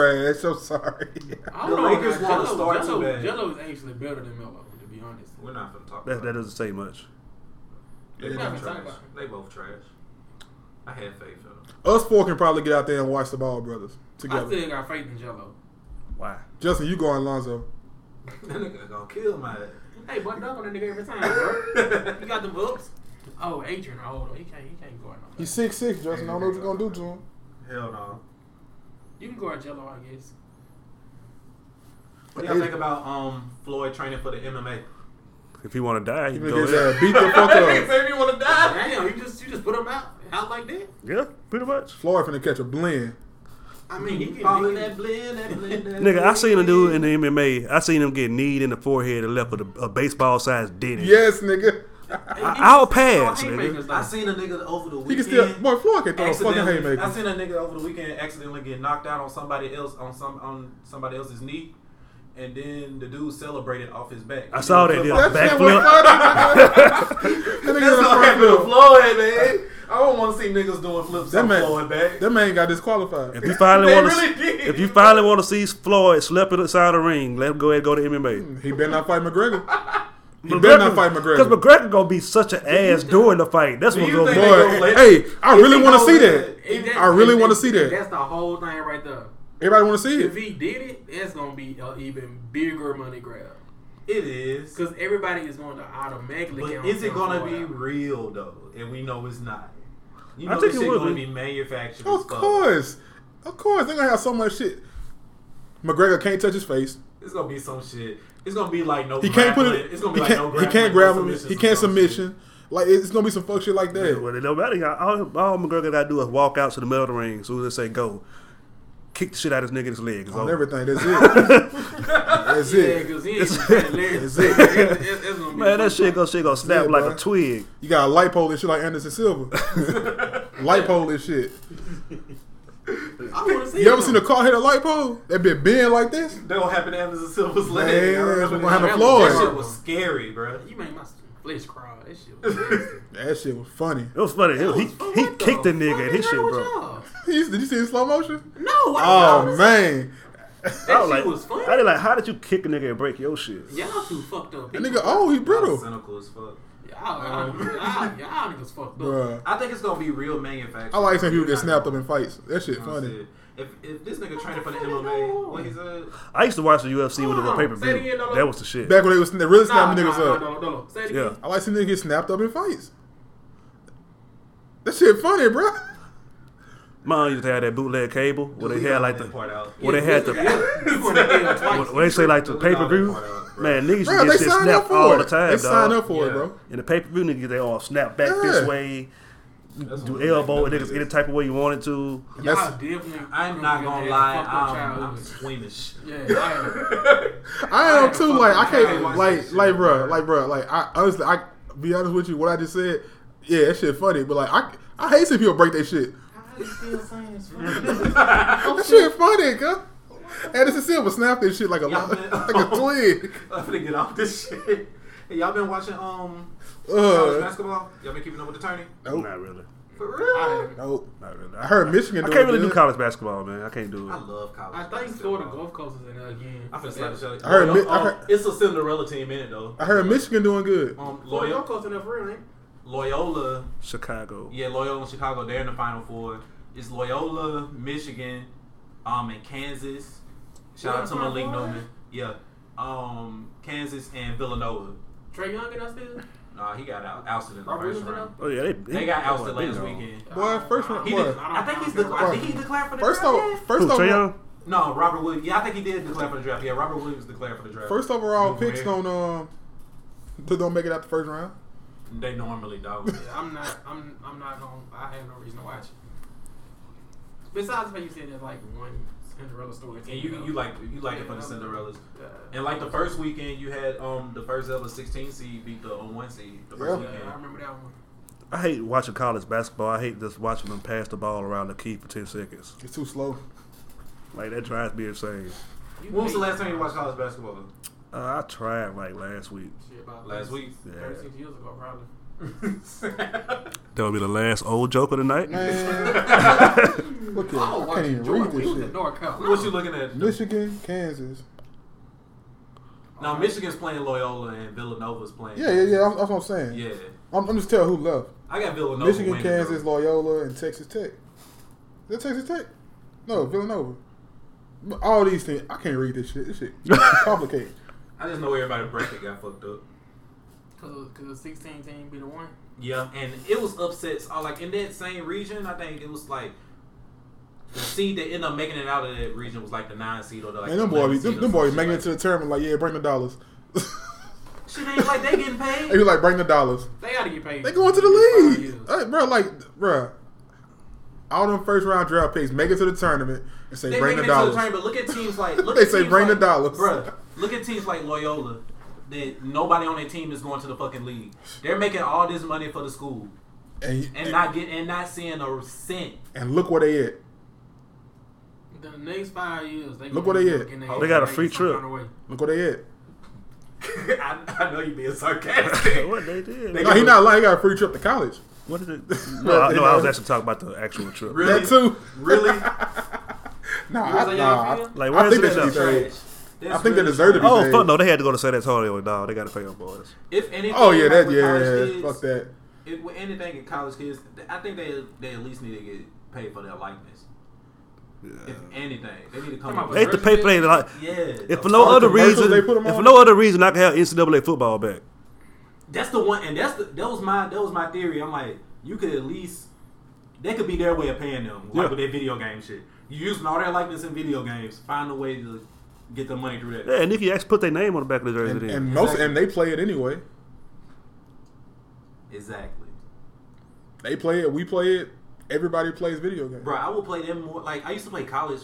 trash. I'm sorry.
I
The
don't know.
Lakers want to
man. Jello-
start too
Jello-
bad.
Jello is actually better than Melo, to be honest.
We're not gonna talk.
That,
about
that
it.
doesn't say much.
They
Yeah,
both
that's
trash.
not-
They both trash. I had faith in them.
Us four can probably get out there and watch the Ball Brothers
I
together.
still got faith in Jello.
Why?
Justin, you going Lonzo?
That nigga gonna kill my.
Hey, but dunk on that nigga every time, bro. you got them ups. Oh, Adrian, hold on. He can't. He can't guard no.
He's six six. Justin, I don't know what you're gonna do to him.
Hell no.
You can guard Jello, I guess.
What do y'all think about um Floyd training for the MMA?
If he want to die, he
He
can
gonna
go
get his
there.
ass beat the fuck up.
Say if you wanna die.
Damn, you just you just put him out out like that.
Yeah, pretty much.
Floyd finna catch a blend.
I mean, he can.
Follow
Probably
that
that
blend, that blend, that
Nigga, I seen a
blend.
dude in the MMA. I seen him get kneed in the forehead and left with a, a baseball sized dent.
Yes, nigga.
I, I'll pass, nigga.
I seen a nigga over the weekend.
He can still boy Floyd can throw a fucking
Accidentally, I
haymaker.
seen a nigga over the weekend accidentally get knocked out on somebody else on some on somebody else's knee, and then the dude celebrated off his back.
I saw that, yeah.
That shit was
Backflip.
funny, nigga. That nigga
That's
done
what happened to
front flip.
Floyd, man. I don't want to see niggas doing flips
That
on
man-
Floyd back.
That man got disqualified.
If you finally
They
want
really
to,
did.
if you finally want to see Floyd slept inside the ring, let him go ahead and go to MMA.
He better not fight McGregor. He better not fight
because
McGregor.
McGregor gonna be such an ass during the fight. That's
Do
what's
you
gonna
think-
be.
gonna
Boy,
let-
hey, I
if
really
he
want to
gonna
see
let-
that.
If that-
I really
if
wanna see that.
That's the whole thing right there.
Everybody want to see
If
it.
he did it, that's gonna be an even bigger money grab.
It is,
Because everybody is going to automatically.
but
count
is it
John
gonna
Floyd
be
out.
real though? And we know it's not. You
I
know
think
this
it
shit
would
gonna
be.
be manufactured. as
Of
fuck.
course, of course, they're gonna have so much shit. McGregor can't touch his face.
it's gonna be some shit. It's gonna be like no.
He can't put
grappling.
it.
It's gonna be
he
like
can't,
no.
he can't grab
grappling, no
him.
submissions
He
or
can't
some
submission. Like it's gonna be some fuck shit like that.
Well, it don't matter. y'all. All, all McGregor got to do is walk out to the middle of the ring. As soon as they say go, kick the shit out of this nigga in his leg. It's
on
over.
everything. That's it. That's
Yeah,
it.
because he ain't got legs.
That's it.
It's- it's- it's gonna be-
Man, that shit go shit go snap
Yeah,
like
bro.
a twig.
You got a light pole and shit like Anderson Silva. light pole and shit.
I want to see.
You ever seen a car hit a light pole? That been bend like this?
That gonna happen to Anderson Silva's leg. I
Man,
remember
we're
that
gonna have a
shit.
Floyd.
That shit was scary, bro.
You made my flesh crawl. That shit was
That shit was funny.
It was funny. He,
What
he kicked the nigga
fuck
and
is
his shit,
wrong with
bro.
y'all?
Did you see it in slow motion?
No, I
Oh man,
That
I was
shit
like,
was funny.
I did like, how did you kick a nigga and break your shit?
Y'all too fucked up.
that
people.
nigga. Oh, he
That was
brittle,
Cynical as fuck.
Y'all, y'all, y'all, y'all niggas fucked up.
Bruh.
I think it's gonna be real manufacturing.
I like seeing people get snapped up in fights. That shit funny.
Honestly, If, if this nigga training for the MMA, what he said?
I used to watch the UFC when it was
Hold
pay
on.
per
Say it again,
view.
Lolo.
That was the shit.
Back when they was sna- really
Nah,
snapping
nah,
niggas
nah,
up.
no, no, no. Say it
Yeah.
again.
I like seeing niggas get snapped up in fights. That shit funny, bro.
Mom used to have that bootleg cable where they
Leave
had
all
like
that
the
part out.
where they had the
You going to hell twice.
where they say like the
Leave
pay
all
per
that
view.
part out, bro.
Man, niggas used
Bro,
to
they
get shit
signed up
snapped
for
all
it.
the time,
they
dog.
signed up for it,
Yeah.
bro.
And the pay per view niggas they all snap back
Yeah.
this way,
That's
do
what that
elbow niggas
nigga
any
is.
type of way you wanted to.
Y'all
That's-
definitely.
I'm not gonna lie, um, I'm, I'm
Fucked
squeamish.
your childhood. Yeah, I am.
I am too. Like I can't.
watch that
Like
shit,
like bro.
bruh.
Like bro. Like I honestly. I be honest with you. What I just said. Yeah, that shit funny. But like I. I hate seeing people break their shit.
Oh,
That shit funny, cuz. Anderson Silva snapped that shit like a
Y'all
li-
been-
like a twig.
I'm finna get off this shit. Hey, y'all been watching um college
Uh,
basketball? Y'all been keeping up with the tourney?
nope,
Not really.
For
I
real?
am.
nope.
Not really.
I heard Michigan.
I
doing
can't really do
good.
college basketball, man. I can't do
I
it.
love college.
I think
basketball.
Florida Gulf Coast is in there again.
I finna slap the shot.
I heard
Oh,
Mi- I
um,
heard-
it's a Cinderella team in it though.
I heard Michigan doing good.
Um,
Florida Gulf
Loyola,
Coast in there for real, ain't?
Loyola,
Chicago.
yeah, Loyola and Chicago. They're in the Final Four. It's Loyola, Michigan, um, and Kansas. Shout
Yeah,
out to
Final
Malik
Four.
Newman. Yeah, um, Kansas and Villanova.
Trey Young in there still?
Nah, he got out ousted in the
Robert
first
Williams in there?
round.
Oh yeah, they
They got ousted
they
last
know.
weekend.
Boy, first one-
He
boy.
did, I think he's declared. I think he declared for the
First
draft.
off,
yeah?
first
Who, Trae
off,
Young?
no, Robert Williams. Yeah, I think he did declare for the draft. Yeah, Robert Williams declared for the draft.
first overall picks
Nowhere.
don't um don't make it out the first round.
They normally don't.
Yeah, I'm not. I'm. I'm not gonna. I have no reason to watch it. Besides, the fact you said there's like one Cinderella story.
And you you like you like it for the Cinderellas. And like the first weekend, you had um the first ever 16 seed beat the on one seed. The
Yeah.
first
Yeah, I
weekend.
remember that one.
I hate watching college basketball. I hate just watching them pass the ball around the key for ten seconds.
It's too slow.
Like that drives me insane.
You
When was the
hate-
last time you watched college basketball?
Uh, I tried like last week.
Shit, about
Last week.
Yeah.
36 years ago, probably.
That would be the last old joke of the night.
Man, look at
I
I
was
can't even
watching
read
Jordan. He
this
was in
shit.
North Carolina.
what you looking at?
Michigan, Kansas.
Now Michigan's playing Loyola and Villanova's playing.
Yeah, yeah, yeah. That's, that's what I'm saying.
Yeah,
I'm, I'm just telling who left.
I got Villanova.
Michigan,
winning,
Kansas,
though.
Loyola, and Texas Tech. Is that Texas Tech? No, Villanova. But All these things. I can't read this shit. This shit complicated.
I just know everybody bracket got fucked up.
Cause, Cause 16 team be the one.
Yeah, and it was upsets. All like in that same region, I think it was like the seed that ended up making it out of that region was like the nine seed or the like.
Man,
the
them boys,
11
them,
seed or
them
some
boys
shit
making
like
it to the tournament like, yeah, bring the dollars.
Shit ain't like they getting
They be
paid.
like, bring the dollars.
They gotta get paid.
They going to the
Five
league,
years.
hey, bro. Like, bro, all them first round draft picks make it to the tournament and say,
They
bring
bring
the
it to the
dollars.
tournament, but look at teams like look
They
at
say
teams
bring the
like-
dollars.
bruh, Look at teams like Loyola. That nobody on their team is going to the fucking league. They're making all this money for the school
and,
and not get and not seeing a cent.
and look where they at.
The next five years, they
Look
gonna
where
be
they at.
looking
They
got a
making
free
some
trip.
kind of way.
Look where they at.
I, I know you being sarcastic.
what they did?
They
No, he not lying. He got a free trip to college.
What is it? No, I, no, I was actually talking about the actual trip.
Really?
That too.
Really?
Nah,
You was
I, nah,
on y'all field?
I,
Like
I
where is
think they
it?
should be
at?
paid.
Trash.
I
That's
think they
really
deserve to be
trash.
Oh
paid.
fuck no, they had to go to San Antonio. No, they got to pay them boys.
If anything,
Oh yeah,
like
that
with college
yeah.
kids,
Fuck that.
If with anything in college kids, th- I think they they at least need to get paid for their likeness. If anything, they need to come
Come
up
on,
They have to pay for their like.
Yeah,
If
the
for no
fuck-
other
commercials
reason,
they put 'em
if for
on?
no other reason, I can have NCAA football back.
that's the one, and that's the that was my that was my theory. I'm like, you could at least that could be their way of paying them, like
Yeah.
with their video game shit. You using all their likeness in video games, find a way to get the money through that.
Yeah, and if you actually put their name on the back of the jersey,
And,
then
and most and they play it anyway.
Exactly.
They play it. We play it. Everybody plays video games.
Bro, I will play them more. Like I used to play college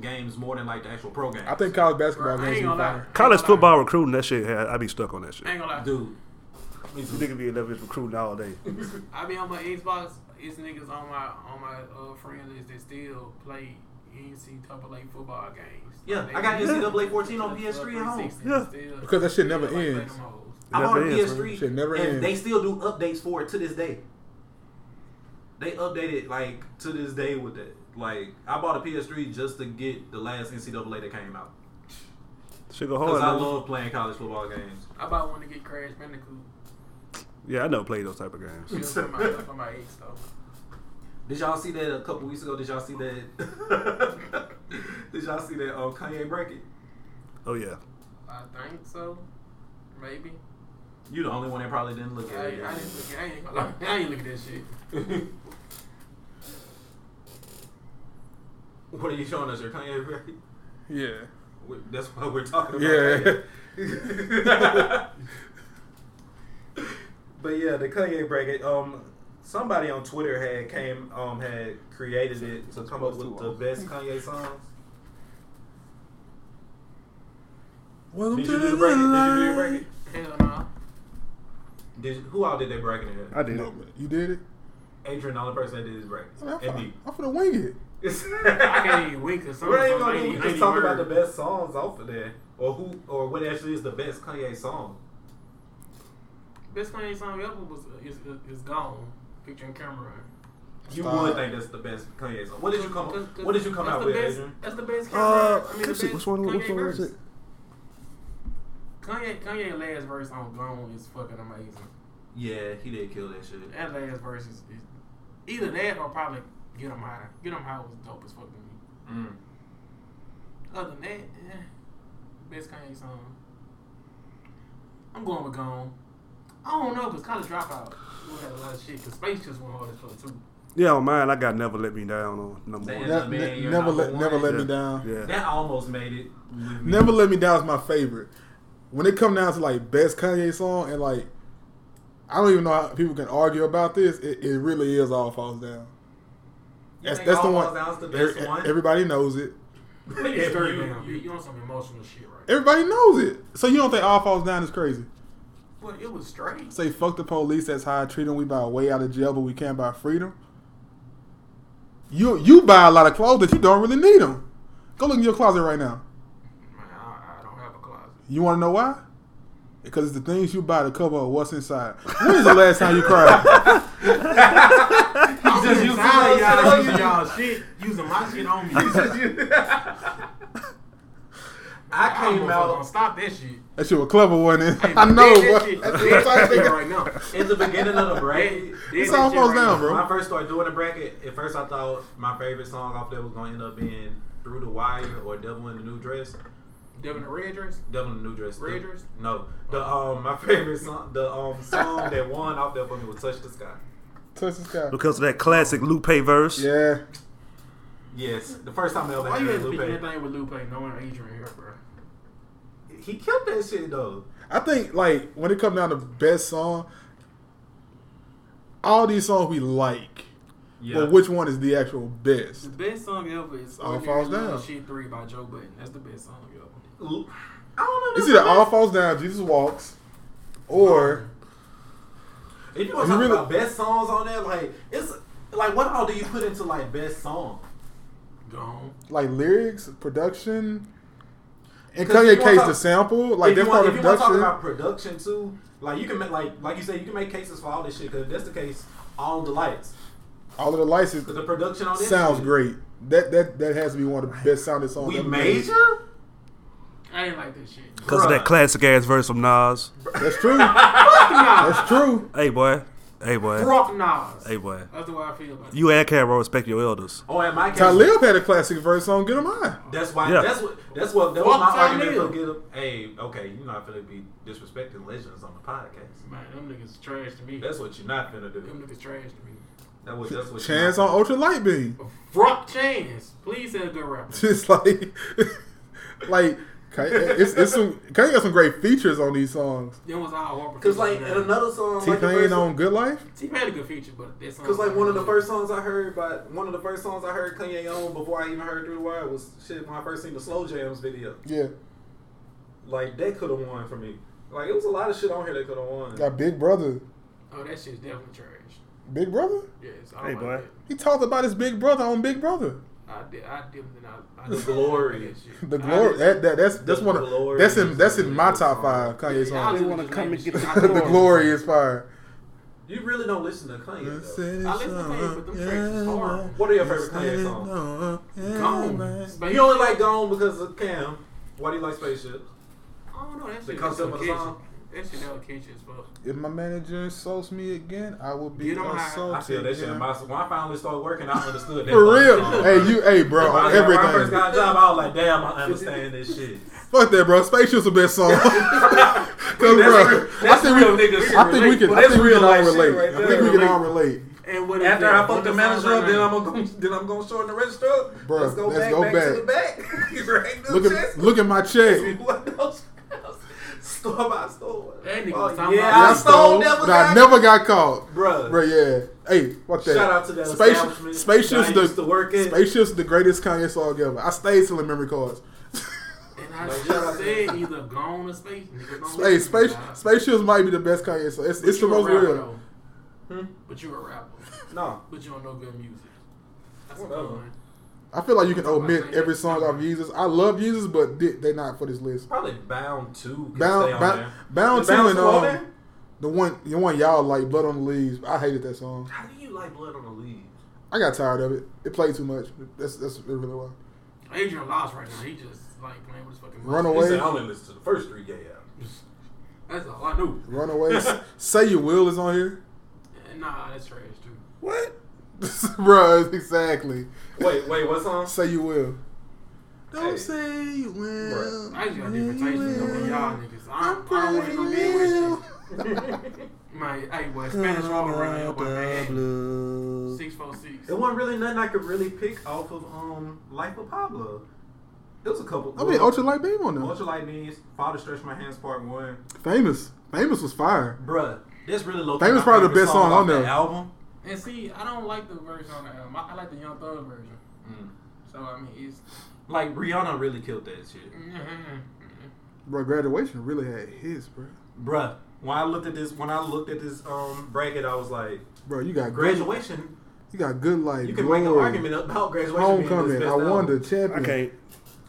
games more than like the actual pro games.
I think college basketball
Bro, I
games
ain't
would be
gonna lie.
fire.
college football recruiting that shit, yeah, I be stuck on that shit.
I ain't gonna lie.
dude.
You nigga be in that bitch recruiting all day.
I be on my Xbox. It's niggas on my on my uh, friend list that still play NCAA football games.
Yeah,
Like,
I got
they-
NCAA 14 on
They
PS3 at home.
360
Yeah.
still-
Because that shit never
still like
ends.
play them hoes.
I'm on
Never
the
ends,
PS3,
Shit never
and
ends.
they still do updates for it to this day. They update it like to this day with that. Like I bought a PS3 just to get the last NCAA that came out
Shit go
because
hard.
I
man.
love playing college football games.
I about want to get Crash Bandicoot.
yeah, I never played those type of games.
Still for my, for my ex though.
Did y'all see that a couple weeks ago? Did y'all see that? Did y'all see that um, Kanye break it?
Oh yeah,
I think so. Maybe.
You the only one that probably didn't look
I,
at
I
it.
didn't look. I ain't gonna lie. I ain't look at that shit.
What are you showing us? Your Kanye break?
Yeah.
We- That's what we're talking about.
Yeah.
Kanye. but yeah, the Kanye bracket. Um, somebody on Twitter had came um had created it to come up with the best Kanye songs.
Welcome
Did you do the bracket? Did you do the bracket?
Hell no.
Did who all did that bracket? in
I
here?
did.
No, man. you did it.
Adrian, the only person that did this bracket,
I mean, I'm,
and me.
finna, I'm finna wing it.
I can't even wink or something.
We're not even gonna do- just talk about the best songs off of there, or who, or what actually is the best Kanye song.
Best Kanye song ever was uh, is, is gone. Picturing Cameron.
You
Stop.
would think that's the best Kanye song. What did you come?
Cause- cause
What did you come
that's
out
the
with,
best,
Adrian?
That's the best Cameron.
Uh,
I mean, the
let's see,
best
which one? Which
Kanye
one was
verse.
it?
Kanye Kanye last verse on Gone is fucking amazing.
Yeah, he did kill that shit.
That last verse is, is either that or probably Get 'em high. Get 'em high was dope as fuck to me.
Mm.
Other than that, eh, best Kanye song. I'm going with Gone. I don't know, because College Dropout we had a lot of shit, because Space just went hard as fuck, too.
Yeah, on mine, I got never let me down on number
Damn.
one.
Yeah,
Ne-
man,
ne-
you're
never
number
let never
one.
let
yeah.
me down.
Yeah.
That almost made it. with me.
Never let me down is my favorite. When it comes down to like best Kanye song and like, I don't even know how people can argue about this. It, it really is all falls down.
You
That's,
think
that's the
All
one.
Falls Down's the
Every-
best one.
Everybody knows it.
It's
If
very
you-
damn. You, you on some emotional shit right now.
Everybody knows it. So you don't think all falls down is crazy?
But it was straight.
Say fuck the police. That's how I treat them. We buy a way out of jail, but we can't buy freedom. You you buy a lot of clothes that you don't really need them. Go look in your closet right now.
Man, I, I don't have a closet.
You want to know why? Because it's the things you buy to cover up what's inside. When is the last time you cried?
I'm
just using
tired
y'all-
of using y'all shit, using my shit on me.
I
I
came out
Stop that shit.
That shit was clever, wasn't it?
Hey,
I know.
dead that
boy.
shit.
That's
Dead
what I'm
that shit
saying.
right now.
in the beginning of the bracket.
It's all falls down, bro.
When I first started doing the bracket, at first I thought my favorite song off there was gonna end up being "Through the Wire" or "Devil in the New Dress."
Devin the red dress.
Devil in the New Dress.
Red
The-
Dress?
No, the um my favorite song, the um song that won out there for me was "Touch the Sky."
Touch the sky.
Because of that classic Lupe verse.
Yeah.
Yes, the first time I ever
Why you
heard
ain't picking
Lupe,
anything with Lupe knowing Adrian here, bro?
he killed that shit though.
I think like when it comes down to best song, all these songs we like,
Yeah,
but which one is the actual
The
best?
best song ever is
All
Ordinary
Falls
Little
Down.
Shit 3 by Joe Button. That's the best song ever.
Lu- I don't know.
It's
that's
either
the
All
best-
Falls Down, Jesus Walks, or
If you want
You
to talk
really-
about best songs on there, like it's like what all do you put into like best song?
Gone.
like lyrics, production. In
Because if
Kanye
you wanna
case,
talk-
the sample like
if you
that's
want-
part of
if you wanna
production.
Talk about production too. Like you can make like like you said, you can make cases for all this shit because that's the case on the lights.
All of the license
Because the production on this
sounds
shit-
great. That that that has to be one of the best sounding songs.
We
ever
major.
made.
I didn't like that shit.
Because of
Bruh.
that classic ass verse from Nas.
That's true. That's true.
Hey boy. Hey boy.
Brock Nas.
Hey boy.
That's the way I feel about it.
You and Carol respect your elders.
Oh, in my case,
Talib had a classic verse on "Get 'Em High."
That's why.
Yeah.
That's what. That's what. That was
Fuck
my
Talib.
argument for get him. Hey, okay, you're not gonna be disrespecting legends on the podcast.
Man, them niggas trash to me.
That's what you're not gonna do.
Them niggas trash to me.
That was that's what. you're
Chance
not
on
gonna
Ultra Light Beam.
Brock Chance. Please say a good rapper.
Just like, like Kanye, it's, it's some Kanye got some great features on these songs.
It was all horrible.
Cause like in another song,
T
like the
Pain
first-
on Good Life.
T Pain had a good feature, but that song.
Cause like one of the first songs I heard by one of the first songs I heard Kanye on before I even heard Through the Wire was shit when I first seen the Slow Jams video.
Yeah,
Like that could have won for me. Like it was a lot of shit on here that could have won.
got Big Brother.
Oh, that shit's definitely trash.
Big Brother.
Yes.
Hey,
like
boy.
That.
He talked about his Big Brother on Big Brother.
I did. I did. And I, I
The
did-
glory.
that shit.
The
I
glory.
just-
That, that that's that's one of
Glory
that's in
is
that's
a
in my
good
top
song.
five Kanye
Yeah, I
songs.
was
wanna
just
come
making
and
shit.
get
I
the
The
thought-
glory is fire.
You really don't listen to Kanye though.
What
What are your favorite Kanye songs?
Gone.
songs?
Space
You only
Jam.
like Gone because of Cam. Why do you like Spaceship?
I don't know. That shit.
The concept of the
catchy.
song?
That shit hella catchy as fuck.
If my manager insults me again, I will be
Get on high.
insulted.
I feel that shit.
again.
in my- When I finally started working, I understood that.
For real,
fucking song.
hey you, hey bro,
When I-
on
When I first
everything.
got a job, I was like, damn, I understand this shit.
Fuck that, bro. Spaceship's the best song. Cause bro, I
That's
think
real
we,
niggas.
I think we can, I
That's
think we
real
can all
life shit
relate.
right
I think
there.
we can all relate,
And what is
After
that?
I
One
fucked the
of
manager
songs
up, then
I
I'm
heard-
gonna then I'm gonna shorten the register up.
bro.
let's go back, back, to the back. right now,
Look at,
Chester.
look at my check.
What else? Store by store.
That nigga
Oh,
was talking
yeah,
about-
I
I stole,
stole. Never
but I never got caught,
Bruh.
bro. Yeah, hey, fuck that.
Shout out to that
Space,
establishment
spaceship's
that I
the
used to work at.
spaceship's the greatest Kanye song ever. I stayed selling memory cards.
And I
Like,
just
yeah.
said either gone or space. Nigga, don't
Hey,
listen to me,
space
dog.
spaceships might be the best Kanye song. It's,
But
it's the
you a
most
rapper,
real.
though.
Hmm?
But you're a rapper.
No.
But you don't know good music. That's
Well,
what I'm
well.
doing.
I feel like you can
I'm about to
omit
say
every
that.
song off Jesus. I love Jesus, but they- they not for this list.
Probably bound to
Bound-
bound, stay on
bound-
there.
Bound
Is
to
bound
and,
to on
um,
there?
The one, the one y'all like, Blood on the Leaves. I hated that song.
How do you like blood on the leaves?
I got tired of it. It played too much. That's that's really why.
Adrian lost right now. He just like playing with his fucking. mic.
Runaway.
He said I only listen to the first three gay albums.
That's all I knew.
Runaways. Say Your Will is on here.
And Eh, nah, that's trash too.
What?
Bruh, exactly.
Wait, wait, what song?
Say You Will. Don't
Hey.
say you will.
I just got different tastes than some of y'all niggas. I
I'm
don't, I don't want
probably
to go big with
will.
shit. My hey, boy, Spanish all around here, boy. man. Six four six.
It wasn't really nothing I could really pick off of um Life of Pablo. It was a couple.
I mean, Ultra Light Beam on there.
Ultra Light means Father Stretch My Hands Part One.
Famous. Famous was fire.
Bruh, that's really low.
That was probably the best song on there.
Album.
And see, I don't like the version on the album. I, I like the Young Thug version.
Mm.
So I mean, it's.
Like Rihanna really killed that shit.
Bro, graduation really had hits, bro.
Bruh, when I looked at this, when I looked at this um bracket, I was like,
Bro, you got graduation.
graduation.
You got good life.
You can
glory,
make an argument about graduation. being
Homecoming.
his
I
best album.
won the champion.
I can't.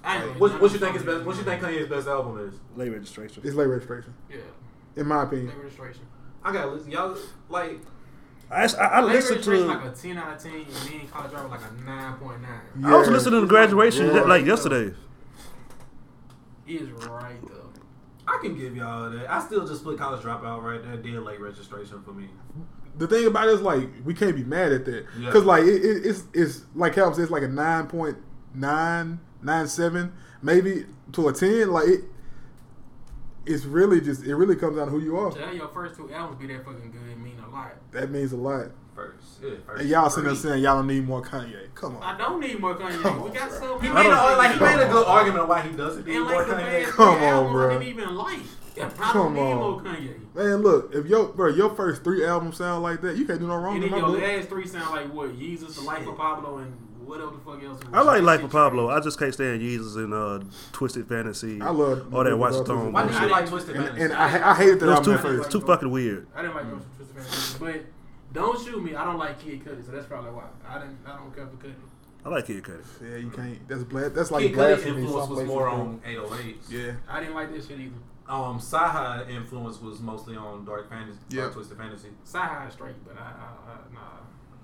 I ain't
What,
gonna-
what you think is best? What you think Kanye's best album is?
Late registration.
It's late registration,
Yeah,
in my
late
opinion.
registration.
I gotta listen. Y'all like
I, I, I
Late
listened to.
registration like a ten out of ten, and me and college dropout like a nine point nine.
I was
Yeah.
listening to graduation
Yeah.
like yesterday.
He is right though.
I can give y'all that. I still just put college dropout right there. Did late registration for me.
The thing about it is like we can't be mad at that
Yeah.
because like it, it, it's it's like Calvin said, it's like a nine point nine nine seven maybe to a ten. Like it, it's really just it really comes down to who you are.
So that your first two albums be that fucking good mean a lot.
That means a lot.
First, yeah, first
And y'all sitting there
three.
saying y'all don't need more Kanye. Come
I
on,
don't need more Kanye.
Come
we
on,
got
bro.
so
He
much-
made a, like he
Come
made a
on.
good argument of why he doesn't need
And
more
like the
Kanye.
past
Come
three
on,
albums
bro.
I didn't even like. If I don't
Come
need
on.
more Kanye.
man. Look, if your bro your first three albums sound like that, you can't do no wrong.
And
In
then
my
your
book.
last three sound like what? Jesus, The Life of Pablo, and whatever the fuck else.
I like Life of Pablo. I just can't stand Jesus and uh, Twisted Fantasy.
I love
all that
Twisted
Watch
Fantasy.
the Throne
Why did you
bullshit.
like Twisted
And,
Fantasy?
and I, I hated that
It's
album
too,
at first.
it's too fucking weird.
I didn't like those
Mm.
Twisted Fantasy, but Don't Shoot Me. I don't like Kid Cudi, so that's probably why I didn't. I don't care for Cudi.
I like Kid Cudi.
Yeah, you can't. That's bla- that's
Kid
like
Cudi's
blasphemy.
influence
some
was
places,
more
bro.
on 808s.
Yeah,
I didn't like that shit either.
Um, Saha influence was mostly on Dark Fantasy,
Yeah.
Dark Twisted Fantasy.
Sci High straight, but I, I, I nah.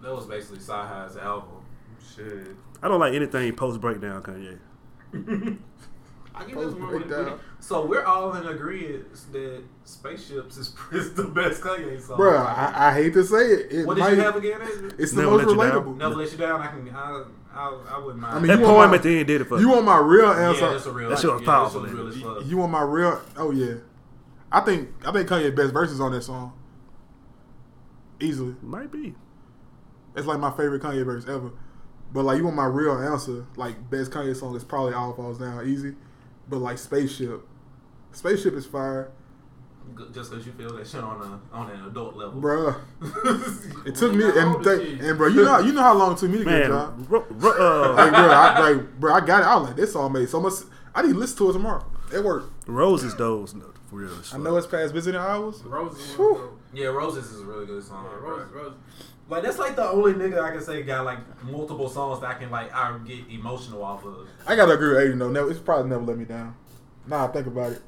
That was basically Saha's album. Shit.
I don't like anything post breakdown Kanye.
I give this
Post
one. with-
breakdown.
with-
So we're all in agreement that Spaceships is, is the best Kanye song.
bro. I, I hate to say it. it
what did
might-
you have again? Adrian?
It's the
Never
most
Let You Down?
relatable.
Never let you down. I can. I. I, I wouldn't mind.
I mean,
That
you
poem
want-
at the end did it for
You
me.
want my real
yeah,
answer?
that's a real.
That shit was
yeah,
powerful,
That shit was
man.
real as fuck.
You want my real? Oh yeah, I think I think Kanye best verses on that song. Easily,
Might be.
it's like my favorite Kanye verse ever. But like, you want my real answer? Like best Kanye song is probably All Falls Down. Easy. but like Spaceship, Spaceship is fire,
G- Just because you feel that shit on a on an adult level,
bruh. It took
How
me and
old is
th-
she?
and bro, you know you know how long it took me to get a
Man,
job.
ru- ru-
Like
uh,
bro, I, like bro, I got it. I was like, this all made so much. I need to listen to it tomorrow. It worked.
Rose is those no, for real. as
I
fuck.
know it's past visiting hours.
Roses.
Whew.
Roses.
Yeah, Roses is a really good song. bro.
Roses.
Like that's like the only nigga I can say got like multiple songs that I can like I get emotional off of.
I gotta agree with Aiden though. Never, it's probably never let me down. Nah, think about it.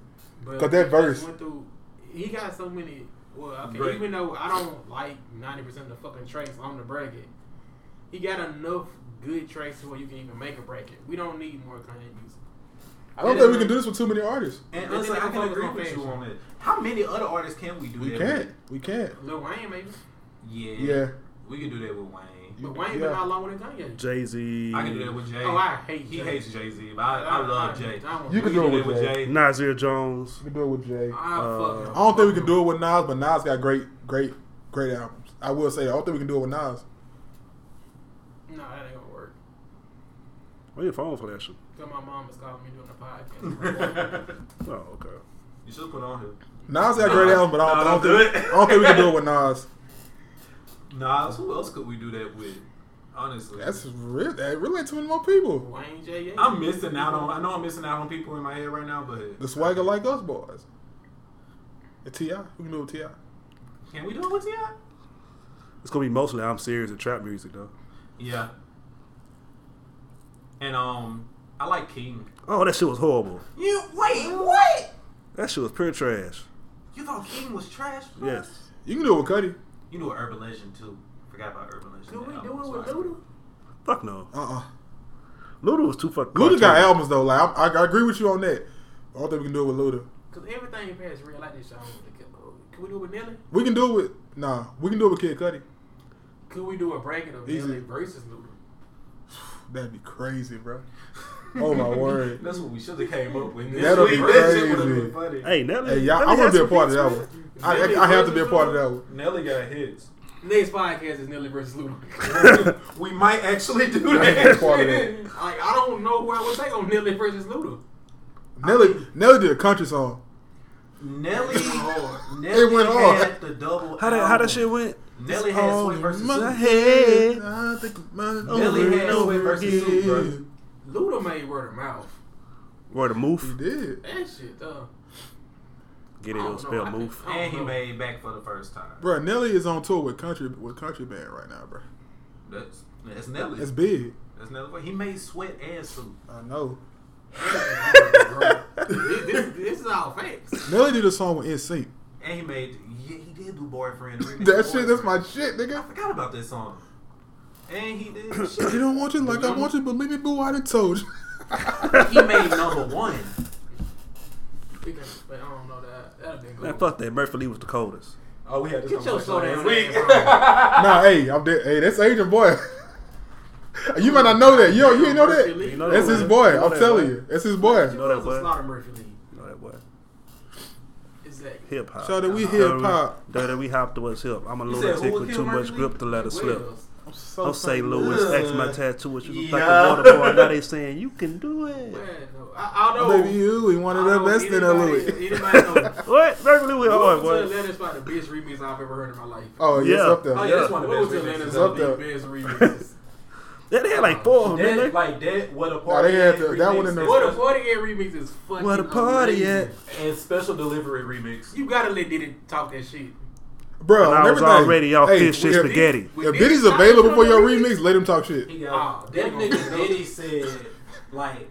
But
'Cause that
he
verse-
went through, he got so many. Well, okay,
Great.
even though I don't like ninety percent of the fucking tracks on the bracket, he got enough good tracks to where you can even make a bracket. We don't need more Kanye music.
I don't
It
think we
is-
can do this with too many artists.
And
That
honestly,
nigga
I can
focus
agree
on
with you
fashion.
on it. How many other artists can we do
We
that?
can't.
With?
We can't.
Lil Wayne maybe,
Yeah.
Yeah.
We can do that with Wayne.
You-
but Wayne been
yeah.
out longer than Kanye.
Jay Z.
I can do that with Jay.
Oh, I hate
he
Jay.
hates Jay Z, but I, I love Jay.
I don't
You
We
can do it
that
with Jay.
Nazir Jones.
We can do it with Jay.
I fucking.
I don't think we can do it with Nas, but Nas got great, great, great albums. I will say, I don't think we can do it with Nas.
No, that ain't gonna work.
Why your Oh, phone flashing?
Cause my mom was calling me doing the podcast.
Oh, okay.
you should put on him.
Nas got great albums, but
No,
I don't, I don't
don't
think
do it.
I don't think we can do it with Nas.
Nah, who else could we do that with? Honestly,
That's real. That really ain't too many more people.
Wayne Jay.
I'm missing out on. I know I'm missing out on people in my head right now, but
The swagger like us boys. And Ti, we can do it with Ti.
Can we do it with Ti?
It's gonna be mostly I'm serious and trap music though.
Yeah. And um, I like King.
Oh, that shit was horrible.
You wait, what?
That shit was pure trash.
You thought King was trash? bro?
Yes.
You can do it with Cudi.
You knew Urban Legend too. Forgot about Urban Legend.
Do we
That
do
album
it
was
with
fire.
Luda?
Fuck no.
Uh uh
Luda was too fucking.
Luda got
cartoony.
albums though. Like I, I agree with you on that. I don't think we can do it with Luda.
Cause everything in Paris real like this song. Can we do it with Nelly?
We can do it with nah. We can do it with Kid Cudi.
Could we do a bracket of
Easy.
Nelly versus Luda?
That'd be crazy, bro. Oh my word.
That's what we should have came up with.
That'll be
This week, that shit would've
crazy.
been funny.
Hey, Nelly.
Hey, y'all, I
Nelly
want
had
to be a
some
part of that
hits,
one. I,
man.
I, I have to be a part of that one.
Nelly got hits.
Next podcast is Nelly versus Luda.
We might actually do that.
That's part of that.
like I don't know where I would take on Nelly versus Luda.
Nelly, Nelly did a country song.
Nelly, Nelly
It went hard.
had the double.
How that how
album.
that shit went?
Oh.
Um,
Nelly had Sway
Oh,
versus
my
Sue.
head.
I think of mine
Nelly
over
had
and
Sway
over
versus Sue,
again.
Luda made word of mouth.
Where the
He
moof?
did,
That shit uh, though.
Get it?
I
It'll
don't know.
spell
I think-
moof.
And he made back for the first time.
bro. Nelly is on tour with country with country band right now, bro.
That's that's Nelly.
It's big.
That's Nelly. He made sweat and soup.
I know.
this, this, this is all facts.
Nelly did a song with NSYNC.
And he made yeah, he did do boyfriend.
That shit, that's
Boyfriend.
my shit, nigga.
I forgot about this song. And he did
If you
shit.
don't want you like I want you, believe me, boo. I done told you.
he made number one.
Because, but I don't know that. That'd been
Man,
good.
fuck that. Murphy Lee was the coldest.
Oh, we had this
Get your
conversation
soda
last
in
week.
there,
nah, hey, I'm dead. Hey, that's Asian boy. you might not know that. Yo, you ain't know
Murphy Lee.
that.
You know
That's
that,
his
boy.
boy.
You know
I'm
that,
telling
boy.
you, that's his boy.
You
know that,
was a
boy.
Slaughter Murphy Lee.
You know that boy.
Exactly.
Hip hop.
So that we
Uh-huh.
hip hop.
Dirty, we hopped was hip. I'm a
You said
lunatic
who was
with
Kim
too much
Murphy?
grip to let it slip.
Wheels.
I'm so
Don't say Louis,
Ugh.
ask my tattoo what you look
Yeah.
like a water boy. Now they saying you can do it.
Man, no. I, I don't know.
Baby, you we one of the
Oh,
I don't
best in the
anybody-
league.
Anybody know?
What? Murphy Lee was hard,
Welcome to
boy.
Atlanta's by the best remix I've ever heard in my life.
Oh, yes,
Yeah.
up there.
Oh yeah,
Yeah.
that's one of
Welcome
the
to
best
Atlanta's
remixes
up
of
by
there.
the best remixes.
Yeah, they had like four of them,
That,
didn't they?
like that, what a
Nah,
party!
they had
At
to- that one in
remix
the-
and
What a
special-
party at remix is fucking.
Where the party
amazing.
and special delivery remix.
You gotta let Diddy talk that shit.
Bro,
And I
on
was
everything.
already off
Hey,
fish and
if-
spaghetti.
If Diddy's available for your remix, let him talk shit.
He got
Oh,
that
they gonna
nigga
do it.
Diddy said like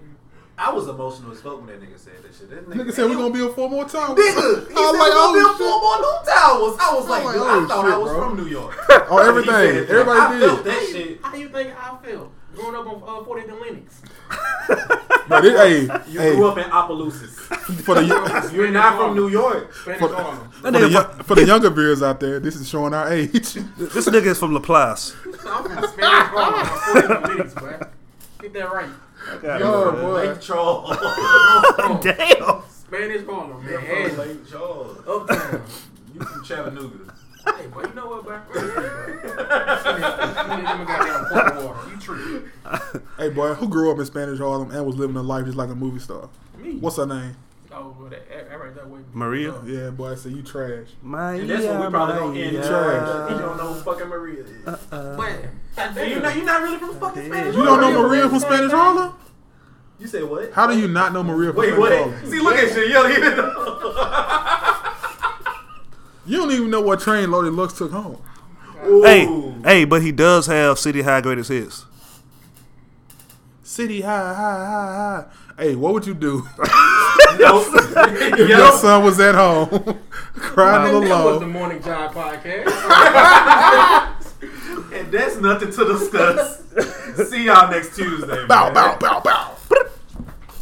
I was emotional as fuck when that nigga said that shit. That
Nigga said we gonna be here four more times.
Nigga, he said
I was like,
we built four
oh
more new towers. I was like,
like,
dude,
oh,
I thought I
shit,
was
bro.
from New York.
shit. On everything,
He said that.
everybody
I
did.
felt that shit.
How you think I feel growing up on uh, 40th and Lennox?
Bro, this- hey,
You
hey,
grew up in Opelousas.
for the
You're not from New York.
Spanish
For-
Harlem.
That
for the,
nigga,
yo- for the younger viewers out there, this is showing our age.
this nigga is from Laplace.
I'm from Spanish Harlem on 40th and Lennox, bro. Get that right.
Yo,
Lake
boy,
Charles.
From
Damn.
Spanish Harlem,
You're
man. Oh,
from Lake Charles.
Uptown.
You from Chattanooga.
Hey, but you know what, bro?
You tripping.
Hey, boy, who grew up in Spanish Harlem and was living a life just like a movie star?
Me.
What's her name?
Oh, well, that, that right that way.
Maria?
Oh.
Yeah, boy, I said you trash.
My
And that's what we probably gonna end
yeah.
it.
Trash.
You don't know who fucking Maria is.
But
And you know, you're not really from fucking Spanish.
You don't know
Harlem.
Maria from Spanish Harlem?
You said what?
How do you not know Maria from
Wait,
Spanish
what?
Harlem?
See, look at you. You don't even know.
You don't even know what train Loaded Lux took home.
Hey,
Ooh.
hey, but he does have City High greatest hits.
City high, high, high, high. Hey, what would you do
Nope.
if your son was at home crying
that was the
alone?
morning job podcast.
And that's nothing to discuss. See y'all next Tuesday.
Bow,
man.
bow, bow, bow.